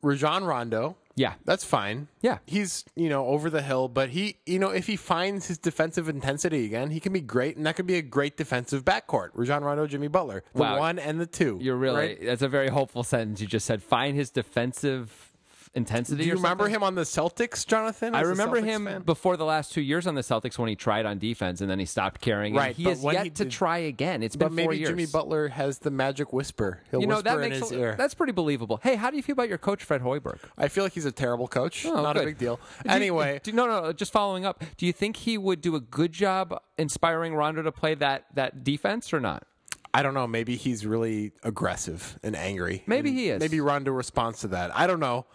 [SPEAKER 2] Rajon Rondo.
[SPEAKER 1] Yeah.
[SPEAKER 2] That's fine.
[SPEAKER 1] Yeah.
[SPEAKER 2] He's, you know, over the hill, but he, you know, if he finds his defensive intensity again, he can be great, and that could be a great defensive backcourt. Rajon Rondo, Jimmy Butler. The
[SPEAKER 1] Wow.
[SPEAKER 2] one and the two.
[SPEAKER 1] You're really,
[SPEAKER 2] right?
[SPEAKER 1] that's a very hopeful sentence you just said. Find his defensive intensity.
[SPEAKER 2] Do you
[SPEAKER 1] or
[SPEAKER 2] remember
[SPEAKER 1] something.
[SPEAKER 2] him on the Celtics, Jonathan?
[SPEAKER 1] I
[SPEAKER 2] as a
[SPEAKER 1] remember
[SPEAKER 2] Celtics
[SPEAKER 1] him
[SPEAKER 2] fan?
[SPEAKER 1] before the last two years on the Celtics when he tried on defense and then he stopped carrying. and
[SPEAKER 2] Right,
[SPEAKER 1] he
[SPEAKER 2] but
[SPEAKER 1] has
[SPEAKER 2] when
[SPEAKER 1] yet
[SPEAKER 2] he
[SPEAKER 1] to
[SPEAKER 2] did-
[SPEAKER 1] try again. It's
[SPEAKER 2] But
[SPEAKER 1] been four
[SPEAKER 2] maybe
[SPEAKER 1] years.
[SPEAKER 2] Jimmy Butler has the magic whisper. He'll
[SPEAKER 1] you know
[SPEAKER 2] whisper
[SPEAKER 1] that
[SPEAKER 2] in
[SPEAKER 1] makes
[SPEAKER 2] his
[SPEAKER 1] a-
[SPEAKER 2] ear.
[SPEAKER 1] that's pretty believable. Hey, how do you feel about your coach Fred Hoiberg?
[SPEAKER 2] I feel like he's a terrible coach.
[SPEAKER 1] Oh,
[SPEAKER 2] Not a
[SPEAKER 1] good.
[SPEAKER 2] big deal.
[SPEAKER 1] Do you-
[SPEAKER 2] Anyway,
[SPEAKER 1] do- no, no. Just following up, do you think he would do a good job inspiring Rondo to play that that defense or not?
[SPEAKER 2] I don't know. Maybe he's really aggressive and angry.
[SPEAKER 1] Maybe
[SPEAKER 2] And
[SPEAKER 1] he is.
[SPEAKER 2] Mm, Maybe Rondo responds to that. I don't know.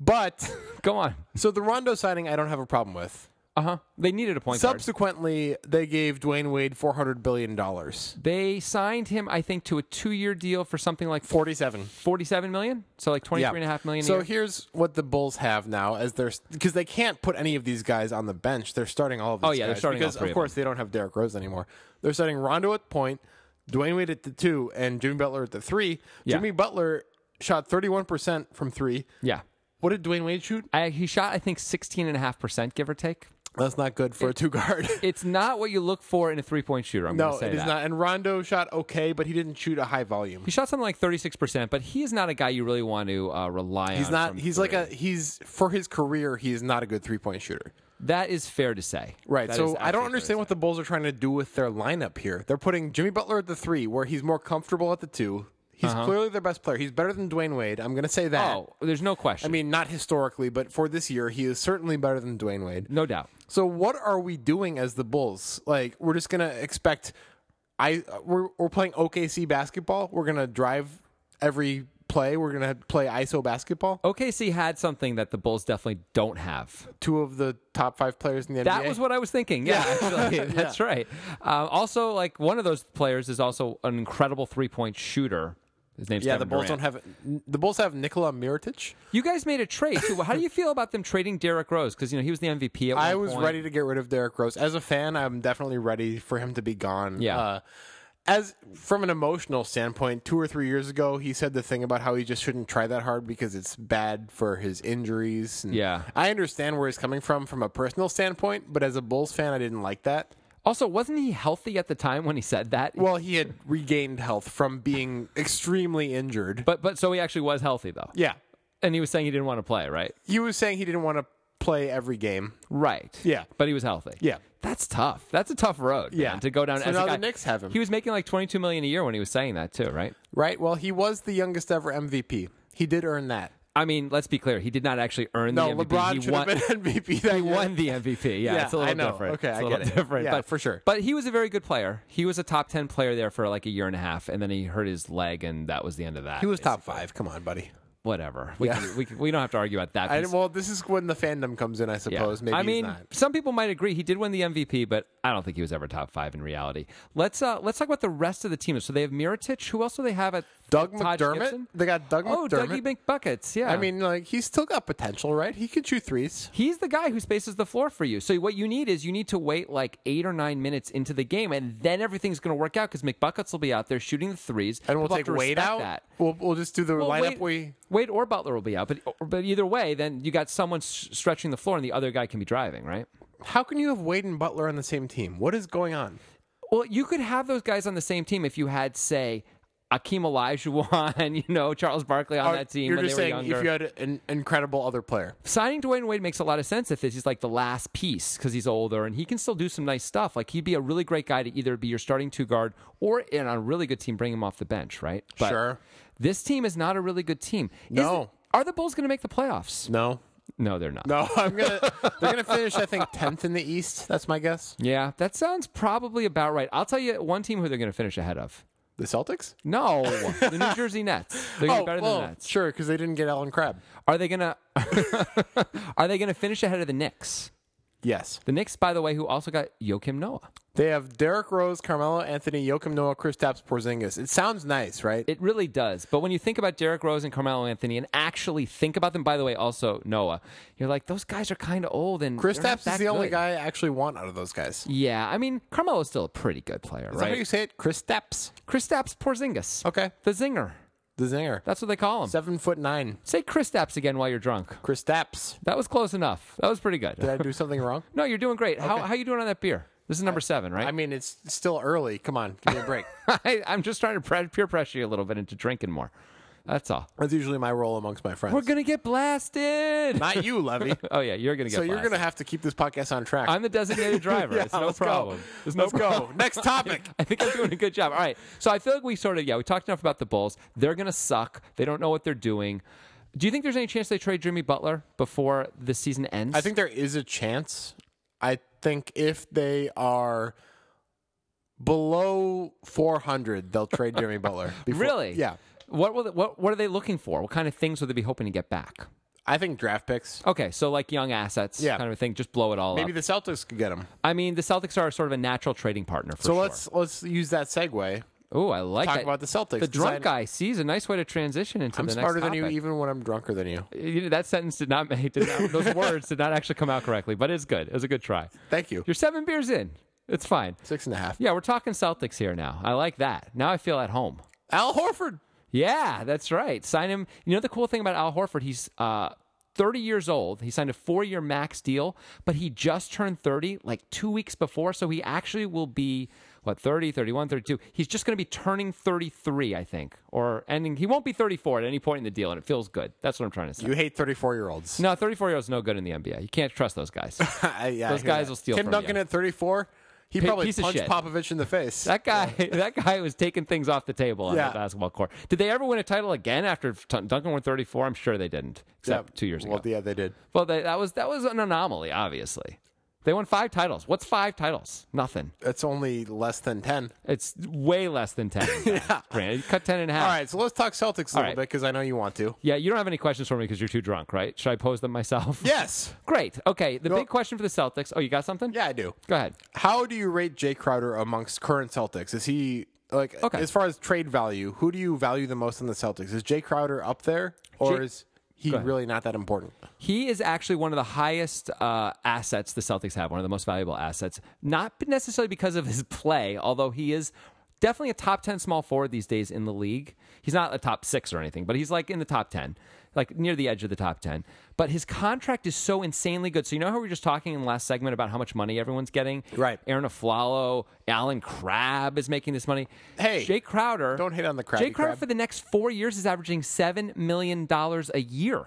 [SPEAKER 2] But *laughs*
[SPEAKER 1] Go on.
[SPEAKER 2] so the Rondo signing, I don't have a problem with.
[SPEAKER 1] Uh huh. They needed a point guard.
[SPEAKER 2] Subsequently, they gave Dwayne Wade four hundred billion dollars,
[SPEAKER 1] They signed him, I think, to a two-year deal for something like
[SPEAKER 2] forty-seven.
[SPEAKER 1] forty-seven million. So like twenty-three and a half million.
[SPEAKER 2] So
[SPEAKER 1] a year.
[SPEAKER 2] here's what the Bulls have now, as they're because they can't put any of these guys on the bench. They're starting all of these.
[SPEAKER 1] Oh, yeah, they're
[SPEAKER 2] guys
[SPEAKER 1] starting all
[SPEAKER 2] because
[SPEAKER 1] three
[SPEAKER 2] of
[SPEAKER 1] of
[SPEAKER 2] course they don't have Derrick Rose anymore. They're starting Rondo at point, Dwayne Wade at the two, and Jimmy Butler at the three.
[SPEAKER 1] Yeah.
[SPEAKER 2] Jimmy Butler shot thirty-one percent from three.
[SPEAKER 1] yeah.
[SPEAKER 2] What did Dwayne Wade shoot?
[SPEAKER 1] I, he shot, I think, sixteen and a half percent, give or take.
[SPEAKER 2] That's not good for a
[SPEAKER 1] *laughs*
[SPEAKER 2] two guard.
[SPEAKER 1] It's not what you look for in a three-point shooter. I'm
[SPEAKER 2] no,
[SPEAKER 1] going to say
[SPEAKER 2] it is
[SPEAKER 1] that.
[SPEAKER 2] not. And Rondo shot okay, but he didn't shoot a high volume.
[SPEAKER 1] He shot something like thirty-six percent, but he is not a guy you really want to uh, rely on.
[SPEAKER 2] He's not.
[SPEAKER 1] from
[SPEAKER 2] He's like
[SPEAKER 1] three.
[SPEAKER 2] a. He's for his career. He is not a good three point shooter.
[SPEAKER 1] That is fair to say.
[SPEAKER 2] Right.
[SPEAKER 1] That is
[SPEAKER 2] so I don't
[SPEAKER 1] absolutely fair to
[SPEAKER 2] understand what the Bulls are trying to do with their lineup here. They're putting Jimmy Butler at the three, where he's more comfortable at the two. He's clearly their best player. He's better than Dwayne Wade. I'm going to say that.
[SPEAKER 1] Uh-huh. Oh, there's no question.
[SPEAKER 2] I mean, not historically, but for this year, he is certainly better than Dwayne Wade.
[SPEAKER 1] no doubt.
[SPEAKER 2] So what are we doing as the Bulls? Like we're just gonna expect I we're we're playing OKC basketball. We're gonna drive every play. We're gonna play ISO basketball.
[SPEAKER 1] OKC had something that the Bulls definitely don't have.
[SPEAKER 2] Two of the top five players in the
[SPEAKER 1] That
[SPEAKER 2] NBA.
[SPEAKER 1] was what I was thinking. Yeah, actually,
[SPEAKER 2] *laughs*
[SPEAKER 1] that's right. Um, also, like one of those players is also an incredible three point shooter. His name's
[SPEAKER 2] Yeah,
[SPEAKER 1] Kevin
[SPEAKER 2] the Bulls
[SPEAKER 1] Durant.
[SPEAKER 2] don't have the Bulls have Nikola Mirotic.
[SPEAKER 1] You guys made a trade too. How do you feel about them trading Derrick Rose? Because you know he was the MVP. At
[SPEAKER 2] I
[SPEAKER 1] one
[SPEAKER 2] was
[SPEAKER 1] point.
[SPEAKER 2] ready to get rid of Derrick Rose. As a fan, I'm definitely ready for him to be gone.
[SPEAKER 1] Yeah.
[SPEAKER 2] Uh, as from an emotional standpoint, two or three years ago, he said the thing about how he just shouldn't try that hard because it's bad for his injuries. And
[SPEAKER 1] Yeah.
[SPEAKER 2] I understand where he's coming from from a personal standpoint, but as a Bulls fan, I didn't like that.
[SPEAKER 1] Also, wasn't he healthy at the time when he said that?
[SPEAKER 2] Well, he had regained health from being extremely injured.
[SPEAKER 1] but but so he actually was healthy though,
[SPEAKER 2] yeah,
[SPEAKER 1] and he was saying he didn't want to play, right?
[SPEAKER 2] he was saying he didn't want to play every game.
[SPEAKER 1] Right.
[SPEAKER 2] Yeah.
[SPEAKER 1] But he was healthy.
[SPEAKER 2] Yeah.
[SPEAKER 1] That's tough. That's a tough road.
[SPEAKER 2] Yeah.
[SPEAKER 1] man, to go down.
[SPEAKER 2] So
[SPEAKER 1] as a
[SPEAKER 2] now the
[SPEAKER 1] guy-
[SPEAKER 2] Knicks have him.
[SPEAKER 1] He was making like twenty two million a year when he was saying that too, right?
[SPEAKER 2] Right? Well, he was the youngest ever MVP. He did earn that.
[SPEAKER 1] I mean, let's be clear. He did not actually earn
[SPEAKER 2] No,
[SPEAKER 1] the MVP.
[SPEAKER 2] LeBron
[SPEAKER 1] he
[SPEAKER 2] should
[SPEAKER 1] won-
[SPEAKER 2] have been *laughs* MVP that
[SPEAKER 1] he
[SPEAKER 2] year.
[SPEAKER 1] won the MVP. Yeah,
[SPEAKER 2] Yeah,
[SPEAKER 1] it's a little
[SPEAKER 2] I know.
[SPEAKER 1] different.
[SPEAKER 2] Okay,
[SPEAKER 1] it's
[SPEAKER 2] I
[SPEAKER 1] a
[SPEAKER 2] get
[SPEAKER 1] little
[SPEAKER 2] it.
[SPEAKER 1] different,
[SPEAKER 2] Yeah,
[SPEAKER 1] but
[SPEAKER 2] for sure.
[SPEAKER 1] But he was a very good player. He was a top ten player there for like a year and a half, and then he hurt his leg, and that was the end of that.
[SPEAKER 2] He was top five. Come on, buddy.
[SPEAKER 1] whatever. We, can, we, can, we don't have to argue about that.
[SPEAKER 2] *laughs* I,
[SPEAKER 1] piece.
[SPEAKER 2] well, this is when the fandom comes in, I
[SPEAKER 1] Yeah.
[SPEAKER 2] suppose. Maybe
[SPEAKER 1] I mean,
[SPEAKER 2] he's not.
[SPEAKER 1] some people might agree he did win the MVP, but I don't think he was ever top five in reality. Let's uh, let's talk about the rest of the team. So they have Miritich. Who else do they have at
[SPEAKER 2] Doug
[SPEAKER 1] Todd
[SPEAKER 2] McDermott?
[SPEAKER 1] Gibson?
[SPEAKER 2] They got Doug
[SPEAKER 1] Oh,
[SPEAKER 2] McDermott.
[SPEAKER 1] Dougie McBuckets. Yeah,
[SPEAKER 2] I mean, like he's still got potential, right? He could shoot threes.
[SPEAKER 1] He's the guy who spaces the floor for you. So what you need is you need to wait like eight or nine minutes into the game, and then everything's going to work out because McBuckets will be out there shooting the threes,
[SPEAKER 2] And we'll
[SPEAKER 1] People have
[SPEAKER 2] take
[SPEAKER 1] to
[SPEAKER 2] Wade
[SPEAKER 1] respect
[SPEAKER 2] out.
[SPEAKER 1] That.
[SPEAKER 2] We'll we'll just do the
[SPEAKER 1] Well,
[SPEAKER 2] lineup
[SPEAKER 1] Wade,
[SPEAKER 2] we.
[SPEAKER 1] Wade or Butler will be out, but but either way, then you got someone s- stretching the floor, and the other guy can be driving, right?
[SPEAKER 2] How can you have Wade and Butler on the same team? What is going on?
[SPEAKER 1] Well, you could have those guys on the same team if you had, say, Akeem Olajuwon, *laughs* you know, Charles Barkley on
[SPEAKER 2] Are-
[SPEAKER 1] that team
[SPEAKER 2] You're
[SPEAKER 1] when
[SPEAKER 2] just
[SPEAKER 1] they were
[SPEAKER 2] saying
[SPEAKER 1] younger.
[SPEAKER 2] if you had an incredible other player.
[SPEAKER 1] Signing Dwayne Wade makes a lot of sense if this is like the last piece because he's older and he can still do some nice stuff. Like he'd be a really great guy to either be your starting two guard or in a really good team, bring him off the bench, right? But
[SPEAKER 2] Sure.
[SPEAKER 1] This team is not a really good team. Is-
[SPEAKER 2] No.
[SPEAKER 1] are the Bulls going to make the playoffs?
[SPEAKER 2] No,
[SPEAKER 1] No, they're not.
[SPEAKER 2] no, I'm gonna. they're gonna finish, I think, tenth in the East. That's my guess.
[SPEAKER 1] Yeah, that sounds probably about right. I'll tell you one team who they're going to finish ahead of.
[SPEAKER 2] The Celtics. *laughs*
[SPEAKER 1] No, the New Jersey Nets. They're going to be better
[SPEAKER 2] Oh, well,
[SPEAKER 1] than the Nets.
[SPEAKER 2] sure, because they didn't get Alan Crabb.
[SPEAKER 1] Are they gonna *laughs* Are they gonna finish ahead of the Knicks?
[SPEAKER 2] Yes.
[SPEAKER 1] The Knicks, by the way, who also got Joakim Noah.
[SPEAKER 2] They have Derrick Rose, Carmelo Anthony, Joakim Noah, Kristaps Porzingis. It sounds nice, right?
[SPEAKER 1] It really does. But when you think about Derrick Rose and Carmelo Anthony and actually think about them, by the way, also Noah, you're like, those guys are kind of old and they're not
[SPEAKER 2] Kristaps is
[SPEAKER 1] that
[SPEAKER 2] the only
[SPEAKER 1] good.
[SPEAKER 2] guy I actually want out of those guys. Is
[SPEAKER 1] Yeah, I mean, Carmelo's still a pretty good player,
[SPEAKER 2] that how you
[SPEAKER 1] right?
[SPEAKER 2] say it? Kristaps.
[SPEAKER 1] Kristaps Porzingis.
[SPEAKER 2] Okay.
[SPEAKER 1] The zinger.
[SPEAKER 2] The zinger.
[SPEAKER 1] That's what they call him.
[SPEAKER 2] Seven foot nine.
[SPEAKER 1] Say Kristaps again while you're drunk.
[SPEAKER 2] Kristaps.
[SPEAKER 1] That was close enough. That was pretty good.
[SPEAKER 2] Did I do something wrong?
[SPEAKER 1] no, you're doing great. How how you doing on that beer? This is number seven, right?
[SPEAKER 2] I mean, it's still early. Come on, give me
[SPEAKER 1] *laughs*
[SPEAKER 2] a break.
[SPEAKER 1] I, I'm just trying to pre- peer pressure you a little bit into drinking more. That's all.
[SPEAKER 2] That's usually my role amongst my friends.
[SPEAKER 1] We're gonna get blasted.
[SPEAKER 2] Not you, Levy.
[SPEAKER 1] *laughs* oh yeah, you're gonna get.
[SPEAKER 2] so you're
[SPEAKER 1] blasted.
[SPEAKER 2] going to have to keep this podcast on track.
[SPEAKER 1] I'm the designated driver.
[SPEAKER 2] *laughs* Yeah,
[SPEAKER 1] it's no
[SPEAKER 2] let's go.
[SPEAKER 1] problem. There's no
[SPEAKER 2] Let's go.
[SPEAKER 1] *laughs*
[SPEAKER 2] Next topic.
[SPEAKER 1] I think I'm doing a good job. All right. So I feel like we sort of yeah we talked enough about the Bulls. They're gonna suck. They don't know what they're doing. Do you think there's any chance they trade Jimmy Butler before the season ends?
[SPEAKER 2] I think there is a chance. I think if they are below 400, they'll
[SPEAKER 1] *laughs*
[SPEAKER 2] trade Jeremy Butler. Before,
[SPEAKER 1] really.
[SPEAKER 2] Yeah.
[SPEAKER 1] What will they, what what are they looking for? What kind of things would they be hoping to get back?
[SPEAKER 2] I think draft picks.
[SPEAKER 1] Okay, so like young assets,
[SPEAKER 2] Yeah.
[SPEAKER 1] kind of a thing. Just blow it all
[SPEAKER 2] Maybe
[SPEAKER 1] up.
[SPEAKER 2] the Celtics could get him.
[SPEAKER 1] I mean, the Celtics are sort of a natural trading partner for
[SPEAKER 2] So
[SPEAKER 1] sure.
[SPEAKER 2] let's let's use that segue.
[SPEAKER 1] Oh, I like
[SPEAKER 2] Talk
[SPEAKER 1] that.
[SPEAKER 2] about the Celtics.
[SPEAKER 1] The drunk
[SPEAKER 2] Decided-
[SPEAKER 1] guy sees a nice way to transition into
[SPEAKER 2] I'm
[SPEAKER 1] the
[SPEAKER 2] smarter
[SPEAKER 1] next
[SPEAKER 2] than
[SPEAKER 1] topic.
[SPEAKER 2] you, even when I'm drunker than you.
[SPEAKER 1] You know, That sentence did not make did not, those words did not actually come out correctly, but it's good. It was a good try.
[SPEAKER 2] Thank you.
[SPEAKER 1] You're seven beers in. It's fine.
[SPEAKER 2] Six and a half.
[SPEAKER 1] Yeah, we're talking Celtics here now. I like that. Now I feel at home.
[SPEAKER 2] Al Horford.
[SPEAKER 1] Yeah, that's right. Sign him. You know the cool thing about Al Horford, he's uh, 30 years old. He signed a four-year max deal, but he just turned 30 like 2 weeks before, so he actually will be what 30, 31, 32. He's just going to be turning 33, I think, or ending he won't be 34 at any point in the deal and it feels good. That's what I'm trying to say.
[SPEAKER 2] You hate 34 year olds.
[SPEAKER 1] No, 34-year-olds no good in the NBA. You can't trust those
[SPEAKER 2] *laughs*
[SPEAKER 1] guys.
[SPEAKER 2] yeah, *laughs* I
[SPEAKER 1] Those
[SPEAKER 2] hear
[SPEAKER 1] guys
[SPEAKER 2] that.
[SPEAKER 1] will steal
[SPEAKER 2] Tim
[SPEAKER 1] from
[SPEAKER 2] Duncan
[SPEAKER 1] you.
[SPEAKER 2] at 34. He
[SPEAKER 1] Pi-
[SPEAKER 2] probably
[SPEAKER 1] piece of
[SPEAKER 2] punched
[SPEAKER 1] shit.
[SPEAKER 2] Popovich in the face.
[SPEAKER 1] That guy, *laughs* that guy was taking things off the table on
[SPEAKER 2] Yeah.
[SPEAKER 1] that basketball court. Did they ever win a title again after T- Duncan won 34? I'm sure they didn't, except
[SPEAKER 2] Yeah.
[SPEAKER 1] two years ago.
[SPEAKER 2] Well, yeah, they did.
[SPEAKER 1] Well, they, that was that was an anomaly. Obviously, they won five titles. What's five titles? Nothing.
[SPEAKER 2] It's only less than 10.
[SPEAKER 1] It's way less than
[SPEAKER 2] *laughs*
[SPEAKER 1] ten. yeah. Brandon, you cut ten and a half.
[SPEAKER 2] All right, so let's talk Celtics a little
[SPEAKER 1] Ah. right.
[SPEAKER 2] bit because I know you want to.
[SPEAKER 1] Yeah, you don't have any questions for me because you're too drunk, right? Should I pose them myself?
[SPEAKER 2] Yes.
[SPEAKER 1] *laughs* Great. Okay. The big question for the Celtics. Oh, you got something?
[SPEAKER 2] Yeah, I do.
[SPEAKER 1] Go ahead.
[SPEAKER 2] How do you rate Jay Crowder amongst current Celtics? Is he Like
[SPEAKER 1] Okay.
[SPEAKER 2] as far as trade value, who do you value the most in the Celtics? Is Jay Crowder up there, or
[SPEAKER 1] Jay-
[SPEAKER 2] is he
[SPEAKER 1] Go ahead.
[SPEAKER 2] really not that important?
[SPEAKER 1] He is actually one of the highest uh, assets the Celtics have, one of the most valuable assets. Not necessarily because of his play, although he is definitely a top 10 small forward these days in the league. He's not a top six or anything, but he's like in the top 10, like near the edge of the top 10. But his contract is so insanely good. So, you know how we were just talking in the last segment about how much money everyone's getting?
[SPEAKER 2] Right.
[SPEAKER 1] Aaron Aflalo, Alan Crabb is making this money.
[SPEAKER 2] Hey,
[SPEAKER 1] Jay Crowder.
[SPEAKER 2] don't hate on the
[SPEAKER 1] Jay
[SPEAKER 2] Crabby
[SPEAKER 1] Crowder
[SPEAKER 2] Crab.
[SPEAKER 1] for the next four years is averaging $7 million a year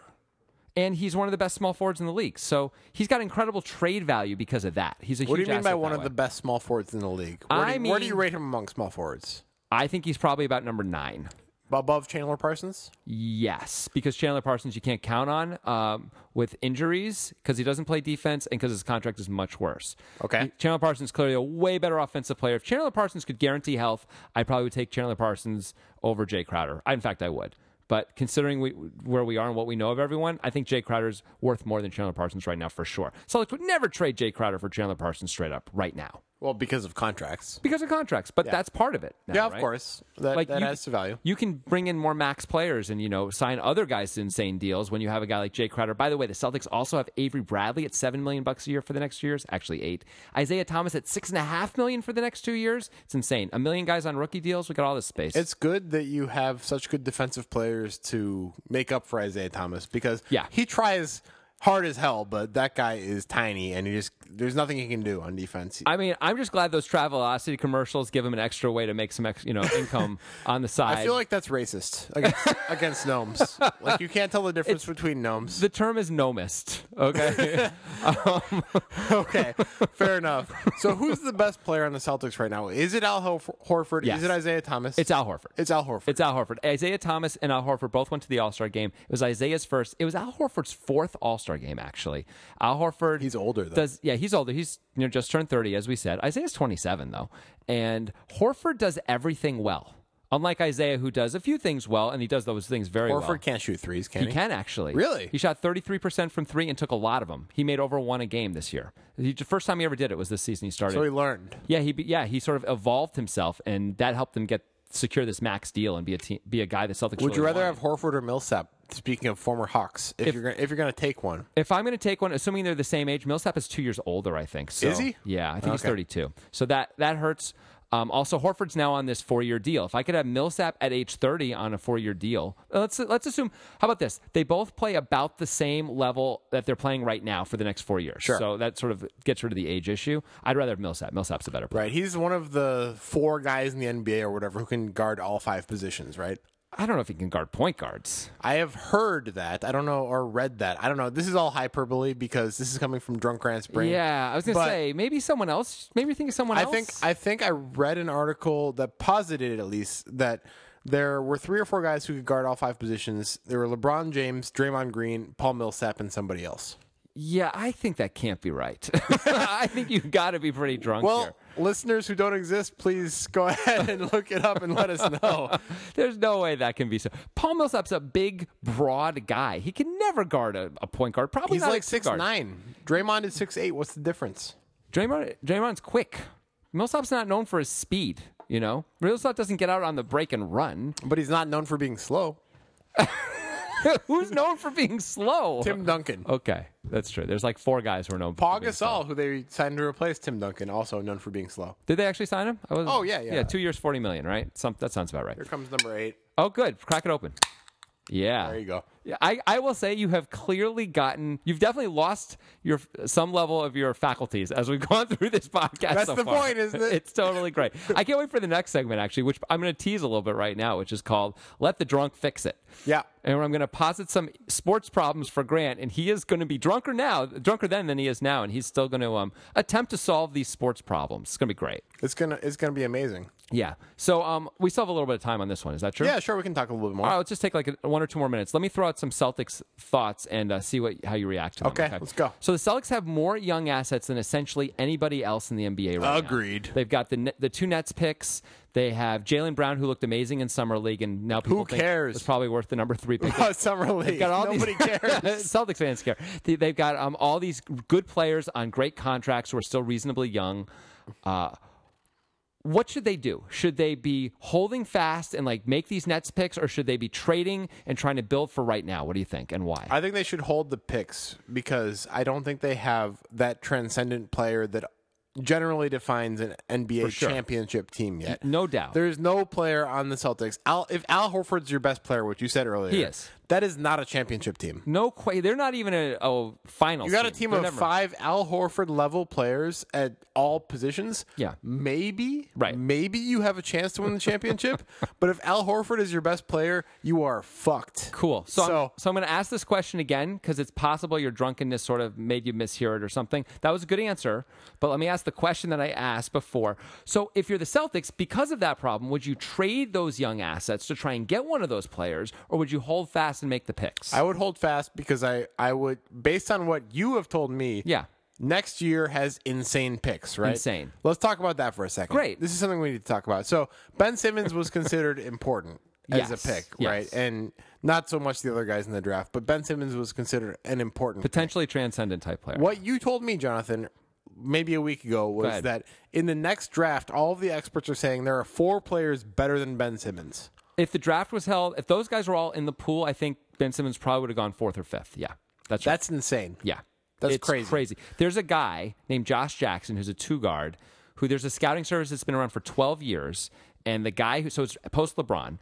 [SPEAKER 1] and he's one of the best small forwards in the league. So he's got incredible trade value because of that. He's a
[SPEAKER 2] What do
[SPEAKER 1] huge
[SPEAKER 2] you mean by
[SPEAKER 1] asset
[SPEAKER 2] one
[SPEAKER 1] that
[SPEAKER 2] of the
[SPEAKER 1] way.
[SPEAKER 2] best small forwards in the league? Where,
[SPEAKER 1] I
[SPEAKER 2] do, you- where do
[SPEAKER 1] mean-
[SPEAKER 2] you rate him among small forwards?
[SPEAKER 1] I think he's probably about number nine.
[SPEAKER 2] Above Chandler Parsons?
[SPEAKER 1] Yes, because Chandler Parsons you can't count on um, with injuries because he doesn't play defense and because his contract is much worse.
[SPEAKER 2] Okay.
[SPEAKER 1] He- Chandler Parsons clearly a way better offensive player. If Chandler Parsons could guarantee health, I probably would take Chandler Parsons over Jay Crowder. I, in fact, I would. But considering we, where we are and what we know of everyone, I think Jay Crowder's worth more than Chandler Parsons right now for sure. Celtics would never trade Jay Crowder for Chandler Parsons straight up right now
[SPEAKER 2] Well, because of contracts.
[SPEAKER 1] because of contracts. But that's part of it. now,
[SPEAKER 2] Yeah, of
[SPEAKER 1] right?
[SPEAKER 2] course. That, that adds to value.
[SPEAKER 1] You can bring in more max players and you know sign other guys to insane deals when you have a guy like Jay Crowder. By the way, the Celtics also have Avery Bradley at seven million bucks a year for the next two years, actually eight. Isaiah Thomas at six and a half million for the next two years. It's insane. A million guys on rookie deals. We got all this space.
[SPEAKER 2] It's good that you have such good defensive players to make up for Isaiah Thomas because
[SPEAKER 1] Yeah.
[SPEAKER 2] he tries hard as hell, but that guy is tiny and he just there's nothing he can do on defense.
[SPEAKER 1] I mean, I'm just glad those Travelocity commercials give him an extra way to make some, ex, you know,
[SPEAKER 2] *laughs*
[SPEAKER 1] income on the side.
[SPEAKER 2] I feel like that's racist
[SPEAKER 1] *laughs*
[SPEAKER 2] against, against gnomes. Like you can't tell the difference
[SPEAKER 1] *laughs*
[SPEAKER 2] between gnomes.
[SPEAKER 1] the term is nomist.
[SPEAKER 2] *laughs*
[SPEAKER 1] Okay,
[SPEAKER 2] okay, fair enough. So who's the best player on the Celtics right now? Is it Al Ho- Horford?
[SPEAKER 1] Yes.
[SPEAKER 2] Is it Isaiah Thomas?
[SPEAKER 1] it's Al Horford.
[SPEAKER 2] It's Al Horford.
[SPEAKER 1] It's Al Horford. Isaiah Thomas and Al Horford both went to the All Star game. It was Isaiah's first. It was Al Horford's fourth All Star game, actually. Al Horford.
[SPEAKER 2] He's older, though.
[SPEAKER 1] Does yeah, he's older. He's you know just turned thirty, as we said. Isaiah's twenty seven though, and Horford does everything well. Unlike Isaiah, who does a few things well, and he does those things very
[SPEAKER 2] Horford
[SPEAKER 1] well.
[SPEAKER 2] can't shoot threes, can
[SPEAKER 1] He
[SPEAKER 2] he?
[SPEAKER 1] can actually.
[SPEAKER 2] Really?
[SPEAKER 1] He shot 33% from three and took a lot of them. He made over one a game this year. He, the first time he ever did it was this season he started.
[SPEAKER 2] So he learned.
[SPEAKER 1] Yeah, he be- yeah he sort of evolved himself, and that helped them get secure this max deal and be a team, be a guy that Celtics.
[SPEAKER 2] Would you
[SPEAKER 1] really
[SPEAKER 2] rather
[SPEAKER 1] wanted.
[SPEAKER 2] have Horford or Millsap? Speaking of former Hawks, if, you're gonna, if you're going to take one,
[SPEAKER 1] If I'm going to take one, assuming they're the same age, Millsap is two years older. I think. So,
[SPEAKER 2] Is he?
[SPEAKER 1] Yeah, I think he's
[SPEAKER 2] Okay.
[SPEAKER 1] 32. So that that hurts. Um, also, Horford's now on this four-year deal. If I could have Millsap at age 30 on a four-year deal, let's let's assume. How about this? They both play about the same level that they're playing right now for the next four years.
[SPEAKER 2] Sure.
[SPEAKER 1] So that sort of gets rid of the age issue. I'd rather have Millsap. Millsap's a better player.
[SPEAKER 2] right? He's one of the four guys in the NBA or whatever who can guard all five positions, right?
[SPEAKER 1] I don't know if he can guard point guards.
[SPEAKER 2] I have heard that. I don't know or read that. I don't know. This is all hyperbole because this is coming from Drunk Grant's brain.
[SPEAKER 1] Yeah, I was gonna
[SPEAKER 2] But-
[SPEAKER 1] say maybe someone else. Maybe think of someone
[SPEAKER 2] I
[SPEAKER 1] else.
[SPEAKER 2] think I think I read an article that posited at least that there were three or four guys who could guard all five positions. There were LeBron James, Draymond Green, Paul Millsap, and somebody else.
[SPEAKER 1] yeah, I think that can't be right. *laughs* I think you've got to be pretty drunk
[SPEAKER 2] Well,
[SPEAKER 1] here. *laughs*
[SPEAKER 2] listeners who don't exist, please go *laughs* ahead and look it up and let us know.
[SPEAKER 1] *laughs* There's no way that can be so. Paul Millsap's a big, broad guy. He can never guard a, a point guard. Probably
[SPEAKER 2] He's
[SPEAKER 1] not
[SPEAKER 2] like
[SPEAKER 1] a two
[SPEAKER 2] six
[SPEAKER 1] guard.
[SPEAKER 2] nine. Draymond is six eight. What's the difference?
[SPEAKER 1] Draymond, Draymond's quick. Millsap's not known for his speed. You know, Millsap doesn't get out on the break and run. *laughs*
[SPEAKER 2] But he's not known for being slow.
[SPEAKER 1] Who's known for being slow?
[SPEAKER 2] Tim Duncan.
[SPEAKER 1] Okay, that's true. There's like four guys who are known. for
[SPEAKER 2] Paul
[SPEAKER 1] being
[SPEAKER 2] Gasol, who they signed to replace Tim Duncan, also known for being slow.
[SPEAKER 1] Did they actually sign him? I was,
[SPEAKER 2] Oh, yeah, yeah.
[SPEAKER 1] yeah. Two years, forty million, right? Some, that sounds about right.
[SPEAKER 2] Here comes number eight.
[SPEAKER 1] Oh, good. Crack it open. Yeah.
[SPEAKER 2] There you go.
[SPEAKER 1] Yeah, I, I will say you have clearly gotten you've definitely lost your some level of your faculties as we've *laughs* gone through this podcast.
[SPEAKER 2] That's
[SPEAKER 1] so
[SPEAKER 2] the
[SPEAKER 1] far.
[SPEAKER 2] point, isn't it?
[SPEAKER 1] It's totally great. I can't wait for the next segment actually, which I'm going to tease a little bit right now, which is called "Let the Drunk Fix It."
[SPEAKER 2] Yeah.
[SPEAKER 1] and where I'm going to posit some sports problems for Grant, and he is going to be drunker now, drunker then than he is now, and he's still going to um, attempt to solve these sports problems. It's going to be great.
[SPEAKER 2] It's gonna it's gonna be amazing.
[SPEAKER 1] Yeah. So um, we still have a little bit of time on this one. Is that true?
[SPEAKER 2] Yeah, sure, we can talk a little bit more.
[SPEAKER 1] All
[SPEAKER 2] *laughs*
[SPEAKER 1] right, let's just take like a, one or two more minutes. Let me throw out some Celtics thoughts and uh, see what how you react to them.
[SPEAKER 2] Okay, let's go.
[SPEAKER 1] So the Celtics have more young assets than essentially anybody else in the NBA right now.
[SPEAKER 2] Agreed.
[SPEAKER 1] They've got the Ne- the two Nets picks. They have Jalen Brown, who looked amazing in summer league, and now people
[SPEAKER 2] Who
[SPEAKER 1] think
[SPEAKER 2] cares?
[SPEAKER 1] was probably worth the number three
[SPEAKER 2] *laughs*
[SPEAKER 1] pick.
[SPEAKER 2] uh, Summer League.
[SPEAKER 1] They've got all
[SPEAKER 2] *laughs* Nobody
[SPEAKER 1] these, *laughs*
[SPEAKER 2] cares.
[SPEAKER 1] Celtics fans care. They, they've got um, all these good players on great contracts who are still reasonably young. Uh, What should they do? Should they be holding fast and like make these Nets picks, or should they be trading and trying to build for right now? What do you think, and why?
[SPEAKER 2] I think they should hold the picks because I don't think they have that transcendent player that generally defines an NBA
[SPEAKER 1] sure.
[SPEAKER 2] championship team yet.
[SPEAKER 1] no doubt.
[SPEAKER 2] There is no player on the Celtics. Al, if Al Horford's your best player, which you said earlier,
[SPEAKER 1] He is.
[SPEAKER 2] That is not a championship team.
[SPEAKER 1] no quite. They're not even a, a final.
[SPEAKER 2] You got a team of
[SPEAKER 1] never-
[SPEAKER 2] five Al Horford level players at all positions.
[SPEAKER 1] Yeah.
[SPEAKER 2] Maybe,
[SPEAKER 1] Right.
[SPEAKER 2] Maybe you have a chance to win
[SPEAKER 1] *laughs*
[SPEAKER 2] the championship. but if Al Horford is your best player, you are fucked.
[SPEAKER 1] Cool. So,
[SPEAKER 2] So-
[SPEAKER 1] I'm, so I'm going to ask this question again because it's possible your drunkenness sort of made you mishear it or something. That was a good answer, but let me ask the question that I asked before. So, if you're the Celtics, because of that problem, would you trade those young assets to try and get one of those players, or would you hold fast and make the picks?
[SPEAKER 2] I would hold fast because I, I would, based on what you have told me,
[SPEAKER 1] Yeah.
[SPEAKER 2] Next year has insane picks, right?
[SPEAKER 1] Insane.
[SPEAKER 2] Let's talk about that for a second.
[SPEAKER 1] Great.
[SPEAKER 2] This is something we need to talk about. So Ben Simmons was considered important as
[SPEAKER 1] Yes,
[SPEAKER 2] a pick,
[SPEAKER 1] yes.
[SPEAKER 2] right? And not so much the other guys in the draft, but Ben Simmons was considered an important
[SPEAKER 1] Potentially transcendent type player.
[SPEAKER 2] What you told me, Jonathan, maybe a week ago, was
[SPEAKER 1] ahead.
[SPEAKER 2] that in the next draft, all of the experts are saying there are four players better than Ben Simmons.
[SPEAKER 1] If the draft was held, if those guys were all in the pool, I think Ben Simmons probably would have gone fourth or fifth. Yeah. That's right.
[SPEAKER 2] That's insane.
[SPEAKER 1] Yeah.
[SPEAKER 2] That's
[SPEAKER 1] It's
[SPEAKER 2] crazy.
[SPEAKER 1] There's a guy named Josh Jackson who's a two guard who there's a scouting service that's been around for 12 years. And the guy who, so it's post LeBron,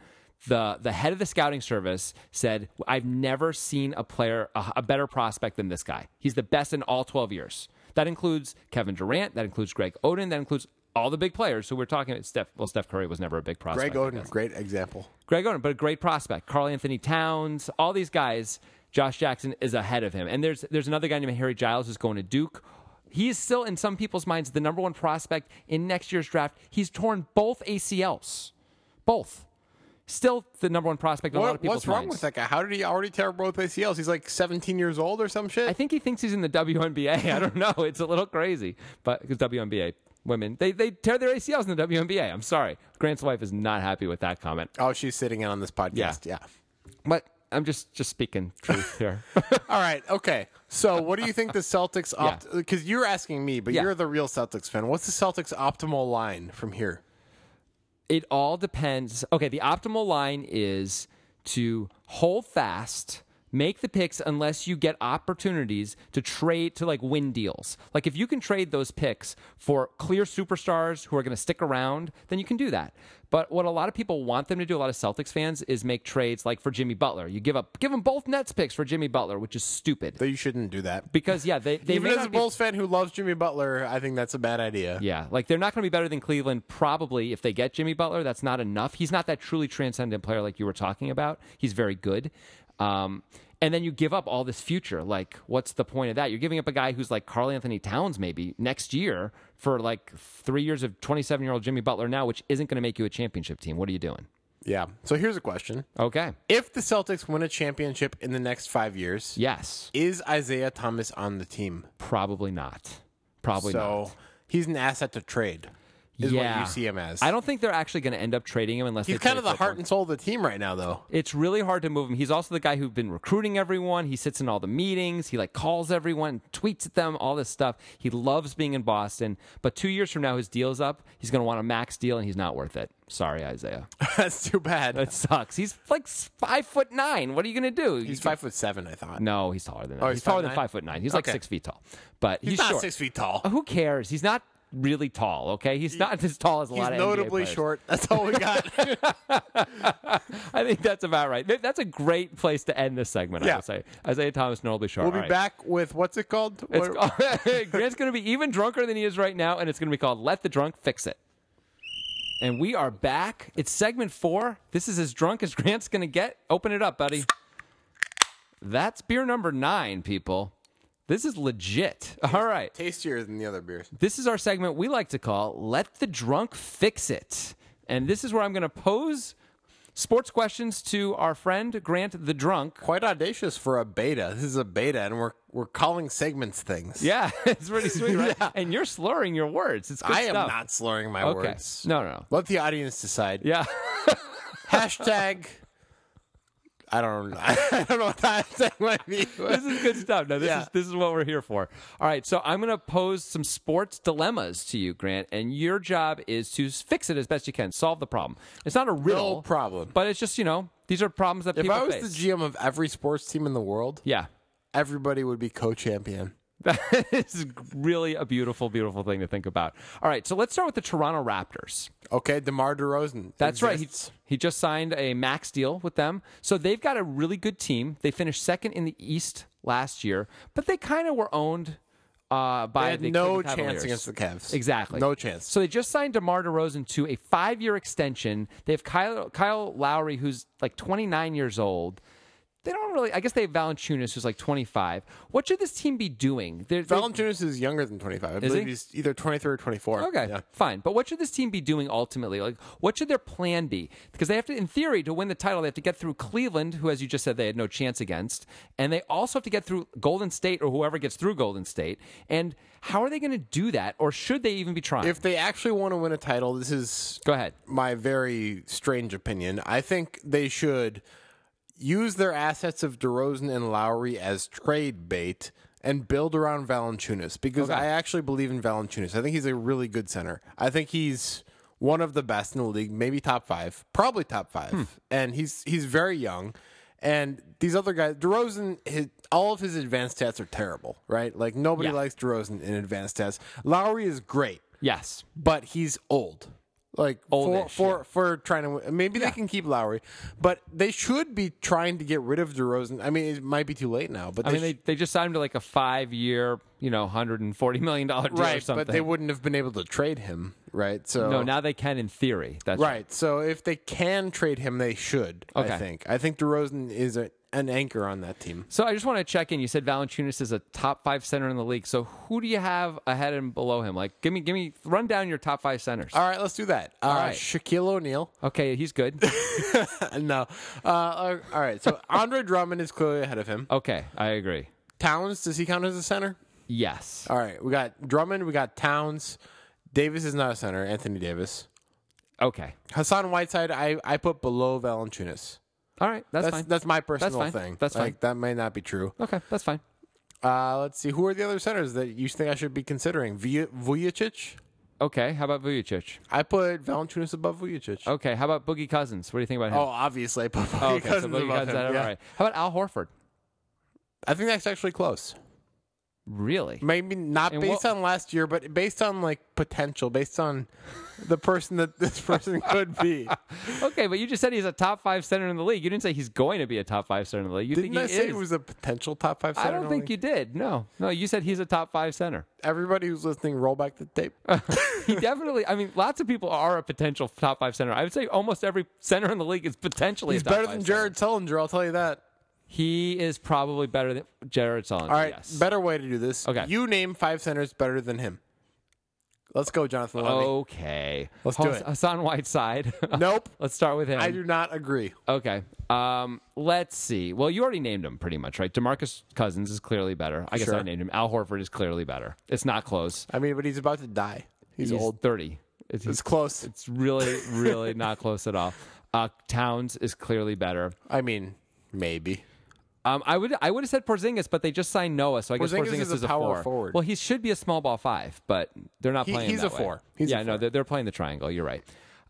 [SPEAKER 1] the, the head of the scouting service said, I've never seen a player, a, a better prospect than this guy. He's the best in all 12 years. That includes Kevin Durant. That includes Greg Oden. That includes all the big players. So we're talking about Steph. Well, Steph Curry was never a big prospect.
[SPEAKER 2] Greg Oden, great example.
[SPEAKER 1] Greg Oden, but a great prospect. Carl Anthony Towns, all these guys. Josh Jackson is ahead of him. And there's there's another guy named Harry Giles who's going to Duke. He is still in some people's minds the number one prospect in next year's draft. He's torn both ACLs. Both. Still the number one prospect in a lot
[SPEAKER 2] What,
[SPEAKER 1] of people's
[SPEAKER 2] what's wrong
[SPEAKER 1] minds.
[SPEAKER 2] with that guy? How did he already tear both ACLs? He's like 17 years old or some shit.
[SPEAKER 1] I think he thinks he's in the WNBA. *laughs* I don't know. It's a little crazy, but because WNBA women they they tear their ACLs in the WNBA. I'm sorry, Grant's wife is not happy with that comment.
[SPEAKER 2] oh, she's sitting in on this podcast. Yeah.
[SPEAKER 1] But I'm just just speaking truth
[SPEAKER 2] *laughs*
[SPEAKER 1] here.
[SPEAKER 2] All right. Okay. So, what do you think
[SPEAKER 1] *laughs*
[SPEAKER 2] the Celtics opt? Because you're asking me, but
[SPEAKER 1] Yeah.
[SPEAKER 2] you're the real Celtics fan. What's the Celtics' optimal line from here?
[SPEAKER 1] it all depends. Okay, the optimal line is to hold fast, make the picks unless you get opportunities to trade to like win deals. Like if you can trade those picks for clear superstars who are going to stick around, then you can do that. But what a lot of people want them to do, a lot of Celtics fans, is make trades like for Jimmy Butler. You give up, give them both Nets picks for Jimmy Butler, which is stupid.
[SPEAKER 2] That you shouldn't do that.
[SPEAKER 1] Because yeah, they they may
[SPEAKER 2] Even as
[SPEAKER 1] not
[SPEAKER 2] a
[SPEAKER 1] be-
[SPEAKER 2] Bulls fan who loves Jimmy Butler, I think that's a bad idea.
[SPEAKER 1] Yeah, like they're not going to be better than Cleveland probably if they get Jimmy Butler. That's not enough. He's not that truly transcendent player like you were talking about. He's very good. Um, and then you give up all this future. Like, what's the point of that? You're giving up a guy who's like Carl Anthony Towns maybe next year for like three years of 27 year old Jimmy Butler now, which isn't going to make you a championship team. What are you doing?
[SPEAKER 2] Yeah. So here's a question.
[SPEAKER 1] Okay.
[SPEAKER 2] If the Celtics win a championship in the next five years,
[SPEAKER 1] Yes.
[SPEAKER 2] is Isaiah Thomas on the team?
[SPEAKER 1] Probably not. Probably not.
[SPEAKER 2] so he's an asset to trade, is
[SPEAKER 1] yeah.
[SPEAKER 2] what you see him as.
[SPEAKER 1] I don't think they're actually going to end up trading him unless
[SPEAKER 2] he's
[SPEAKER 1] they trade
[SPEAKER 2] kind of the
[SPEAKER 1] for a
[SPEAKER 2] heart and soul of the team right now, though. *laughs*
[SPEAKER 1] it's really hard to move him. He's also the guy who's been recruiting everyone. He sits in all the meetings. He like calls everyone, tweets at them, all this stuff. He loves being in Boston. But two years from now, his deal's up. He's going to want a max deal, and he's not worth it. Sorry, Isaiah.
[SPEAKER 2] That's too bad. *laughs*
[SPEAKER 1] It sucks. He's like five foot nine. What are you going to do?
[SPEAKER 2] he's five foot seven, I thought.
[SPEAKER 1] no, he's taller than that.
[SPEAKER 2] he's
[SPEAKER 1] he's, taller than
[SPEAKER 2] 5'9"?
[SPEAKER 1] five foot nine. He's like
[SPEAKER 2] Okay.
[SPEAKER 1] six feet tall. But he's,
[SPEAKER 2] he's, not
[SPEAKER 1] short. Uh,
[SPEAKER 2] six feet tall.
[SPEAKER 1] Who cares? He's not really tall. Okay, he's not as tall as a
[SPEAKER 2] He's
[SPEAKER 1] lot of NBA
[SPEAKER 2] notably
[SPEAKER 1] players.
[SPEAKER 2] short. That's
[SPEAKER 1] *laughs*
[SPEAKER 2] all we got.
[SPEAKER 1] I think that's about right. Th- That's a great place to end this segment. I
[SPEAKER 2] Yeah.
[SPEAKER 1] would say Isaiah Thomas, notably short.
[SPEAKER 2] we'll be
[SPEAKER 1] All right.
[SPEAKER 2] back with what's it called?
[SPEAKER 1] It's,
[SPEAKER 2] What-
[SPEAKER 1] *laughs* Grant's going to be even drunker than he is right now, and it's going to be called Let the Drunk Fix It. And we are back. It's segment four. This is as drunk as Grant's going to get. Open it up, buddy. That's beer number nine, people. This is legit. All right.
[SPEAKER 2] Tastier than the other beers.
[SPEAKER 1] This is our segment we like to call Let the Drunk Fix It. And this is where I'm going to pose sports questions to our friend Grant the Drunk.
[SPEAKER 2] Quite audacious for a beta. This is a beta, and we're we're calling segments things.
[SPEAKER 1] Yeah, *laughs* it's pretty sweet, *laughs* right? And you're slurring your words. It's good
[SPEAKER 2] I am
[SPEAKER 1] stuff.
[SPEAKER 2] not slurring my
[SPEAKER 1] Okay.
[SPEAKER 2] words.
[SPEAKER 1] No, no, no.
[SPEAKER 2] Let the audience decide.
[SPEAKER 1] Yeah.
[SPEAKER 2] Hashtag I don't *laughs* I don't know what that *laughs* thing might be.
[SPEAKER 1] this is good stuff. No, this
[SPEAKER 2] Yeah.
[SPEAKER 1] is this is what we're here for. All right, so I'm going to pose some sports dilemmas to you, Grant, and your job is to fix it as best you can, solve the problem. It's not a riddle,
[SPEAKER 2] problem.
[SPEAKER 1] but it's just you know these are problems that
[SPEAKER 2] If
[SPEAKER 1] people
[SPEAKER 2] I was
[SPEAKER 1] face.
[SPEAKER 2] the GM of every sports team in the world,
[SPEAKER 1] yeah, *laughs*
[SPEAKER 2] everybody would be co-champion.
[SPEAKER 1] that is really a beautiful, beautiful thing to think about. All right, so let's start with the Toronto Raptors.
[SPEAKER 2] Okay, DeMar DeRozan.
[SPEAKER 1] That's right. He,
[SPEAKER 2] exists.
[SPEAKER 1] he just signed a max deal with them. So they've got a really good team. They finished second in the East last year, but they kind of were owned uh, by
[SPEAKER 2] They had
[SPEAKER 1] the
[SPEAKER 2] no
[SPEAKER 1] Cleveland
[SPEAKER 2] chance
[SPEAKER 1] Cavaliers.
[SPEAKER 2] against the Cavs.
[SPEAKER 1] Exactly.
[SPEAKER 2] No chance.
[SPEAKER 1] So they just signed DeMar DeRozan to a five year extension. They have Kyle, Kyle Lowry, who's like 29 years old. They don't really, I guess they have Valanchunas, who's like 25. What should this team be doing? They're, they
[SPEAKER 2] Valanciunas is younger than 25. I believe
[SPEAKER 1] he?
[SPEAKER 2] he's either 23 or 24.
[SPEAKER 1] Okay,
[SPEAKER 2] Yeah.
[SPEAKER 1] fine. But what should this team be doing ultimately? Like, what should their plan be? Because they have to, in theory, to win the title, they have to get through Cleveland, who, as you just said, they had no chance against, and they also have to get through Golden State or whoever gets through Golden State. And how are they going to do that, or should they even be trying?
[SPEAKER 2] If they actually want to win a title, this is
[SPEAKER 1] Go ahead.
[SPEAKER 2] my very strange opinion. I think they should use their assets of DeRozan and Lowry as trade bait and build around Valanciunas because I actually believe in Valanciunas. I think he's a really good center. I think he's one of the best in the league, maybe top five, probably top five, and he's he's very young. And these other guys, DeRozan, his, all of his advanced stats are terrible, right? Like nobody
[SPEAKER 1] Yeah.
[SPEAKER 2] likes DeRozan in advanced stats. Lowry is great
[SPEAKER 1] Yes.
[SPEAKER 2] but he's old. Like for
[SPEAKER 1] Oldish,
[SPEAKER 2] for, for trying to win- maybe they can keep Lowry, but they should be trying to get rid of DeRozan. I mean, it might be too late now, but
[SPEAKER 1] I mean,
[SPEAKER 2] sh-
[SPEAKER 1] they, they just signed him to like a five year, you know, $140 million deal or
[SPEAKER 2] right,
[SPEAKER 1] something.
[SPEAKER 2] but they wouldn't have been able to trade him, right? So
[SPEAKER 1] no, now they can in theory. That's
[SPEAKER 2] right. So if they can trade him, they should. I
[SPEAKER 1] Okay.
[SPEAKER 2] think. I think DeRozan is a, an anchor on that team.
[SPEAKER 1] So I just want to check in. You said Valanciunas is a top five center in the league. So who do you have ahead and below him? Like, give me, give me, run down your top five centers.
[SPEAKER 2] All right, let's do that. Uh,
[SPEAKER 1] right.
[SPEAKER 2] Shaquille O'Neal. *laughs*
[SPEAKER 1] Okay, he's good.
[SPEAKER 2] no. Uh, all right.
[SPEAKER 1] *laughs*
[SPEAKER 2] So Andre Drummond is clearly ahead of him.
[SPEAKER 1] Okay, I agree.
[SPEAKER 2] Towns, does he count as a center?
[SPEAKER 1] Yes,
[SPEAKER 2] All right, we got Drummond, we got Towns. Davis is not a center. Anthony Davis,
[SPEAKER 1] okay,
[SPEAKER 2] Hassan Whiteside, I, I put below Valanciunas.
[SPEAKER 1] all right, that's,
[SPEAKER 2] That's
[SPEAKER 1] fine.
[SPEAKER 2] that's my personal
[SPEAKER 1] fine.
[SPEAKER 2] thing.
[SPEAKER 1] That's
[SPEAKER 2] like,
[SPEAKER 1] fine.
[SPEAKER 2] That may not be true.
[SPEAKER 1] okay, that's fine.
[SPEAKER 2] Uh, let's see. Who are the other centers that you think I should be considering? Vuj- Vujicic.
[SPEAKER 1] Okay, how about Vujicic?
[SPEAKER 2] I put Valanciunas above Vujicic.
[SPEAKER 1] Okay, how about Boogie Cousins? What do you think about him?
[SPEAKER 2] Oh, obviously I put Boogie
[SPEAKER 1] okay, so
[SPEAKER 2] Cousins
[SPEAKER 1] Boogie
[SPEAKER 2] above
[SPEAKER 1] Cousins.
[SPEAKER 2] him,
[SPEAKER 1] I don't know,
[SPEAKER 2] yeah.
[SPEAKER 1] All right. How about Al Horford?
[SPEAKER 2] I think that's actually close.
[SPEAKER 1] Really?
[SPEAKER 2] Maybe not
[SPEAKER 1] And
[SPEAKER 2] based
[SPEAKER 1] what-
[SPEAKER 2] on last year, but based on like potential, based on the person that
[SPEAKER 1] *laughs*
[SPEAKER 2] this person could be.
[SPEAKER 1] Okay, but you just said he's a top five center in the league. You didn't say he's going to be a top five center in the league. You
[SPEAKER 2] Didn't
[SPEAKER 1] think
[SPEAKER 2] I
[SPEAKER 1] he
[SPEAKER 2] say
[SPEAKER 1] is?
[SPEAKER 2] it was a potential top five center?
[SPEAKER 1] I don't think you did. No, no, you said he's a top five center.
[SPEAKER 2] everybody who's listening, roll back
[SPEAKER 1] *laughs*
[SPEAKER 2] the tape.
[SPEAKER 1] he definitely. I mean, lots of people are a potential top five center. I would say almost every center in the league is potentially.
[SPEAKER 2] He's
[SPEAKER 1] a top
[SPEAKER 2] better
[SPEAKER 1] five
[SPEAKER 2] than
[SPEAKER 1] center.
[SPEAKER 2] Jared Sullinger, I'll tell you that.
[SPEAKER 1] He is probably better than Jared Sullinger.
[SPEAKER 2] All right,
[SPEAKER 1] Yes.
[SPEAKER 2] better way to do this.
[SPEAKER 1] Okay.
[SPEAKER 2] You name five centers better than him. Let's go, Jonathan Levy.
[SPEAKER 1] Oh, okay.
[SPEAKER 2] Let's do
[SPEAKER 1] Hass-
[SPEAKER 2] it.
[SPEAKER 1] Hassan Whiteside. *laughs*
[SPEAKER 2] Nope.
[SPEAKER 1] Let's start with him.
[SPEAKER 2] I do not agree.
[SPEAKER 1] Okay. Um, let's see. Well, you already named him pretty much, right? Demarcus Cousins is clearly better. I guess
[SPEAKER 2] Sure.
[SPEAKER 1] I named him. Al Horford is clearly better. It's not close.
[SPEAKER 2] I mean, but he's about to die. He's,
[SPEAKER 1] He's
[SPEAKER 2] old.
[SPEAKER 1] thirty. It's,
[SPEAKER 2] It's close.
[SPEAKER 1] it's really, really not close at all. Uh, Towns is clearly better.
[SPEAKER 2] I mean, maybe.
[SPEAKER 1] Um, I would I would have said Porzingis, but they just signed Noah, so I guess
[SPEAKER 2] Porzingis
[SPEAKER 1] Porzingis,
[SPEAKER 2] is
[SPEAKER 1] is,
[SPEAKER 2] a power
[SPEAKER 1] four.
[SPEAKER 2] forward.
[SPEAKER 1] Well, he should be a small ball five, but they're not
[SPEAKER 2] He-
[SPEAKER 1] playing.
[SPEAKER 2] he's
[SPEAKER 1] that
[SPEAKER 2] a
[SPEAKER 1] way.
[SPEAKER 2] four. He's
[SPEAKER 1] yeah,
[SPEAKER 2] a
[SPEAKER 1] no, they're, they're playing the triangle. You're right.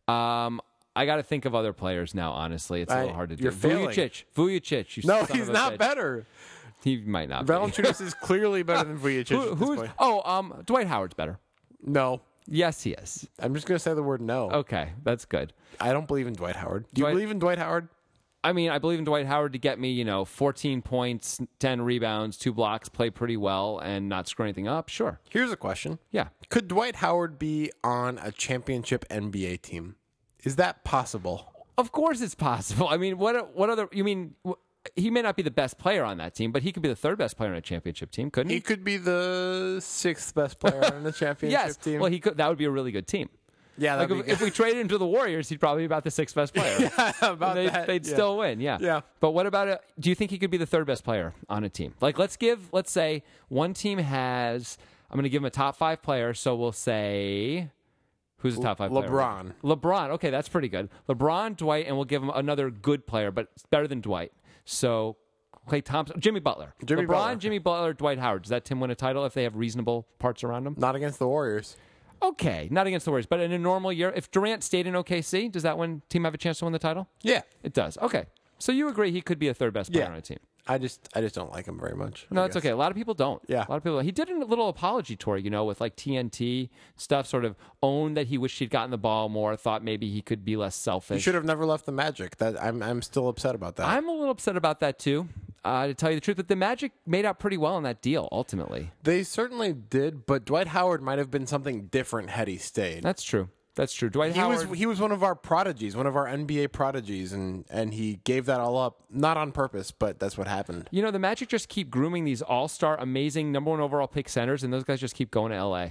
[SPEAKER 1] Um, I got to think of other players now. Honestly, it's a
[SPEAKER 2] I-
[SPEAKER 1] little hard to
[SPEAKER 2] you're
[SPEAKER 1] do.
[SPEAKER 2] failing.
[SPEAKER 1] Vujacic, Vujacic. You *laughs*
[SPEAKER 2] No,
[SPEAKER 1] son
[SPEAKER 2] he's
[SPEAKER 1] of a
[SPEAKER 2] not
[SPEAKER 1] bitch.
[SPEAKER 2] better.
[SPEAKER 1] He might not. be.
[SPEAKER 2] Valanciunas is clearly better
[SPEAKER 1] *laughs*
[SPEAKER 2] than Vujicic
[SPEAKER 1] Who-
[SPEAKER 2] at this
[SPEAKER 1] who's?
[SPEAKER 2] point.
[SPEAKER 1] Oh, um, Dwight Howard's better.
[SPEAKER 2] No.
[SPEAKER 1] Yes, he is.
[SPEAKER 2] I'm just going to say the word no.
[SPEAKER 1] Okay, that's good.
[SPEAKER 2] I don't believe in Dwight Howard. Do you
[SPEAKER 1] Dwight-
[SPEAKER 2] believe in Dwight Howard?
[SPEAKER 1] I mean, I believe in Dwight Howard to get me, you know, 14 points, 10 rebounds, two blocks, play pretty well, and not screw anything up. Sure.
[SPEAKER 2] Here's a question.
[SPEAKER 1] Yeah.
[SPEAKER 2] Could Dwight Howard be on a championship NBA team? Is that possible?
[SPEAKER 1] Of course, it's possible. *laughs* I mean, what what other? You mean wh- he may not be the best player on that team, but he could be the third best player on a championship team, couldn't
[SPEAKER 2] He
[SPEAKER 1] he?
[SPEAKER 2] could be the sixth best player on
[SPEAKER 1] *laughs*
[SPEAKER 2] the championship
[SPEAKER 1] yes.
[SPEAKER 2] team.
[SPEAKER 1] Well, he could. That would be a really good team.
[SPEAKER 2] yeah,
[SPEAKER 1] Like
[SPEAKER 2] that'd
[SPEAKER 1] if, *laughs*
[SPEAKER 2] be
[SPEAKER 1] if we traded him to the Warriors, he'd probably be about the sixth best
[SPEAKER 2] *laughs*
[SPEAKER 1] player.
[SPEAKER 2] good. about
[SPEAKER 1] they,
[SPEAKER 2] that.
[SPEAKER 1] would
[SPEAKER 2] yeah.
[SPEAKER 1] still win. Yeah.
[SPEAKER 2] Yeah.
[SPEAKER 1] But what about a, do you think he could be the third best player on a team? Like, let's give, let's say one team has, I'm going to give him a top five player. So we'll say, who's the top five player?
[SPEAKER 2] LeBron.
[SPEAKER 1] LeBron. Okay, that's pretty good. LeBron, Dwight, and we'll give him another good player, but better than Dwight. So Clay Thompson, Jimmy Butler,
[SPEAKER 2] Jimmy
[SPEAKER 1] LeBron,
[SPEAKER 2] Butler.
[SPEAKER 1] Jimmy Butler, Dwight Howard. Does that Tim win a title if they have reasonable parts around him?
[SPEAKER 2] Not against the Warriors.
[SPEAKER 1] Okay, not against the Warriors, but in a normal year, if Durant stayed in OKC, does that one team have a chance to win the title?
[SPEAKER 2] Yeah.
[SPEAKER 1] It does. Okay, so you agree he could be a third best player
[SPEAKER 2] Yeah.
[SPEAKER 1] on a team.
[SPEAKER 2] I just I just don't like him very much.
[SPEAKER 1] No,
[SPEAKER 2] I
[SPEAKER 1] it's
[SPEAKER 2] guess.
[SPEAKER 1] okay. A lot of people don't.
[SPEAKER 2] Yeah.
[SPEAKER 1] A lot of people. He did a little apology tour, you know, with like TNT stuff, sort of owned that he wished he'd gotten the ball more, thought maybe he could be less
[SPEAKER 2] You
[SPEAKER 1] selfish.
[SPEAKER 2] should have never left the Magic. That I'm I'm still upset about that.
[SPEAKER 1] I'm a little upset about that too, uh, to tell you the truth. But the Magic made out pretty well in that deal, ultimately.
[SPEAKER 2] they certainly did, but Dwight Howard might have been something different had he stayed.
[SPEAKER 1] That's true. That's true. Dwight
[SPEAKER 2] he
[SPEAKER 1] Howard.
[SPEAKER 2] was he was one of our prodigies, one of our NBA prodigies, and and he gave that all up, not on purpose, but that's what happened.
[SPEAKER 1] you know, the Magic just keep grooming these all star, amazing number one overall pick centers, and those guys just keep going to
[SPEAKER 2] *laughs*
[SPEAKER 1] LA.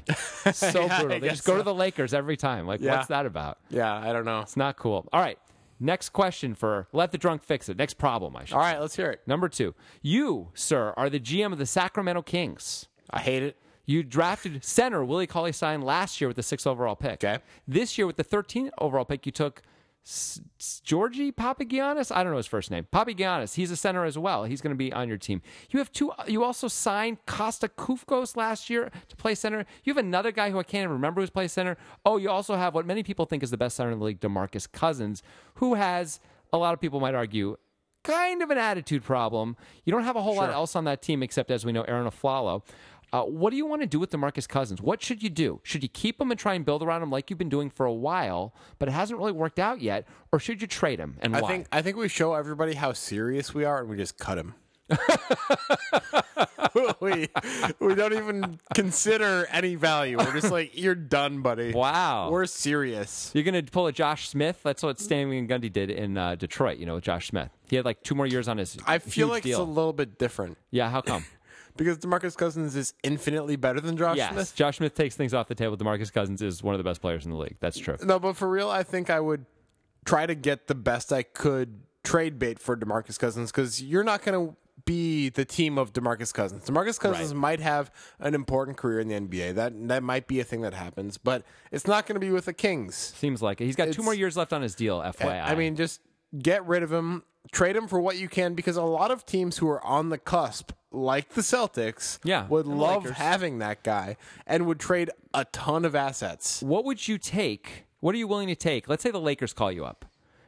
[SPEAKER 1] So brutal. They
[SPEAKER 2] guess
[SPEAKER 1] just go to the Lakers every time. Like,
[SPEAKER 2] Yeah.
[SPEAKER 1] what's that about?
[SPEAKER 2] Yeah, I don't know.
[SPEAKER 1] It's not cool. All right. Next question for Let the Drunk Fix It. Next problem, I should
[SPEAKER 2] All right, let's hear it.
[SPEAKER 1] Number two, you, sir, are the GM of the Sacramento Kings.
[SPEAKER 2] I hate it.
[SPEAKER 1] You drafted center Willie Cauley Stein last year with the sixth overall pick.
[SPEAKER 2] Okay.
[SPEAKER 1] This year with the 13th overall pick, you took S- S- Georgie Papagiannis. I don't know his first name. Papagiannis. He's a center as well. He's going to be on your team. You have two. You also signed Costa Kufkos last year to play center. You have another guy who I can't even remember who's played center. Oh, you also have what many people think is the best center in the league, Demarcus Cousins, who has a lot of people might argue kind of an attitude problem. You don't have a whole lot else on that team except, as we know, Aaron Aflalo. Uh, what do you want to do with Demarcus Cousins? What should you do? Should you keep him and try and build around him like you've been doing for a while, but it hasn't really worked out yet, or should you trade him and
[SPEAKER 2] I
[SPEAKER 1] why?
[SPEAKER 2] think I think we show everybody how serious we are, and we just cut
[SPEAKER 1] *laughs*
[SPEAKER 2] him. *laughs* we we don't even consider any value. We're just like you're done, buddy.
[SPEAKER 1] Wow.
[SPEAKER 2] we're serious.
[SPEAKER 1] You're going to pull a Josh Smith. That's what Stanley and Gundy did in uh, Detroit. You know, with Josh Smith. He had like two more years on his.
[SPEAKER 2] I feel
[SPEAKER 1] huge
[SPEAKER 2] like
[SPEAKER 1] deal.
[SPEAKER 2] it's a little bit different
[SPEAKER 1] yeah. How
[SPEAKER 2] *laughs*
[SPEAKER 1] come?
[SPEAKER 2] because Demarcus Cousins is infinitely better than Josh
[SPEAKER 1] yes,
[SPEAKER 2] Smith.
[SPEAKER 1] Josh Smith takes things off the table. Demarcus Cousins is one of the best players in the league. That's true.
[SPEAKER 2] No, but for real, I think I would try to get the best I could trade bait for Demarcus Cousins because you're not going to be the team of Demarcus Cousins. Demarcus Cousins might have an important career in the NBA. That that might be a thing that happens, but it's not going to be with the Kings.
[SPEAKER 1] Seems like it. He's got two more years left on his deal. FYI.
[SPEAKER 2] I mean, just get rid of him, trade him for what you can because a lot of teams who are on the cusp, like the Celtics,
[SPEAKER 1] Yeah,
[SPEAKER 2] would
[SPEAKER 1] and the
[SPEAKER 2] love
[SPEAKER 1] Lakers.
[SPEAKER 2] having that guy and would trade a ton of assets.
[SPEAKER 1] what would you take? What are you willing to take? Let's say the Lakers call you up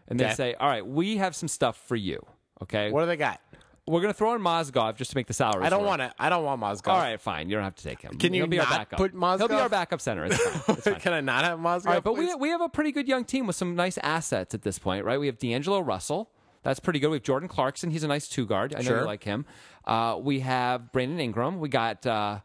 [SPEAKER 1] and they
[SPEAKER 2] Okay.
[SPEAKER 1] say, all right, we have some stuff for you. Okay.
[SPEAKER 2] What do they got?
[SPEAKER 1] We're going to throw in Mozgov just to make the salary.
[SPEAKER 2] I don't want to. I don't want Mozgov.
[SPEAKER 1] All right, fine. You don't have to take him.
[SPEAKER 2] Can you
[SPEAKER 1] He'll be our
[SPEAKER 2] not
[SPEAKER 1] backup.
[SPEAKER 2] put
[SPEAKER 1] He'll be our
[SPEAKER 2] Mozgov?
[SPEAKER 1] backup center. It's fine. *laughs*
[SPEAKER 2] *laughs* Can I not have Mozgov?
[SPEAKER 1] All right, but we, we have a pretty good young team with some nice assets at this point, right? We have D'Angelo Russell. That's pretty good. We have Jordan Clarkson. He's a nice two guard. I know you
[SPEAKER 2] Sure.
[SPEAKER 1] like him. Uh, we have Brandon Ingram. We got, uh,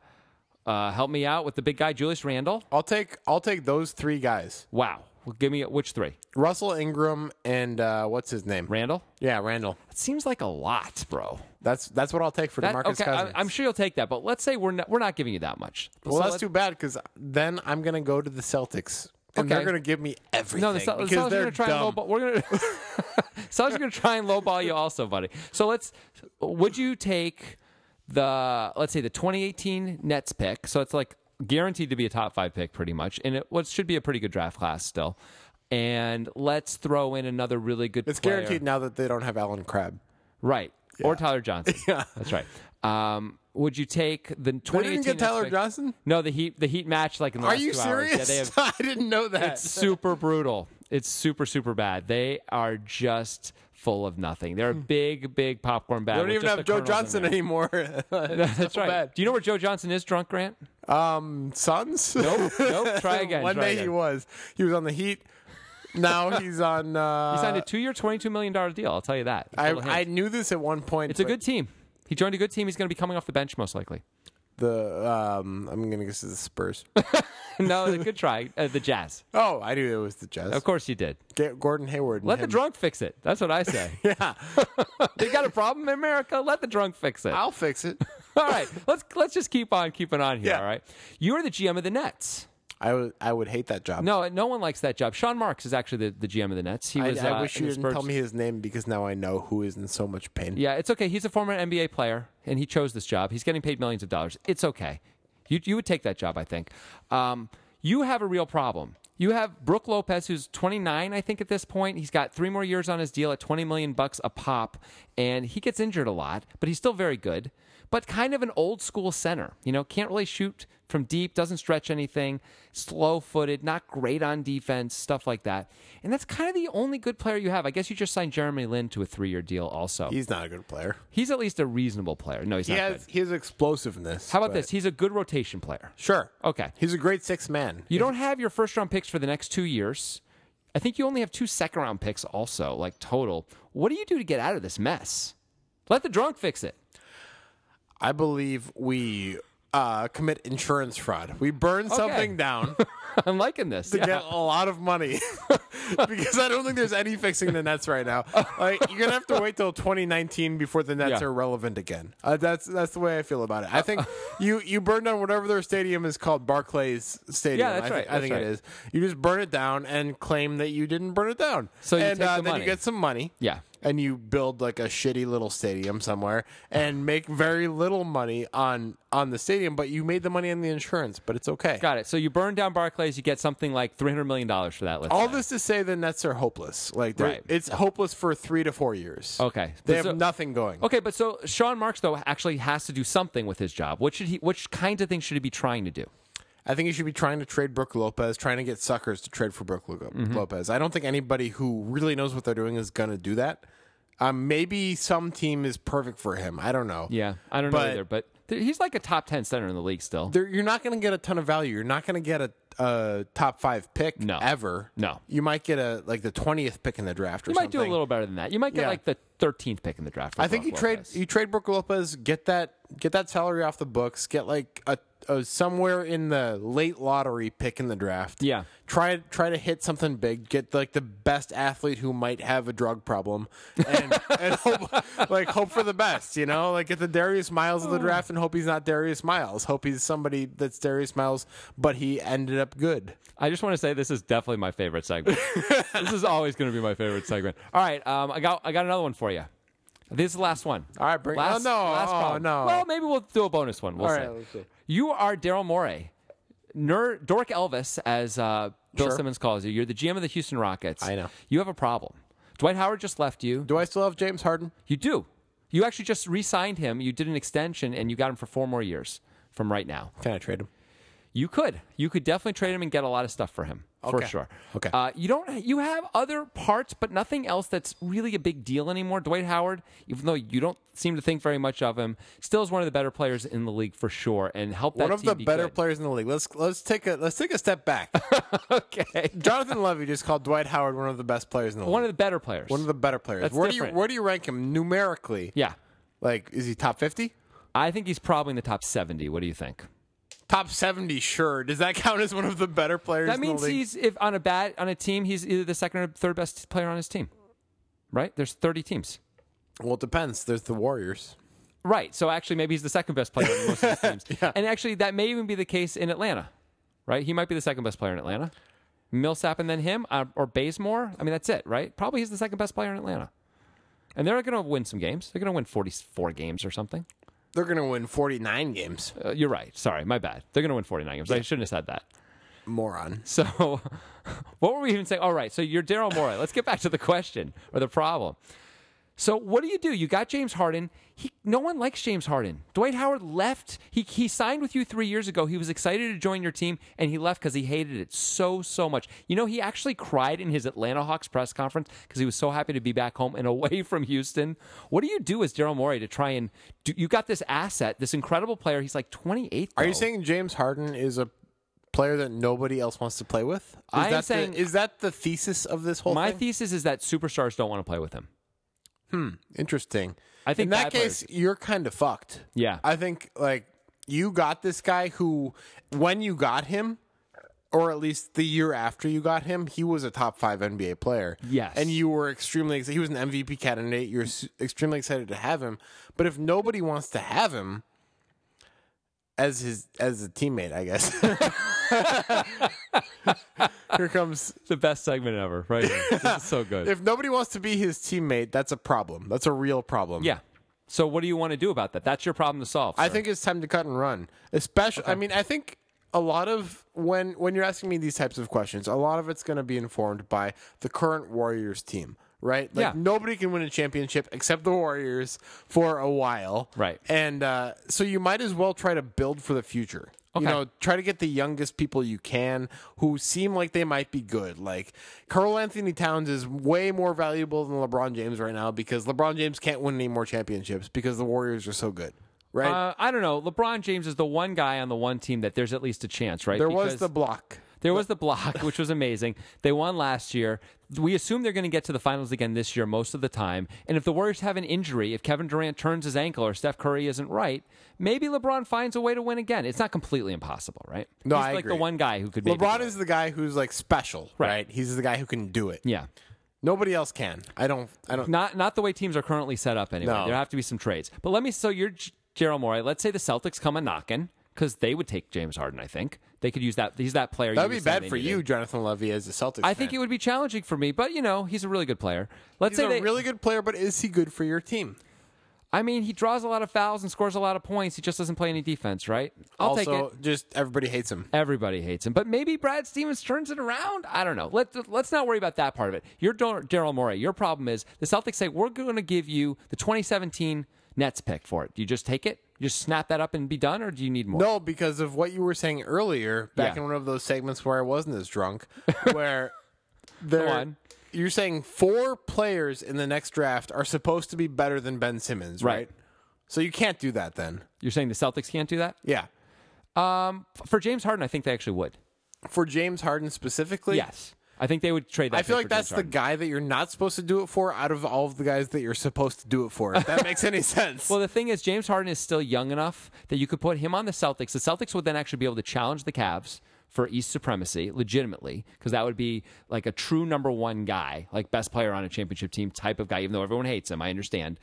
[SPEAKER 1] uh, help me out with the big guy, Julius Randle.
[SPEAKER 2] I'll take I'll take those three guys:
[SPEAKER 1] Wow. Well, give me which three?
[SPEAKER 2] Russell Ingram and uh, what's his name?
[SPEAKER 1] Randle?
[SPEAKER 2] yeah, Randall.
[SPEAKER 1] That seems like a lot, bro.
[SPEAKER 2] That's that's what I'll take for
[SPEAKER 1] That-
[SPEAKER 2] Demarcus
[SPEAKER 1] okay,
[SPEAKER 2] Cousins.
[SPEAKER 1] I, am sure you'll take that, but let's say we're not, we're not giving you that much.
[SPEAKER 2] well,
[SPEAKER 1] So
[SPEAKER 2] that's
[SPEAKER 1] let-
[SPEAKER 2] too bad because then I'm gonna go to the Celtics and
[SPEAKER 1] Okay.
[SPEAKER 2] they're gonna give me everything.
[SPEAKER 1] No, the, Cel- the Celtics
[SPEAKER 2] because
[SPEAKER 1] are
[SPEAKER 2] they're
[SPEAKER 1] going to try
[SPEAKER 2] dumb.
[SPEAKER 1] and lowball. We're going to *laughs* Celtics are going to try and lowball you, also, buddy. So let's. Would you take the let's say the 2018 Nets pick? So it's like guaranteed to be a top five pick, pretty much, and it what should be a pretty good draft class still. And let's throw in another really good.
[SPEAKER 2] It's
[SPEAKER 1] player.
[SPEAKER 2] guaranteed now that they don't have Alan Crabb.
[SPEAKER 1] right? Or Tyler
[SPEAKER 2] *laughs*
[SPEAKER 1] Johnson. Yeah, that's right. Um, would you take the 2018?
[SPEAKER 2] They didn't get
[SPEAKER 1] Nets
[SPEAKER 2] Tyler
[SPEAKER 1] pick?
[SPEAKER 2] Johnson.
[SPEAKER 1] No, the Heat. The Heat match like in the
[SPEAKER 2] Are
[SPEAKER 1] last
[SPEAKER 2] you
[SPEAKER 1] two
[SPEAKER 2] serious?
[SPEAKER 1] hours.
[SPEAKER 2] *laughs*
[SPEAKER 1] Yeah, they have
[SPEAKER 2] I didn't know that.
[SPEAKER 1] it's super brutal. It's super super bad. They are just full of nothing. They're a big big popcorn bag.
[SPEAKER 2] I Hmm. don't even have Joe Johnson anymore. *laughs*
[SPEAKER 1] That's right. Do you know where Joe Johnson is drunk, Grant?
[SPEAKER 2] Um, Suns. *laughs*
[SPEAKER 1] Nope. Nope. Try again.
[SPEAKER 2] One
[SPEAKER 1] try
[SPEAKER 2] day
[SPEAKER 1] again.
[SPEAKER 2] he was. He was on the Heat.
[SPEAKER 1] *laughs*
[SPEAKER 2] Now he's on. Uh,
[SPEAKER 1] He signed a two-year, twenty-two million dollar deal. I'll tell you that.
[SPEAKER 2] I,
[SPEAKER 1] Full of hints.
[SPEAKER 2] I knew this at one point.
[SPEAKER 1] it's a
[SPEAKER 2] but
[SPEAKER 1] good team. He joined a good team. He's going to be coming off the bench most likely. *laughs*
[SPEAKER 2] The um, I'm gonna guess it's the Spurs.
[SPEAKER 1] no, a good try. Uh, the Jazz.
[SPEAKER 2] oh, I knew it was the Jazz.
[SPEAKER 1] Of course you did.
[SPEAKER 2] Get Gordon Hayward. and
[SPEAKER 1] Let the
[SPEAKER 2] him.
[SPEAKER 1] drunk fix it. That's what I
[SPEAKER 2] *laughs*
[SPEAKER 1] say.
[SPEAKER 2] Yeah,
[SPEAKER 1] they got a problem in America. Let the drunk fix it.
[SPEAKER 2] I'll fix
[SPEAKER 1] *laughs*
[SPEAKER 2] it.
[SPEAKER 1] All right. Let's let's just keep on keeping on here.
[SPEAKER 2] Yeah.
[SPEAKER 1] All right. You're the GM of the Nets.
[SPEAKER 2] I would. I would hate that job.
[SPEAKER 1] No, no one likes that job. Sean Marks is actually the, the GM of the Nets. He
[SPEAKER 2] I,
[SPEAKER 1] was.
[SPEAKER 2] I
[SPEAKER 1] uh,
[SPEAKER 2] wish
[SPEAKER 1] in
[SPEAKER 2] you
[SPEAKER 1] the
[SPEAKER 2] didn't
[SPEAKER 1] Spurs.
[SPEAKER 2] tell me his name because now I know who is in so much pain.
[SPEAKER 1] Yeah, it's okay. He's a former NBA player, and he chose this job. He's getting paid millions of dollars. It's okay. You you would take that job, I think. Um, you have a real problem. You have Brooke Lopez, who's 29, I think, at this point. He's got three more years on his deal at 20 million bucks a pop, and he gets injured a lot, but he's still very good. But kind of an old school center, you know, can't really shoot from deep, doesn't stretch anything, slow footed, not great on defense, stuff like that. And that's kind of the only good player you have. I guess you just signed Jeremy Lin to a three year deal, also.
[SPEAKER 2] He's not a good player.
[SPEAKER 1] He's at least a reasonable player. No, he's
[SPEAKER 2] He
[SPEAKER 1] not
[SPEAKER 2] has
[SPEAKER 1] good.
[SPEAKER 2] his explosiveness.
[SPEAKER 1] How about
[SPEAKER 2] but-
[SPEAKER 1] this? He's a good rotation player.
[SPEAKER 2] Sure.
[SPEAKER 1] Okay.
[SPEAKER 2] He's a great six man.
[SPEAKER 1] You don't have your first round picks for the next two years. I think you only have two second round picks also, like total. What do you do to get out of this mess? Let the drunk fix it. *laughs*
[SPEAKER 2] I believe we uh, commit insurance fraud. We burn something down
[SPEAKER 1] I'm liking this.
[SPEAKER 2] to
[SPEAKER 1] Yeah.
[SPEAKER 2] get a lot of money *laughs* because I don't think there's any fixing the Nets right now. Like you're gonna have to wait till 2019 before the Nets
[SPEAKER 1] Yeah.
[SPEAKER 2] are relevant again. Uh, that's that's the way I feel about it.
[SPEAKER 1] *laughs*
[SPEAKER 2] I think you you burn down whatever their stadium is called, Barclays Stadium.
[SPEAKER 1] Yeah, that's
[SPEAKER 2] I, thi-
[SPEAKER 1] right,
[SPEAKER 2] I think
[SPEAKER 1] that's
[SPEAKER 2] it
[SPEAKER 1] right.
[SPEAKER 2] is. You just burn it down and claim that you didn't burn it down.
[SPEAKER 1] So you
[SPEAKER 2] and
[SPEAKER 1] take
[SPEAKER 2] uh,
[SPEAKER 1] the
[SPEAKER 2] then
[SPEAKER 1] money.
[SPEAKER 2] you get some money.
[SPEAKER 1] Yeah.
[SPEAKER 2] And you build like a shitty little stadium somewhere and make very little money on on the stadium, but you made the money on the insurance. But it's okay.
[SPEAKER 1] Got it. So you burn down Barclays, you get something like $300 million for that. Let's
[SPEAKER 2] All
[SPEAKER 1] say.
[SPEAKER 2] this to say the Nets are hopeless. Like they're-
[SPEAKER 1] Right.
[SPEAKER 2] it's hopeless for three to four years.
[SPEAKER 1] Okay.
[SPEAKER 2] they
[SPEAKER 1] So-
[SPEAKER 2] have nothing going.
[SPEAKER 1] Okay, but so Sean Marks though actually has to do something with his job. What should he? Which kinds of things should he be trying to do?
[SPEAKER 2] I think you should be trying to trade Brooke Lopez, trying to get suckers to trade for Brooke Lo-
[SPEAKER 1] Mm-hmm.
[SPEAKER 2] Lopez. I don't think anybody who really knows what they're doing is gonna do that. Um, maybe some team is perfect for him. I don't know.
[SPEAKER 1] Yeah, I don't know
[SPEAKER 2] But-
[SPEAKER 1] either. But th- he's like a top ten center in the league still.
[SPEAKER 2] there, you're not going to get a ton of value. You're not going to get a, a top five pick
[SPEAKER 1] No.
[SPEAKER 2] ever.
[SPEAKER 1] No.
[SPEAKER 2] you might get a like the twentieth pick in the draft. Or
[SPEAKER 1] you might
[SPEAKER 2] something.
[SPEAKER 1] do a little better than that. You might get
[SPEAKER 2] Yeah.
[SPEAKER 1] like the 13th pick in the draft. for
[SPEAKER 2] I think you
[SPEAKER 1] Brook
[SPEAKER 2] trade
[SPEAKER 1] Lopez.
[SPEAKER 2] you trade Brooke Lopez, get that get that salary off the books, get like a, a somewhere in the late lottery pick in the draft.
[SPEAKER 1] Yeah.
[SPEAKER 2] try try to hit something big. Get like the best athlete who might have a drug problem,
[SPEAKER 1] *laughs*
[SPEAKER 2] and, and hope like hope for the best. You know, like get the Darius Miles
[SPEAKER 1] Oh.
[SPEAKER 2] of the draft, and hope he's not Darius Miles. Hope he's somebody that's Darius Miles, but he ended up good.
[SPEAKER 1] I just want to say this is definitely my favorite
[SPEAKER 2] *laughs*
[SPEAKER 1] segment. this is always going to be my favorite segment. All right, um, I got I got another one for you. This is the last one.
[SPEAKER 2] All right, bring-
[SPEAKER 1] last,
[SPEAKER 2] oh, no.
[SPEAKER 1] last
[SPEAKER 2] Oh,
[SPEAKER 1] problem.
[SPEAKER 2] no.
[SPEAKER 1] Well, maybe we'll do a bonus one. We'll
[SPEAKER 2] All
[SPEAKER 1] see.
[SPEAKER 2] right, let's see.
[SPEAKER 1] You are Daryl Morey, Ner- Dork Elvis, as uh, Bill
[SPEAKER 2] Sure.
[SPEAKER 1] Simmons calls you. You're the GM of the Houston Rockets.
[SPEAKER 2] I know.
[SPEAKER 1] You have a problem. Dwight Howard just left you.
[SPEAKER 2] Do I still have James Harden?
[SPEAKER 1] You do. You actually just re-signed him. You did an extension, and you got him for four more years from right now.
[SPEAKER 2] Can I trade him?
[SPEAKER 1] You could. You could definitely trade him and get a lot of stuff for him. For
[SPEAKER 2] Okay.
[SPEAKER 1] sure.
[SPEAKER 2] Okay.
[SPEAKER 1] Uh, you don't. You have other parts, but nothing else that's really a big deal anymore. Dwight Howard, even though you don't seem to think very much of him, still is one of the better players in the league for sure, and help that
[SPEAKER 2] One of
[SPEAKER 1] team
[SPEAKER 2] the
[SPEAKER 1] be
[SPEAKER 2] better
[SPEAKER 1] good.
[SPEAKER 2] players in the league. Let's let's take a let's take a step back.
[SPEAKER 1] *laughs* Okay.
[SPEAKER 2] Jonathan Levy just called Dwight Howard one of the best players in the
[SPEAKER 1] One
[SPEAKER 2] league.
[SPEAKER 1] of the better players.
[SPEAKER 2] one of the better players.
[SPEAKER 1] That's
[SPEAKER 2] where do
[SPEAKER 1] different.
[SPEAKER 2] you where do you rank him numerically?
[SPEAKER 1] yeah.
[SPEAKER 2] Like is he top 50?
[SPEAKER 1] I think he's probably in the top seventy. What do you think?
[SPEAKER 2] Top 70 sure. Does that count as one of the better players
[SPEAKER 1] That
[SPEAKER 2] in the
[SPEAKER 1] means
[SPEAKER 2] league?
[SPEAKER 1] he's if on a bat on a team, he's either the second or third best player on his team. Right? There's thirty teams.
[SPEAKER 2] Well, it depends. There's the Warriors.
[SPEAKER 1] Right. So actually, maybe he's the second best player in most of these teams. And actually, that may even be the case in Atlanta, right? He might be the second best player in Atlanta. Millsap and then him, uh, or Bazemore. I mean, that's it, right? Probably he's the second best player in Atlanta. And they're going to win some games. They're going to win 44 games or something.
[SPEAKER 2] They're going to win 49 games.
[SPEAKER 1] Uh, you're right. Sorry, my bad. They're going to win 49 games. I shouldn't have said that.
[SPEAKER 2] Moron.
[SPEAKER 1] So, *laughs* what were we even saying? All right, so you're Daryl Morey. Let's get back to the question or the problem. So, what do you do? You got James Harden. He, no one likes James Harden. Dwight Howard left. He, he signed with you three years ago. He was excited to join your team, and he left because he hated it so, so much. You know, he actually cried in his Atlanta Hawks press conference because he was so happy to be back home and *laughs* away from Houston. What do you do as Daryl Morey to try and do? You got this asset, this incredible player. He's like 28.
[SPEAKER 2] Are you
[SPEAKER 1] though.
[SPEAKER 2] saying James Harden is a player that nobody else wants to play with? Is
[SPEAKER 1] I am
[SPEAKER 2] that the-
[SPEAKER 1] saying-
[SPEAKER 2] is that the thesis of this whole
[SPEAKER 1] My
[SPEAKER 2] thing?
[SPEAKER 1] thesis is that superstars don't want to play with him.
[SPEAKER 2] Interesting.
[SPEAKER 1] I think
[SPEAKER 2] in that
[SPEAKER 1] bad
[SPEAKER 2] case, you're kind of fucked.
[SPEAKER 1] Yeah.
[SPEAKER 2] I think like you got this guy who, when you got him, or at least the year after you got him, he was a top five NBA player.
[SPEAKER 1] Yes.
[SPEAKER 2] and you were extremely. ex- He was an MVP candidate. You're s- extremely excited to have him. But if nobody wants to have him as his as a teammate, I guess. *laughs* Here comes
[SPEAKER 1] the best segment ever, right? Here. This is so *laughs* good.
[SPEAKER 2] if nobody wants to be his teammate, that's a problem. That's a real problem.
[SPEAKER 1] yeah. So what do you want to do about that? That's your problem to solve.
[SPEAKER 2] I
[SPEAKER 1] sir.
[SPEAKER 2] think it's time to cut and run. Especially, I mean, I think a lot of when when you're asking me these types of questions, a lot of it's going to be informed by the current Warriors team, right? Like
[SPEAKER 1] Yeah.
[SPEAKER 2] nobody can win a championship except the Warriors for a while,
[SPEAKER 1] Right.
[SPEAKER 2] And uh, so you might as well try to build for the future.
[SPEAKER 1] Okay.
[SPEAKER 2] You know, try to get the youngest people you can who seem like they might be good. Like Carl Anthony Towns is way more valuable than LeBron James right now because LeBron James can't win any more championships because the Warriors are so good. Right?
[SPEAKER 1] Uh, I don't know. LeBron James is the one guy on the one team that there's at least a chance, right?
[SPEAKER 2] there
[SPEAKER 1] Because-
[SPEAKER 2] was the block.
[SPEAKER 1] There was the block, which was amazing. They won last year. We assume they're going to get to the finals again this year most of the time. And if the Warriors have an injury, if Kevin Durant turns his ankle or Steph Curry isn't right, maybe LeBron finds a way to win again. It's not completely impossible, right?
[SPEAKER 2] No,
[SPEAKER 1] He's
[SPEAKER 2] I
[SPEAKER 1] like the
[SPEAKER 2] agree.
[SPEAKER 1] one guy who could. maybe
[SPEAKER 2] LeBron
[SPEAKER 1] do it.
[SPEAKER 2] is the guy who's like special,
[SPEAKER 1] Right.
[SPEAKER 2] right. He's the guy who can do it.
[SPEAKER 1] Yeah,
[SPEAKER 2] Nobody else can. I don't. I don't.
[SPEAKER 1] not not the way teams are currently set up. Anyway,
[SPEAKER 2] No.
[SPEAKER 1] there have to be some trades. But let me. So you're J- Gerald Morey. Let's say the Celtics come a knocking because they would take James Harden. I think they could use that. He's that player. you
[SPEAKER 2] That'd be
[SPEAKER 1] would say
[SPEAKER 2] bad
[SPEAKER 1] they
[SPEAKER 2] for
[SPEAKER 1] needed.
[SPEAKER 2] you, Jonathan Levy, as a Celtics.
[SPEAKER 1] I think it would be challenging for me, but you know he's a really good player. Let's
[SPEAKER 2] He's
[SPEAKER 1] say
[SPEAKER 2] a
[SPEAKER 1] they,
[SPEAKER 2] really good player, but is he good for your team?
[SPEAKER 1] I mean, he draws a lot of fouls and scores a lot of points. He just doesn't play any defense, right? I'll
[SPEAKER 2] also,
[SPEAKER 1] take it.
[SPEAKER 2] just everybody hates him.
[SPEAKER 1] Everybody hates him, but maybe Brad Stevens turns it around. I don't know. Let let's not worry about that part of it. You're Dar- Daryl Morey. Your problem is the Celtics say we're going to give you the 2017 Nets pick for it. Do you just take it? You just snap that up and be done, or do you need more?
[SPEAKER 2] No, because of what you were saying earlier, back
[SPEAKER 1] Yeah.
[SPEAKER 2] in one of those segments where I wasn't
[SPEAKER 1] *laughs*
[SPEAKER 2] as drunk, where
[SPEAKER 1] Go
[SPEAKER 2] there
[SPEAKER 1] on.
[SPEAKER 2] you're saying four players in the next draft are supposed to be better than Ben Simmons,
[SPEAKER 1] Right.
[SPEAKER 2] right? So you can't do that then.
[SPEAKER 1] You're saying the Celtics can't do that?
[SPEAKER 2] Yeah.
[SPEAKER 1] Um, f- for James Harden, I think they actually would.
[SPEAKER 2] For James Harden specifically,
[SPEAKER 1] Yes, I think they would trade. That
[SPEAKER 2] I feel
[SPEAKER 1] pick
[SPEAKER 2] like
[SPEAKER 1] for James
[SPEAKER 2] that's the
[SPEAKER 1] Harden.
[SPEAKER 2] guy that you're not supposed to do it for out of all of the guys that you're supposed to do it for. If that makes any sense.
[SPEAKER 1] Well, the thing is, James Harden is still young enough that you could put him on the Celtics. The Celtics would then actually be able to challenge the Cavs for East supremacy legitimately, because that would be like a true number one guy, like best player on a championship team type of guy, even though everyone hates him. I understand.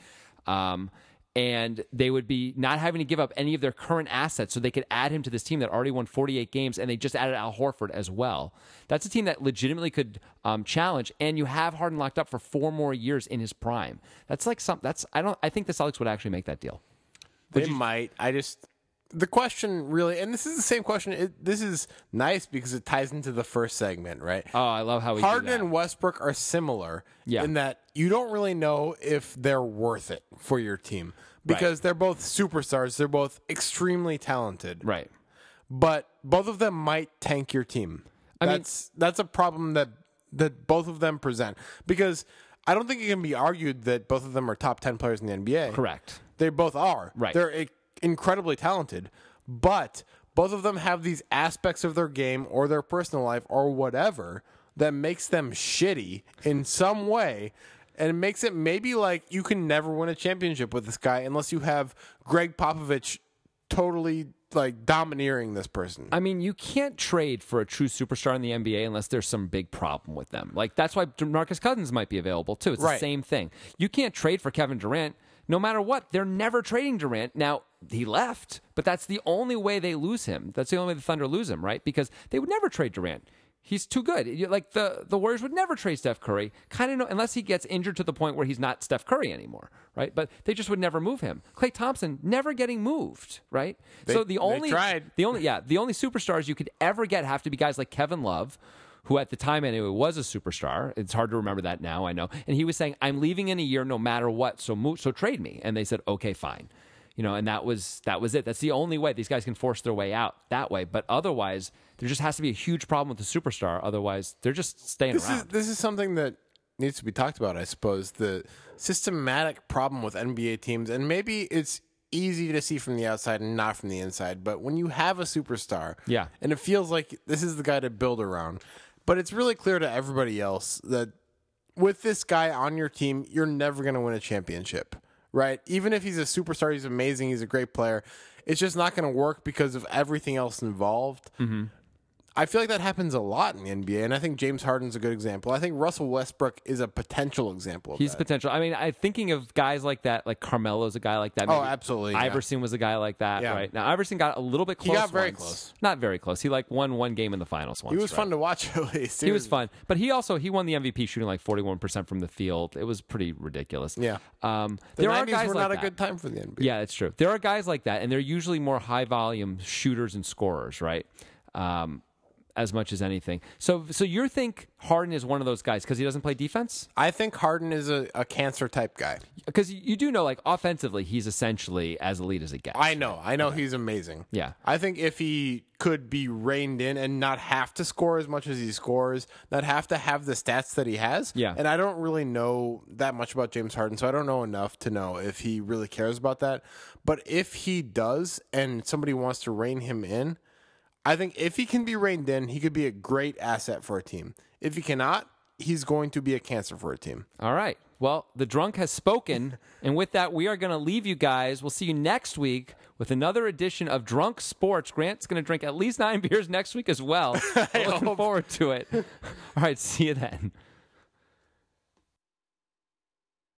[SPEAKER 1] Um, and they would be not having to give up any of their current assets so they could add him to this team that already won 48 games and they just added al horford as well that's a team that legitimately could um, challenge and you have harden locked up for four more years in his prime that's like some that's i don't i think the celtics would actually make that deal
[SPEAKER 2] they might. I just the question really, and this is the same question. It, this is nice because it ties into the first segment, right?
[SPEAKER 1] oh i love how we
[SPEAKER 2] Harden
[SPEAKER 1] do that.
[SPEAKER 2] and Westbrook are similar
[SPEAKER 1] Yeah.
[SPEAKER 2] in that you don't really know if they're worth it for your team because they're both superstars. They're both extremely talented,
[SPEAKER 1] right
[SPEAKER 2] but both of them might tank your team.
[SPEAKER 1] mean-
[SPEAKER 2] that's that's a problem that that both of them present because I don't think it can be argued that both of them are top ten players in the NBA.
[SPEAKER 1] correct
[SPEAKER 2] They both are.
[SPEAKER 1] Right.
[SPEAKER 2] They're i- incredibly talented, but both of them have these aspects of their game or their personal life or whatever that makes them shitty in some way. And it makes it maybe like you can never win a championship with this guy unless you have Greg Popovich totally like domineering this person.
[SPEAKER 1] I mean, you can't trade for a true superstar in the NBA unless there's some big problem with them. Like that's why Marcus Cousins might be available too. It's the
[SPEAKER 2] Right.
[SPEAKER 1] same thing. You can't trade for Kevin Durant no matter what. They're never trading Durant. Now, he left, but that's the only way they lose him. That's the only way the Thunder lose him, right? Because they would never trade Durant. He's too good. You- Like the, the Warriors would never trade Steph Curry, kind of no, unless he gets injured to the point where he's not Steph Curry anymore, right? But they just would never move him. Klay Thompson never getting moved, right? so the
[SPEAKER 2] they
[SPEAKER 1] only
[SPEAKER 2] tried.
[SPEAKER 1] the only yeah, the only superstars you could ever get have to be guys like Kevin Love, who at the time anyway was a superstar. It's hard to remember that now, I know. And he was saying, "I'm leaving in a year, no matter what. So move, so trade me." And they said, "Okay, fine." You know, and that was that was it. That's the only way these guys can force their way out that way. But otherwise, there just has to be a huge problem with the superstar. Otherwise, they're just staying
[SPEAKER 2] this
[SPEAKER 1] around.
[SPEAKER 2] is this is something that needs to be talked about, I suppose. The systematic problem with NBA teams, and maybe it's easy to see from the outside and not from the inside, but when you have a superstar,
[SPEAKER 1] Yeah.
[SPEAKER 2] and it feels like this is the guy to build around, but it's really clear to everybody else that with this guy on your team, you're never going to win a championship, right? Even if he's a superstar, he's amazing, he's a great player. It's just not going to work because of everything else involved. I feel like that happens a lot in the NBA, and I think James Harden's a good example. I think Russell Westbrook is a potential example of
[SPEAKER 1] He's
[SPEAKER 2] that.
[SPEAKER 1] potential. I mean, I thinking of guys like that, like Carmelo's a guy like that.
[SPEAKER 2] Oh, absolutely, yeah.
[SPEAKER 1] Iverson was a guy like that,
[SPEAKER 2] Yeah.
[SPEAKER 1] right? Now Iverson got a little bit close.
[SPEAKER 2] got very
[SPEAKER 1] once.
[SPEAKER 2] close.
[SPEAKER 1] Not very close. He like won one game in the finals once.
[SPEAKER 2] He was
[SPEAKER 1] right?
[SPEAKER 2] fun to watch *laughs* at least.
[SPEAKER 1] He was fun, but he also he won the MVP shooting like forty one percent from the field. It was pretty ridiculous.
[SPEAKER 2] Yeah.
[SPEAKER 1] um,
[SPEAKER 2] The
[SPEAKER 1] there are
[SPEAKER 2] 90s
[SPEAKER 1] guys
[SPEAKER 2] were
[SPEAKER 1] like
[SPEAKER 2] not
[SPEAKER 1] that.
[SPEAKER 2] a good time for the NBA.
[SPEAKER 1] Yeah, it's true. There are guys like that, and they're usually more high volume shooters and scorers, right? um, as much as anything. So, so you think Harden is one of those guys because he doesn't play defense?
[SPEAKER 2] I think Harden is a, a cancer type guy.
[SPEAKER 1] Because you do know, like offensively, he's essentially as elite as it gets.
[SPEAKER 2] I know. I know he's amazing.
[SPEAKER 1] Yeah.
[SPEAKER 2] I think if he could be reined in and not have to score as much as he scores, not have to have the stats that he has.
[SPEAKER 1] Yeah.
[SPEAKER 2] And I don't really know that much about James Harden, so I don't know enough to know if he really cares about that. But if he does and somebody wants to rein him in, I think if he can be reined in, he could be a great asset for a team. If he cannot, he's going to be a cancer for a team.
[SPEAKER 1] All right. Well, the drunk has spoken. and with that, we are going to leave you guys. We'll see you next week with another edition of Drunk Sports. Grant's going to *laughs* drink at least nine beers next week as well. Looking forward to it. All right. See you then.